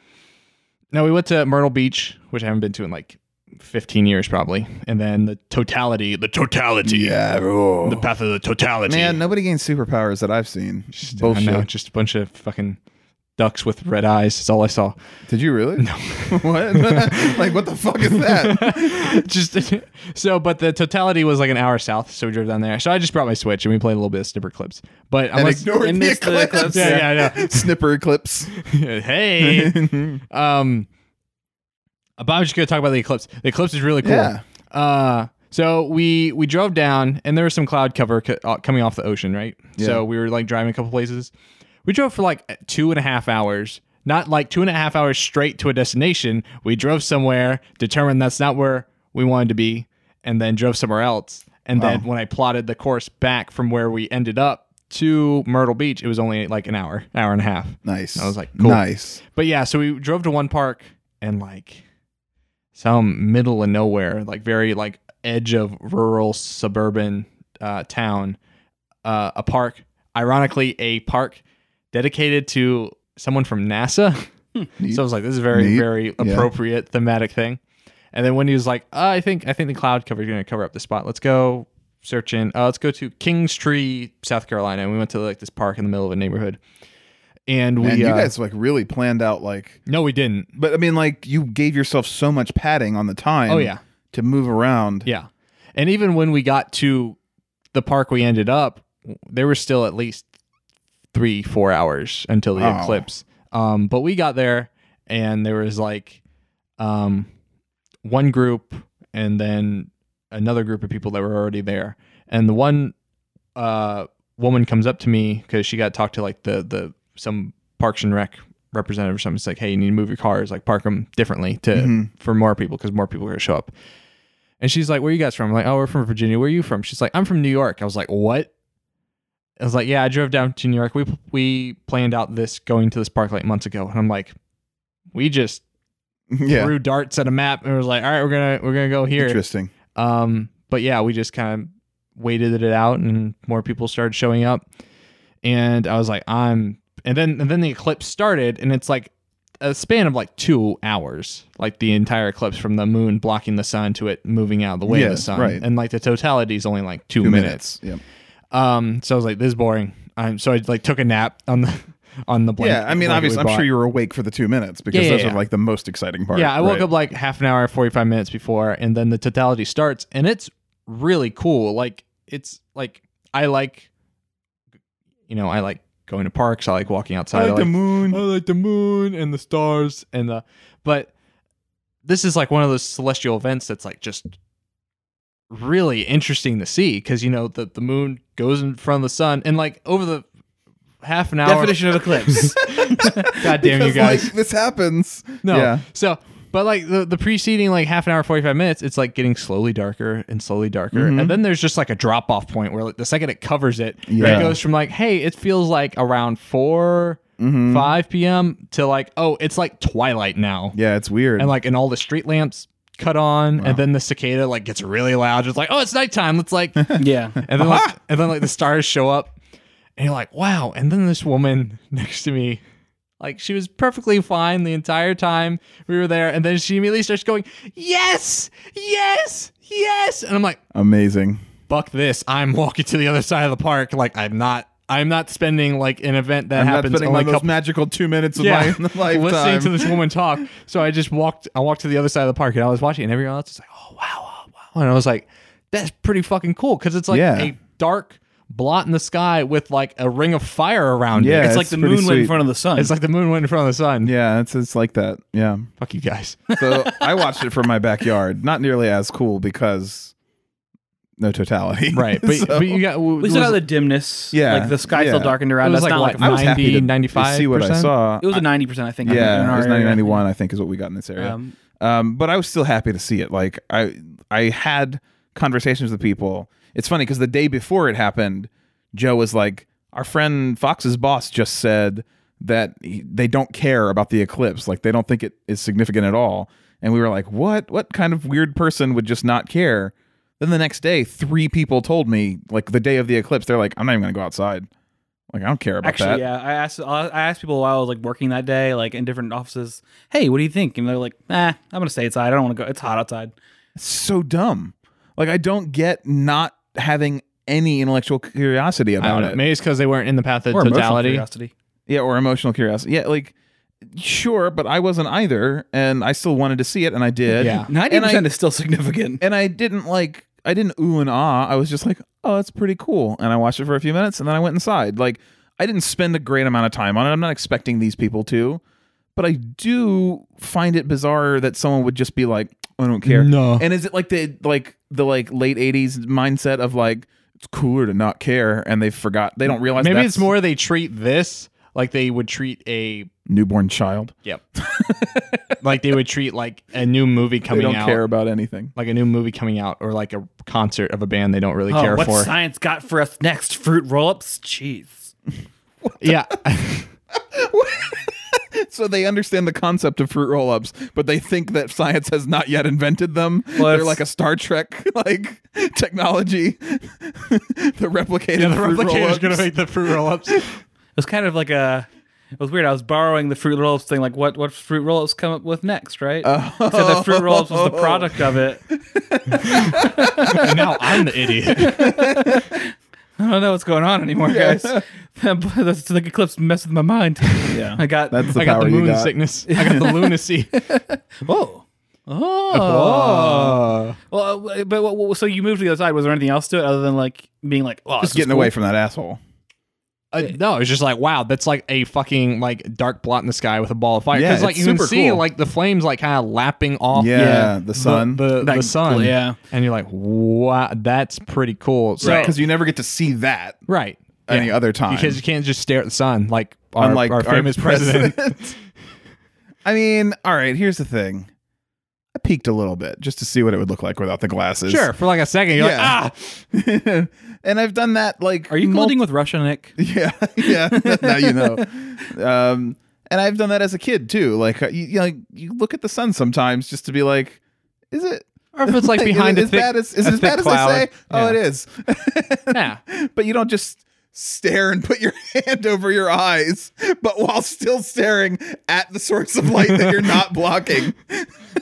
no, we went to Myrtle Beach, which I haven't been to in like 15 years probably, and then the totality, the totality, yeah. oh. the path of the totality. Man, nobody gains superpowers that I've seen. Just- I know, Bullshit. just a bunch of fucking ducks with red eyes. That's all I saw. Did you really? No. what? like what the fuck is that? just so but the totality was like an hour south so we drove down there so i just brought my switch and we played a little bit of snipper clips but And unless, ignored the I missed the eclipse. eclipse. yeah yeah yeah Snipper eclipse. hey. um, but I'm just gonna talk about the eclipse. The eclipse is really cool. Yeah. Uh, so we we drove down, and there was some cloud cover co- uh, coming off the ocean, right? So we were like driving a couple places. We drove for like two and a half hours. Not like two and a half hours straight to a destination. We drove somewhere, determined that's not where we wanted to be, and then drove somewhere else. And then when I plotted the course back from where we ended up to Myrtle Beach, it was only like an hour, hour and a half. Nice. I was like, cool. Nice. But yeah, so we drove to one park and like some middle of nowhere, like very like edge of rural suburban uh, town, uh, a park. Ironically, a park dedicated to someone from NASA. Neat. so I was like, this is a very Neat. very appropriate thematic thing. And then when he was like, uh, I think I think the cloud cover is going to cover up the spot. Let's go search in. Uh, let's go to Kings Tree, South Carolina. And we went to like this park in the middle of a neighborhood. And we Man, you uh, guys like really planned out like no, we didn't. but I mean like you gave yourself so much padding on the time Oh, yeah. to move around. Yeah. And even when we got to the park we ended up, there were still at least three, four hours until the Wow. eclipse. Um, but we got there and there was like um, one group and then another group of people that were already there. And the one uh, woman comes up to me because she got talked to like the, the some Parks and Rec representative or something. It's like, hey, you need to move your cars, like park them differently to Mm-hmm. for more people because more people are going to show up. And she's like, "Where you guys from?" I'm like, "Oh, we're from Virginia. Where are you from?" She's like, "I'm from New York." I was like, "What?" I was like, "Yeah, I drove down to New York. We we planned out this going to this park like months ago." And I'm like, "We just Yeah. threw darts at a map and was like, all right, we're gonna we're gonna go here." Interesting. Um, but yeah, we just kind of waited it out, and more people started showing up. And I was like, "I'm," and then and then the eclipse started, and it's like a span of like two hours, like the entire eclipse from the moon blocking the sun to it moving out of the way of Yeah, the sun, right. and like the totality is only like two, Two minutes. minutes. Yeah. Um, so I was like, this is boring. Um, so I like took a nap on the on the blanket. Yeah, I mean, blanket obviously, we I'm bought. sure you were awake for the two minutes because Yeah, yeah, those yeah. are like the most exciting part. Yeah, I woke right? up like half an hour, 45 minutes before, and then the totality starts, and it's really cool. Like, it's like, I like, you know, I like going to parks, I like walking outside. I like- moon. I like the moon and the stars and the but this is like one of those celestial events that's like just really interesting to see because you know the the moon goes in front of the sun and like over the half an hour. Definition of eclipse. God damn you Because, guys. like, this happens. No. Yeah. So, but like the, the preceding like half an hour, 45 minutes, it's like getting slowly darker and slowly darker. Mm-hmm. And then there's just like a drop off point where like, the second it covers it, Yeah. it goes from like, hey, it feels like around 4, Mm-hmm. 5 p.m. to like, oh, it's like twilight now. Yeah, it's weird. And like, and all the street lamps cut on. And then the cicada like gets really loud. It's like, oh, it's nighttime. Let's like, and yeah. then Uh-huh. like, and then like the stars show up. And you're like, wow. And then this woman next to me, like she was perfectly fine the entire time we were there. And then she immediately starts going, yes, yes, yes. And I'm like, Amazing. fuck this. I'm walking to the other side of the park. Like I'm not, I'm not spending like an event that I'm not happens spending only my a most couple magical two minutes of yeah. my listening lifetime. to this woman talk. So I just walked. I walked to the other side of the park, and I was watching, and everyone else was like, "Oh wow, wow, wow!" And I was like, "That's pretty fucking cool," because it's like Yeah. a dark blot in the sky with like a ring of fire around Yeah, it. It's like the pretty moon went in sweet. front of the sun. It's like the moon went in front of the sun. Yeah, it's it's like that. Yeah. Fuck you guys. So I watched it from my backyard. Not nearly as cool because no totality. right, but, So but you got. we still got the dimness. Yeah, Like the sky yeah. still darkened It around. was like That's not what, like I was happy to, to 95%? see what I saw. it was a ninety percent. I think. in yeah, our it was area. 1991, I think, is what we got in this area. Um, um, but I was still happy to see it. Like I, I had conversations with people. It's funny because the day before it happened, Joe was like, "Our friend Fox's boss just said that he, they don't care about the eclipse. Like they don't think it is significant at all." And we were like, "What? What kind of weird person would just not care?" Then the next day, three people told me, like the day of the eclipse, they're like, "I'm not even going to go outside. Like I don't care about Actually, that." yeah, I asked I asked people while I was like working that day, like in different offices. Hey, what do you think? And they're like, Nah, I'm gonna stay outside. I don't want to go. It's hot outside. so dumb. Like I don't get not having any intellectual curiosity I don't about know. it. Maybe it's because they weren't in the path of Or emotional totality. curiosity. Yeah, or emotional curiosity. Yeah, like sure, but I wasn't either, and I still wanted to see it, and I did. Yeah. Ninety And I- percent is still significant. And I didn't like I didn't ooh and ah. I was just like, oh, that's pretty cool. And I watched it for a few minutes, and then I went inside. Like I didn't spend a great amount of time on it. I'm not expecting these people to, but I do find it bizarre that someone would just be like, I don't care. No. And is it like the like the like late '80s mindset of like it's cooler to not care, and they forgot they don't realize Maybe that's it's more they treat this like they would treat a newborn child. yep, like they would treat like a new movie They coming don't out. care about anything. like a new movie coming out or like a concert of a band they don't really Oh, care what's for. science got for us next? Fruit roll-ups. Jeez. Yeah. So they understand the concept of fruit roll-ups, but they think that science has not yet invented them. They're it's- like a Star Trek like technology. the replicated yeah, the fruit replicator's going to roll-ups. make the fruit roll ups. It was kind of like a. It was weird. I was borrowing the fruit roll-ups thing. Like, what what fruit roll-ups come up with next? Right. Oh. Except that fruit roll-ups was the product of it. and now I'm the idiot. I don't know what's going on anymore, guys. That's the eclipse messed with my mind. Yeah. I got. That's the I got power the you moon got. sickness. I got the lunacy. Whoa. Oh. Oh. Well, uh, but what- what- so you moved to the other side. Was there anything else to it other than like being like, oh, Just getting away from that asshole. Uh, no, it's just like wow, that's like a fucking like dark blot in the sky with a ball of fire. Yeah, Because like you it's can super see cool. like the flames like kind of lapping off. Yeah, Yeah. the sun. the, the, That- the sun. yeah. and you're like, wow, that's pretty cool. So, Because you never get to see that right, any Yeah. other time. because you can't just stare at the sun like our, unlike our famous president. I mean, all right, here's the thing. I peeked a little bit just to see what it would look like without the glasses. Sure, for like a second, you're Yeah. like, ah, and I've done that like Are you multiple colluding with Russia, Nick? Yeah, yeah. now you know. Um, and I've done that as a kid too. Like you, you know, you look at the sun sometimes just to be like, is it? or if it's like behind is a thick, bad as, is it a as bad thick as I say? cloud. Oh, it is. Yeah. but you don't just stare and put your hand over your eyes, but while still staring at the source of light that you're not blocking.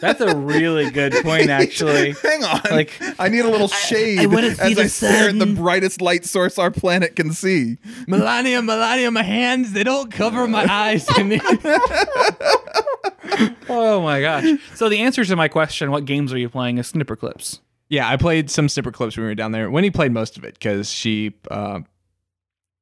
That's a really good point, actually. hang on. like- I need a little shade wanna see as the I stare at the sun. brightest light source our planet can see. Melania, Melania, my hands, they don't cover my eyes. And Oh my gosh. So the answer to my question, what games are you playing, is snipper clips. yeah, I played some snipper clips when we were down there. Winnie played most of it because she. Uh,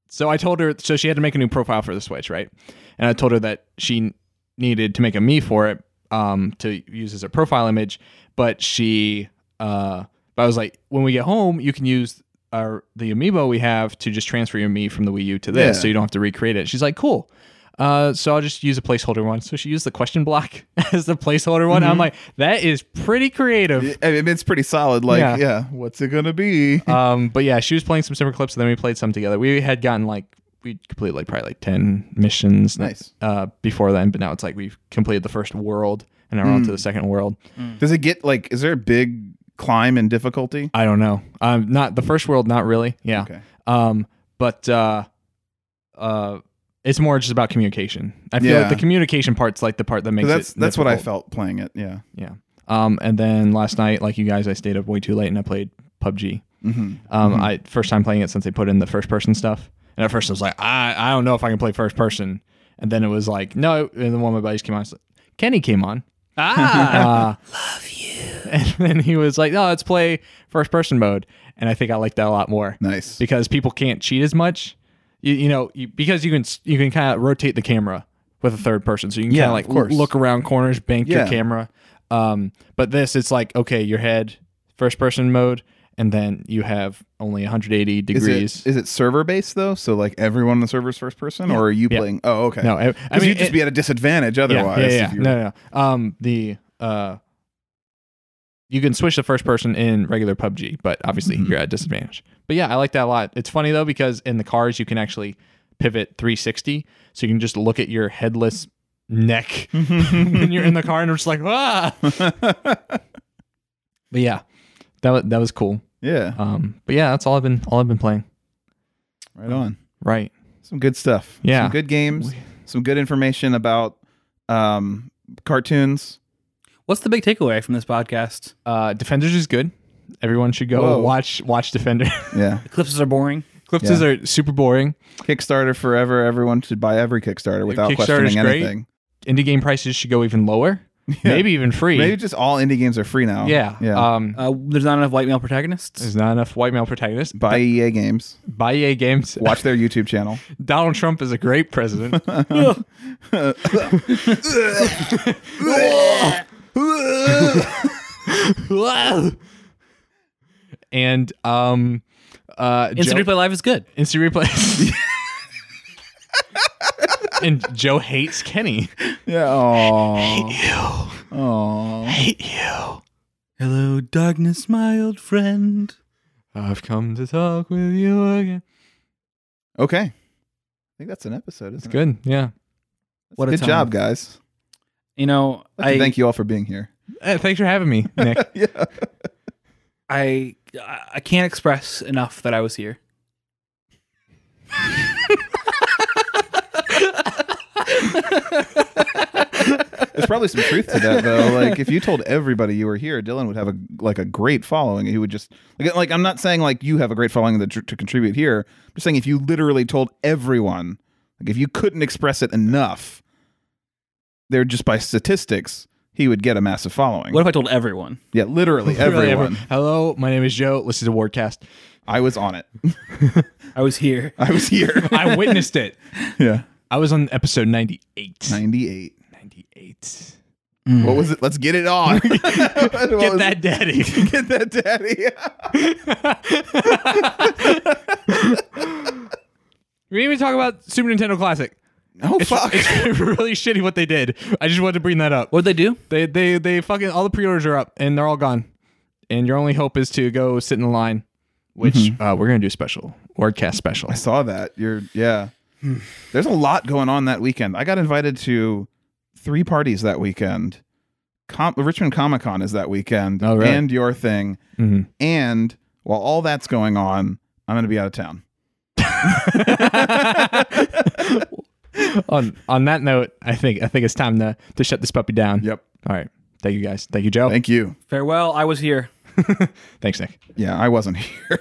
so I told her, so she had to make a new profile for the Switch, right? And I told her that she needed to make a me for it um, to use as a profile image, but she. Uh, But I was like, when we get home, you can use our the amiibo we have to just transfer your Mii from the Wii U to this, Yeah. so you don't have to recreate it. She's like, cool. Uh, so I'll just use a placeholder one. So she used the question block as the placeholder one. I'm like, that is pretty creative. I mean, it's pretty solid. Like, Yeah. yeah, what's it gonna be? um, but yeah, she was playing some similar clips, and then we played some together. We had gotten like we completed like probably like ten missions, Nice. uh, before then. But now it's like we've completed the first world, and now we're on Hmm. to the second world. Does it get like? Is there a big climb in difficulty? I don't know. Um, not the first world, not really. Yeah. Okay. Um, but uh, uh, it's more just about communication. I feel like Yeah. the communication part's like the part that 'Cause makes That's it. that's what I difficult. felt playing it. Yeah. Yeah. Um, and then last night, like you guys, I stayed up way too late and I played PUBG. Mm-hmm. Um, I first time playing it since they put in the first person stuff. And at first I was like, I, I don't know if I can play first person. And then it was like, no. And then one of my buddies came on. I was like, Kenny came on. Ah, Uh, Love you. And then he was like, no, let's play first person mode. And I think I liked that a lot more Nice. because people can't cheat as much. You, you know, you, because you can s- you can kind of rotate the camera with a third person, so you can Yeah, kind of of like course. l- look around corners, bank your Yeah. camera. Um, but this, it's like okay, your head first person mode, and then you have only 180 Is degrees. it is it server based though? So like everyone on the server's first person, or are you Yeah. playing? Oh, okay. no, I, I Because mean you'd just it- be at a disadvantage otherwise. Yeah, yeah, yeah. If you were- no, no, no. Um, the uh, you can switch to first person in regular PUBG, but obviously Mhm. you're at a disadvantage. But yeah, I like that a lot. It's funny though because in the cars you can actually pivot 360, so you can just look at your headless neck when you're in the car, and it's like ah. But yeah, that was, that was cool. yeah. Um, but yeah, that's all I've been all I've been playing. Right on. Right. Some good stuff. Yeah. Some good games. Some good information about um, cartoons. what's the big takeaway from this podcast? Uh, Defenders is good. Everyone should go Whoa. watch watch Defender. Yeah. Eclipses are boring. Clipses are super boring. Kickstarter forever. Everyone should buy every Kickstarter without Kickstarter's questioning great. anything. indie game prices should go even lower, maybe even free. Maybe just all indie games are free now. yeah. Yeah. Um, Uh, there's not enough white male protagonists. there's not enough white male protagonists. buy EA games. Buy EA games. Watch their YouTube channel. Donald Trump is a great president. and um, uh, Instant Joe, replay live is good. instant replay. and Joe hates Kenny. Yeah. Aww. You Aww. hate you. Hello, darkness, my old friend. I've come to talk with you again. Okay. I think that's an episode. Isn't It's good. Yeah. It? What a good time. job, guys. You know, I'd like I to thank you all for being here. Uh, thanks for having me, Nick. yeah. I I can't express enough that I was here. There's probably some truth to that though. Like if you told everybody you were here, Dylan would have a like a great following. He would just like, like I'm not saying like you have a great following that, to contribute here. I'm just saying if you literally told everyone, like if you couldn't express it enough, there just by statistics, he would get a massive following. What if I told everyone? yeah, literally Really, everyone. Hello, my name is Joe. Listen to Wardcast. I was on it. I was here. I was here. I witnessed it. yeah. I was on episode 98. 98. 98. What was it? Let's get it on. What Get was that daddy. it? Get that daddy. we didn't even talk about Super Nintendo Classic. oh It's, fuck. it's really shitty what they did. I just wanted to bring that up. What'd they do? They they they fucking all the pre-orders are up and they're all gone. And your only hope is to go sit in the line, which uh, we're gonna do a special wordcast special. I saw that. You're yeah. There's a lot going on that weekend. I got invited to three parties that weekend. Com- Richmond Comic Con is that weekend, Oh, really? and your thing. Mhm. And while all that's going on, I'm going to be out of town. on on that note, I think I think it's time to to shut this puppy down. Yep. All right. Thank you guys. Thank you, Joe. Thank you. Farewell. I was here. Thanks, Nick. Yeah, I wasn't here.